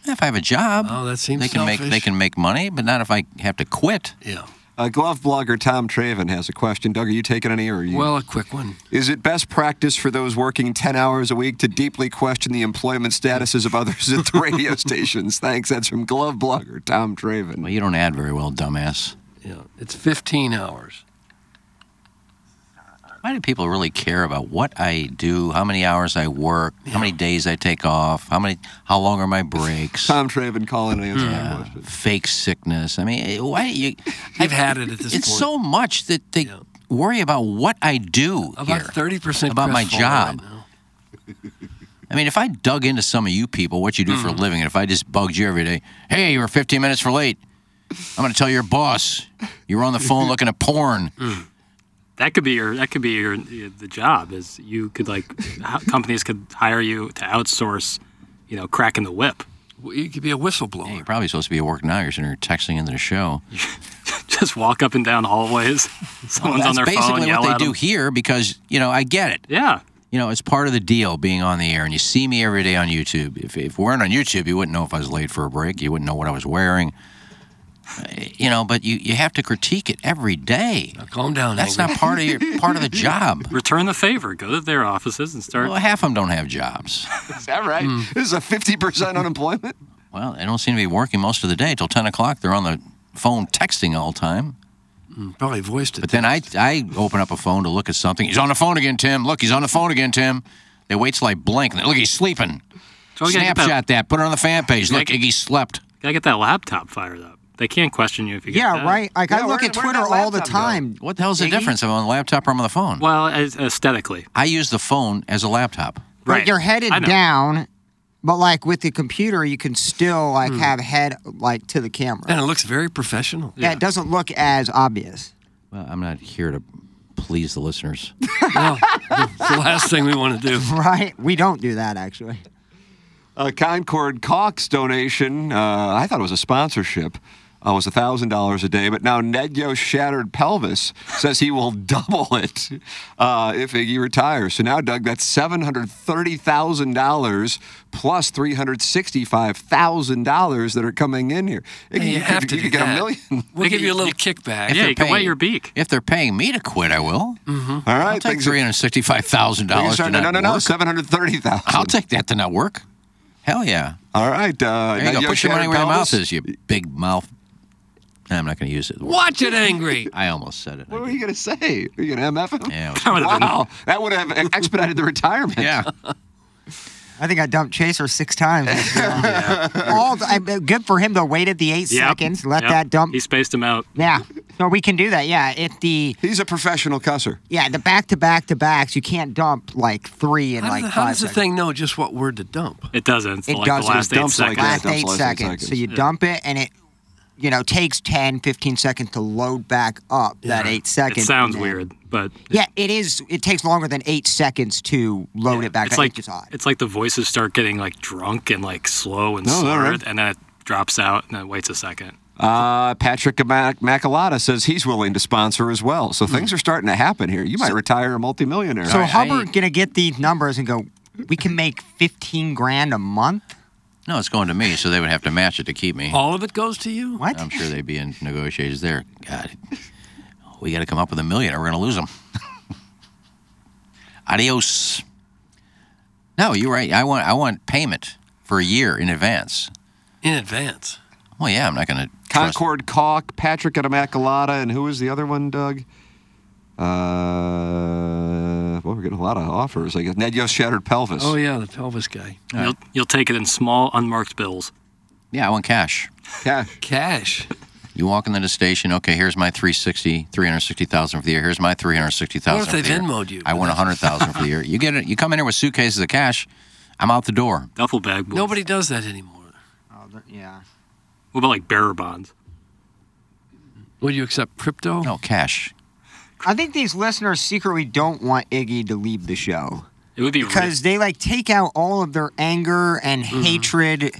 Speaker 5: If I have a job,
Speaker 22: Oh, that seems
Speaker 5: they can make they
Speaker 22: selfish.
Speaker 5: can make money, but not if I have to quit.
Speaker 22: Yeah.
Speaker 3: Uh, glove blogger Tom Traven has a question. Doug, are you taking any or are you?
Speaker 22: Well, a quick one.
Speaker 3: Is it best practice for those working 10 hours a week to deeply question the employment statuses of others at the radio stations? Thanks. That's from glove blogger Tom Traven. Well,
Speaker 5: you don't add very well, dumbass.
Speaker 22: Yeah, it's 15 hours.
Speaker 5: Why do people really care about what I do, how many hours I work, how many days I take off, how many, how long are my breaks?
Speaker 3: Tom Traven calling and answering that question.
Speaker 5: Fake sickness. I mean, eh, why you?
Speaker 22: I've had it at this
Speaker 5: It's
Speaker 22: point.
Speaker 5: so much that they worry about what I do
Speaker 22: About
Speaker 5: here,
Speaker 22: 30%
Speaker 5: about my
Speaker 22: crestfallen right
Speaker 5: job. [laughs] I mean, if I dug into some of you people, what you do
Speaker 4: Mm.
Speaker 5: for a living, and if I just bugged you every day, hey, you were 15 minutes for late. I'm going to tell your boss you were on the phone looking at
Speaker 4: [laughs]
Speaker 5: porn.
Speaker 4: Mm. That could be your. That could be your. The job is you could like h- companies could hire you to outsource, you know, cracking the whip.
Speaker 22: You could be a whistleblower.
Speaker 5: You're probably supposed to be at work now. You're sitting here texting into the show.
Speaker 4: [laughs] Just walk up and
Speaker 22: [laughs]
Speaker 4: down hallways. [laughs] Someone's
Speaker 5: Well,
Speaker 4: on their
Speaker 5: that's
Speaker 4: phone.
Speaker 5: basically
Speaker 4: yell
Speaker 5: what
Speaker 4: at
Speaker 5: they do
Speaker 4: 'em.
Speaker 5: here because you know I get it.
Speaker 4: Yeah.
Speaker 5: You know, it's part of the deal being on the air, and you see me every day on YouTube. If, if we weren't on YouTube, you wouldn't know if I was late for a break. You wouldn't know what I was wearing. Uh, You know, but you, you have to critique it every day.
Speaker 22: calm down.
Speaker 5: That's
Speaker 4: Angry.
Speaker 5: not part of your part of the job.
Speaker 4: Return the favor. Go to their offices and start.
Speaker 5: Well, half of them don't have jobs.
Speaker 3: Is that right? This is a 50% unemployment?
Speaker 5: Well, they don't seem to be working most of the day till ten o'clock. They're on the phone texting all the time.
Speaker 22: Mm, Probably voiced it.
Speaker 5: But then I I open up a phone to look at something. He's on the phone again, Tim. Look, he's on the phone again, Tim. They wait till I blink. And they, look, he's sleeping.
Speaker 4: So we gotta get that-
Speaker 5: Snapshot that, Put it on the fan page.
Speaker 4: Yeah,
Speaker 5: Look,
Speaker 4: I-
Speaker 5: Iggy slept.
Speaker 4: Gotta get that laptop fired up. They can't question you if you get
Speaker 6: Yeah,
Speaker 4: that.
Speaker 6: right. Like
Speaker 4: Yeah,
Speaker 6: I look at
Speaker 4: where- where did
Speaker 6: Twitter
Speaker 4: that
Speaker 6: all the
Speaker 4: laptop go?
Speaker 6: time.
Speaker 5: What the hell's the
Speaker 6: Iggy?
Speaker 5: difference if I'm on the laptop or I'm on the phone?
Speaker 4: Well, as, aesthetically,
Speaker 5: I use the phone as a laptop.
Speaker 6: Right. Like you're headed
Speaker 5: I know.
Speaker 6: down, but like with the computer, you can still like have head like to the camera.
Speaker 22: Hmm. And it looks very professional.
Speaker 6: Yeah, it doesn't look as obvious. [laughs]
Speaker 5: Well, I'm not here to please the listeners.
Speaker 22: It's the last thing we want to do.
Speaker 6: Right? We don't do that actually.
Speaker 3: A Concord Cox donation, uh, I thought it was a sponsorship, uh, was $1,000 a day, but now Nedyo's shattered pelvis says he will [laughs] double it uh, if he retires. So now, Doug, that's $730,000 plus $365,000 that are coming in here. It-
Speaker 22: Hey, you have
Speaker 3: could,
Speaker 22: to
Speaker 3: you
Speaker 22: do
Speaker 3: could get a
Speaker 22: that.
Speaker 5: Mm-hmm.
Speaker 3: million.
Speaker 22: We'll give you a little kickback.
Speaker 5: If they're paying- If they're paying me to quit, I
Speaker 3: [laughs]
Speaker 5: will.
Speaker 3: All right,
Speaker 5: I'll take
Speaker 3: things-
Speaker 5: three hundred sixty-five thousand
Speaker 3: Things are
Speaker 5: dollars.
Speaker 3: starting to- no, no, no, seven hundred thirty thousand.
Speaker 5: I'll take that to not work. Hell yeah.
Speaker 3: All right. Uh,
Speaker 5: There you
Speaker 3: Nedyo
Speaker 5: go. Put your money
Speaker 3: shattered
Speaker 5: where your
Speaker 3: pelvis.
Speaker 5: mouth is, you big mouth. Nah, I'm not going to use it.
Speaker 22: Watch it, angry.
Speaker 5: I almost said it.
Speaker 3: What were you going to say? Were you going to MF him?
Speaker 5: Yeah, it was-
Speaker 3: wow, that would have expedited the retirement.
Speaker 5: [laughs] Yeah.
Speaker 6: I think I dumped Chaser six times.
Speaker 22: [laughs]
Speaker 6: [laughs] All I, good for him to wait at the eight
Speaker 4: Yep,
Speaker 6: seconds, let
Speaker 4: yep.
Speaker 6: that dump.
Speaker 4: He spaced him out.
Speaker 6: Yeah, so we can do that. Yeah, if the
Speaker 3: He's a professional cusser.
Speaker 6: yeah the back to back to backs, you can't dump like three in
Speaker 22: How,
Speaker 6: like
Speaker 22: does, how
Speaker 6: five
Speaker 22: does the
Speaker 6: seconds.
Speaker 22: thing know just what word to dump?
Speaker 4: It doesn't. It's
Speaker 6: It
Speaker 4: like
Speaker 6: does.
Speaker 4: the last
Speaker 6: it
Speaker 4: eight
Speaker 6: dumps
Speaker 4: seconds.
Speaker 6: last eight seconds. So you dump it, and it you know takes 10, 15 seconds to load back up that eight seconds.
Speaker 4: It sounds
Speaker 6: and then-
Speaker 4: weird, but
Speaker 6: Yeah, it is. It takes longer than eight seconds to load it back
Speaker 4: it's
Speaker 6: up.
Speaker 4: like
Speaker 6: which is odd.
Speaker 4: it's like the voices start getting like drunk and like slow and
Speaker 3: No, they're
Speaker 4: slurred,
Speaker 3: right.
Speaker 4: and then it drops out and then it waits a second.
Speaker 3: Uh, Patrick Mac- Macalata says he's willing to sponsor as well. So things are starting to happen here. You might retire a multimillionaire.
Speaker 6: So Hubbard gonna get these numbers and go. We can make fifteen grand a month.
Speaker 5: No, it's going to me, so they would have to match it to keep me.
Speaker 22: All of it goes to you?
Speaker 6: What?
Speaker 5: I'm sure they'd be in negotiations there. God, we got to come up with a million or we're going to lose them. [laughs] Adios. No, you're right. I want I want payment for a year in advance.
Speaker 22: In advance.
Speaker 5: Well, yeah, I'm not going to.
Speaker 3: Concord Calk, Patrick Macalata, and who was the other one, Doug? Uh, well, we're getting a lot of offers. I guess Nedyo's shattered pelvis.
Speaker 22: Oh, yeah, the pelvis guy.
Speaker 4: You'll, you'll take it in small, unmarked bills.
Speaker 5: Yeah, I want cash.
Speaker 3: Cash.
Speaker 22: Cash.
Speaker 5: You walk into the station. Okay, here's my 360, 360,000 for the year. Here's my 360,000
Speaker 22: What if
Speaker 5: for the
Speaker 22: they
Speaker 5: year.
Speaker 22: Venmo'd you?
Speaker 5: I want 100,000 for the year. You get it. You come in here with suitcases of cash. I'm out the
Speaker 4: [laughs]
Speaker 5: door.
Speaker 4: Duffel bag. Bills.
Speaker 22: Nobody does that anymore.
Speaker 6: Oh, Yeah.
Speaker 4: What about like bearer bonds?
Speaker 22: Would you accept crypto?
Speaker 5: No, cash.
Speaker 6: I think these listeners secretly don't want Iggy to leave the show
Speaker 4: It would be Mm-hmm.
Speaker 6: because they like take out all of their anger and hatred,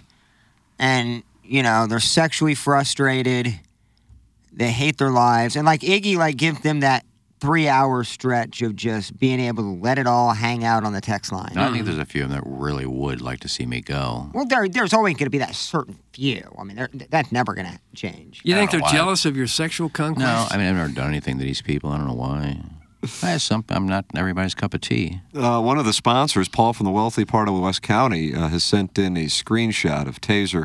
Speaker 6: and you know they're sexually frustrated. They hate their lives, and like Iggy, like give them that three hour stretch of just being able to let it all hang out on the text line.
Speaker 5: And I
Speaker 4: Hmm.
Speaker 5: think there's a few of them that really would like to see me go.
Speaker 6: well, there, there's always going to be that certain few. I mean, there, that's never going to change.
Speaker 4: You
Speaker 5: I
Speaker 4: think
Speaker 5: don't
Speaker 4: they're
Speaker 5: know why.
Speaker 4: jealous of your sexual conquest?
Speaker 5: No, I mean I've never done anything to these people. I don't know
Speaker 4: [laughs]
Speaker 5: why. I have some. I'm not everybody's cup of tea.
Speaker 3: Uh, one of the sponsors, Paul from the wealthy part of West County, uh, has sent in a screenshot of Taser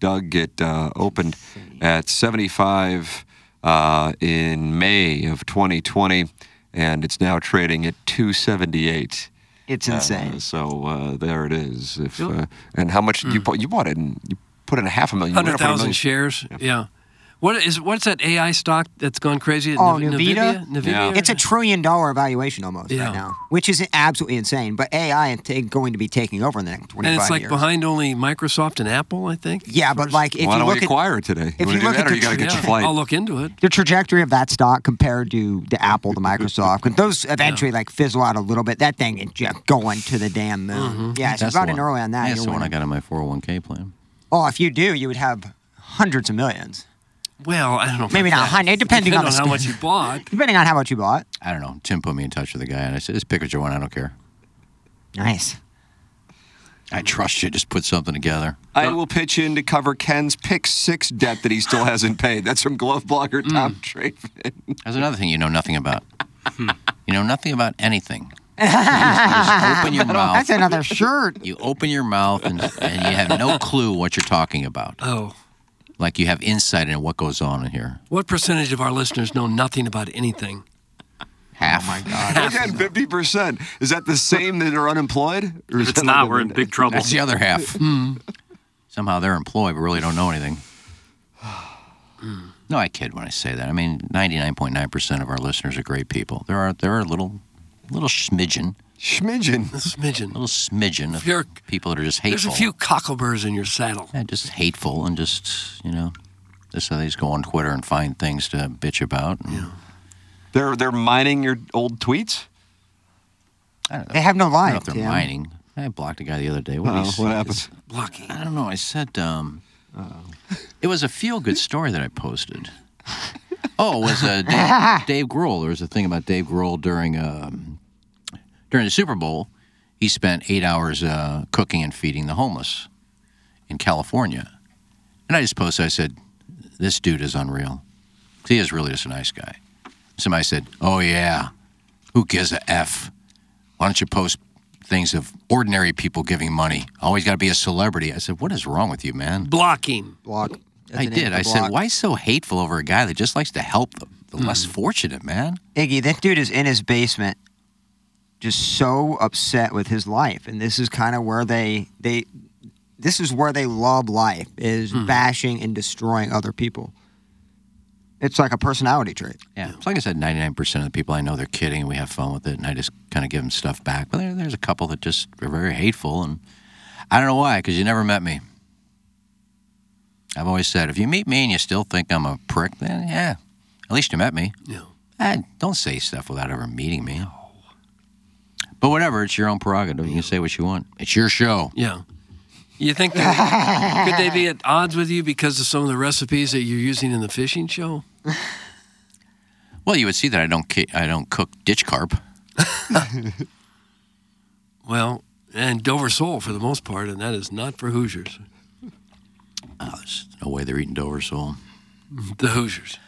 Speaker 3: Doug get uh, opened at 75 uh, in May of 2020, and it's now trading at 278.
Speaker 6: It's
Speaker 3: Uh,
Speaker 6: insane.
Speaker 3: so uh, there it is. If, uh, and how much you bought? You bought it, and you put in a half a million. you went
Speaker 4: Hundred
Speaker 3: up in a
Speaker 4: thousand
Speaker 3: million.
Speaker 4: shares. Yeah. What is what's that AI stock that's gone crazy?
Speaker 6: Oh,
Speaker 4: Niv-
Speaker 6: Nvidia?
Speaker 4: Nvidia. Nvidia?
Speaker 6: It's a trillion dollar valuation almost
Speaker 4: Yeah.
Speaker 6: right now, which is absolutely insane. But AI is ta- going to be taking over in the next 25
Speaker 4: and it's like
Speaker 6: years.
Speaker 4: behind only Microsoft and Apple, I think.
Speaker 6: Yeah, but like if
Speaker 3: Why
Speaker 6: you
Speaker 3: don't
Speaker 6: look
Speaker 3: we
Speaker 6: at
Speaker 3: acquire it today?
Speaker 6: if
Speaker 3: you want to do
Speaker 6: you look
Speaker 3: that,
Speaker 6: at
Speaker 3: or
Speaker 6: the
Speaker 3: you got to get
Speaker 6: tra-
Speaker 3: your flight?
Speaker 4: I'll look into it.
Speaker 6: the trajectory of that stock compared to the
Speaker 5: [laughs]
Speaker 6: Apple to Microsoft, because those eventually like fizzle out a little bit. That thing is just going to the damn moon.
Speaker 4: Mm-hmm.
Speaker 6: Yeah, if you
Speaker 5: That's
Speaker 6: got
Speaker 5: the
Speaker 6: in
Speaker 5: one-
Speaker 6: early on that,
Speaker 5: That's
Speaker 6: you're
Speaker 5: the one I
Speaker 6: winning.
Speaker 5: got in my 401k plan.
Speaker 6: Oh, if you do, you would have hundreds of millions,
Speaker 4: Well, I don't know.
Speaker 6: Maybe
Speaker 4: about
Speaker 6: not
Speaker 4: that.
Speaker 6: hundred, depending
Speaker 4: Depend
Speaker 6: on the
Speaker 4: how
Speaker 6: stock.
Speaker 4: much you bought.
Speaker 6: [laughs] depending on how much you bought.
Speaker 5: I don't know. Tim put me in touch with the guy, and I said, "Just pick what you want. I don't care.
Speaker 6: Nice.
Speaker 5: I trust you. Just put something together."
Speaker 3: I will pitch in to cover Ken's pick six debt that he still hasn't paid. That's from glove blogger
Speaker 23: Mm.
Speaker 3: Tom Traven.
Speaker 5: That's another thing you know nothing about. you know nothing about anything. Just open your mouth.
Speaker 4: [laughs]
Speaker 6: That's another shirt.
Speaker 5: You open your mouth and, and you have no clue what you're talking about.
Speaker 4: Oh,
Speaker 5: Like you have insight into what goes on in here.
Speaker 4: what percentage of our listeners know nothing about anything?
Speaker 5: Half. Oh my God.
Speaker 3: Again, fifty percent. Is that the same that are unemployed? Or
Speaker 23: If
Speaker 3: is
Speaker 23: it's
Speaker 3: that
Speaker 23: not,
Speaker 3: other
Speaker 23: we're in
Speaker 3: than-
Speaker 23: big trouble.
Speaker 5: That's the other half. Somehow they're employed but really don't know anything. No, I kid when I say that. I mean, 99.9% of our listeners are great people. There are there are a little little smidgen,
Speaker 3: Schmidgen.
Speaker 4: A smidgen.
Speaker 5: little smidgen of
Speaker 4: You're-
Speaker 5: people that are just
Speaker 4: There's
Speaker 5: hateful.
Speaker 4: a few cockleburs in your saddle.
Speaker 5: Yeah, just hateful and just, you know, just how they just go on Twitter and find things to bitch about. And,
Speaker 3: They're they're mining your old tweets.
Speaker 5: I don't know.
Speaker 6: They have
Speaker 5: I
Speaker 6: no
Speaker 5: don't know
Speaker 6: life.
Speaker 5: if they're
Speaker 6: Tim.
Speaker 5: mining. I blocked a guy the other day. What, did
Speaker 3: Oh,
Speaker 5: he say?
Speaker 3: what happened?
Speaker 4: Lucky.
Speaker 5: I don't know. I said, um, it was a feel good story that I posted. Oh, it was uh, Dave, Dave Grohl. There was a thing about Dave Grohl during um, during the Super Bowl. He spent eight hours uh, cooking and feeding the homeless in California. And I just posted, I said, this dude is unreal. He is really just a nice guy. Somebody said, oh, yeah, who gives a F? Why don't you post things of ordinary people giving money? Always got to be a celebrity. I said, what is wrong with you, man?
Speaker 4: Blocking.
Speaker 6: Block. That's
Speaker 5: I
Speaker 6: an
Speaker 5: did.
Speaker 6: Iggy
Speaker 5: I said,
Speaker 6: block.
Speaker 5: why so hateful over a guy that just likes to help the, the less fortunate, man?
Speaker 6: Iggy, that dude is in his basement, just so upset with his life, and this is kind of where they they, this is where they love life is bashing and destroying other people. It's like a personality trait.
Speaker 5: Yeah. It's like I said, 99% of the people I know, they're kidding and we have fun with it. And I just kind of give them stuff back. But there, there's a couple that just are very hateful. And I don't know why, because you never met me. I've always said, if you meet me and you still think I'm a prick, then yeah, at least you met me.
Speaker 4: Yeah.
Speaker 5: Eh, don't say stuff without ever meeting me. But whatever, it's your own prerogative. You can say what you want. It's your show.
Speaker 4: Yeah. You think they, could they be at odds with you because of some of the recipes that you're using in the fishing show?
Speaker 5: Well, you would see that I don't ki- I don't cook ditch carp.
Speaker 4: Well, and Dover sole for the most part, and that is not for Hoosiers.
Speaker 5: Oh, there's no way they're eating Dover sole.
Speaker 4: The Hoosiers.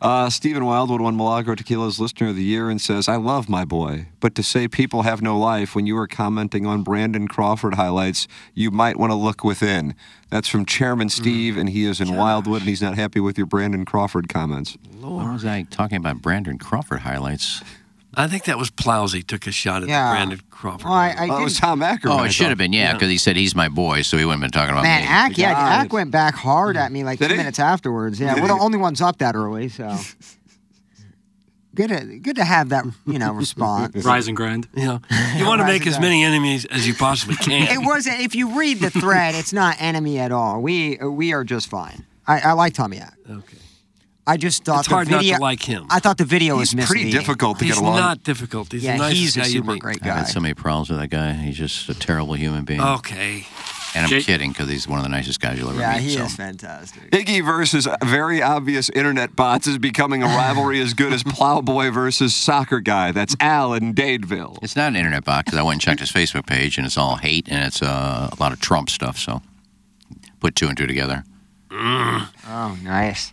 Speaker 3: Uh, Stephen Wildwood won Milagro Tequila's Listener of the Year and says, I love my boy, but to say people have no life when you are commenting on Brandon Crawford highlights, you might want to look within. That's from Chairman
Speaker 23: Mm-hmm.
Speaker 3: Steve, and he is in Wildwood, and he's not happy with your Brandon Crawford comments.
Speaker 5: Why was I talking about Brandon Crawford highlights?
Speaker 4: I think that was Plowsy took a shot at
Speaker 6: Yeah.
Speaker 4: the Brandon Crawford.
Speaker 6: [laughs] Well, Oh, I, I
Speaker 3: Well, it was
Speaker 6: did,
Speaker 3: Tom Acker.
Speaker 5: oh, it should have been, yeah, because he said he's my boy, so he wouldn't have been talking about
Speaker 6: man,
Speaker 5: me.
Speaker 6: Ack, yeah, Hmm.
Speaker 3: God.
Speaker 6: Ack went back hard at me like
Speaker 3: Did
Speaker 6: two
Speaker 3: he?
Speaker 6: minutes afterwards. Yeah,
Speaker 3: Did
Speaker 6: we're the
Speaker 3: he?
Speaker 6: only ones up that early, so [laughs] good. To, good to have that, you know, [laughs] response.
Speaker 23: Rise and grind.
Speaker 4: you know, you want to
Speaker 6: Rise
Speaker 4: make
Speaker 6: and
Speaker 4: as
Speaker 6: grind.
Speaker 4: many enemies as
Speaker 6: [laughs]
Speaker 4: you possibly can. [laughs]
Speaker 6: It wasn't. If you read the thread, it's not enemy at all. We we are just fine. I, I like Tommy Ack.
Speaker 4: Okay.
Speaker 6: I just thought
Speaker 4: It's
Speaker 6: the
Speaker 4: hard not to
Speaker 6: video,
Speaker 4: like him.
Speaker 6: I thought the video was
Speaker 3: He's pretty
Speaker 6: misleading.
Speaker 3: difficult to
Speaker 4: He's
Speaker 3: get along.
Speaker 4: not difficult. He's
Speaker 6: Yeah,
Speaker 4: the nicest
Speaker 6: he's a
Speaker 4: guy you
Speaker 6: super
Speaker 4: meet.
Speaker 6: great
Speaker 5: I've
Speaker 6: guy.
Speaker 5: had so many problems with that guy. He's just a terrible human being.
Speaker 4: Okay.
Speaker 5: And I'm kidding because he's one of the nicest guys you'll ever
Speaker 6: Oh, Yeah,
Speaker 5: meet.
Speaker 6: he
Speaker 5: so.
Speaker 6: is fantastic.
Speaker 3: Iggy versus very obvious internet bots is becoming a rivalry as good as Plowboy versus Soccer Guy. That's Al in Dadeville.
Speaker 5: It's not an internet bot because I went and checked his Facebook page, and it's all hate and it's uh, a lot of Trump stuff. So put two and two together.
Speaker 6: Oh, nice.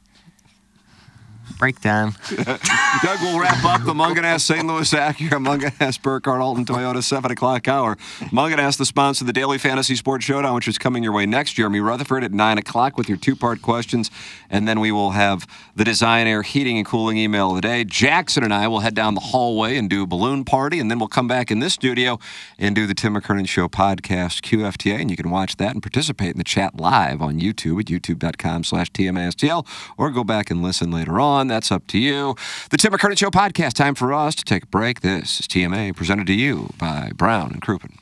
Speaker 6: Breakdown.
Speaker 3: Doug will wrap up the Munganess St. Louis Acura Munganess Burkhardt Alton Toyota 7 o'clock hour. Munganess, the sponsor of the Daily Fantasy Sports Showdown, which is coming your way next. Jeremy Rutherford at 9 o'clock with your two part questions. And then we will have the Design Air Heating and Cooling email of the day. Jackson and I will head down the hallway and do a balloon party. And then we'll come back in this studio and do the Tim McKernan Show podcast QFTA. And you can watch that and participate in the chat live on YouTube at youtube.com slash TMASTL or go back and listen later on. That's up to you. The Tim McKernan Show podcast. Time for us to take a break. This is TMA presented to you by Brown and Crouppen.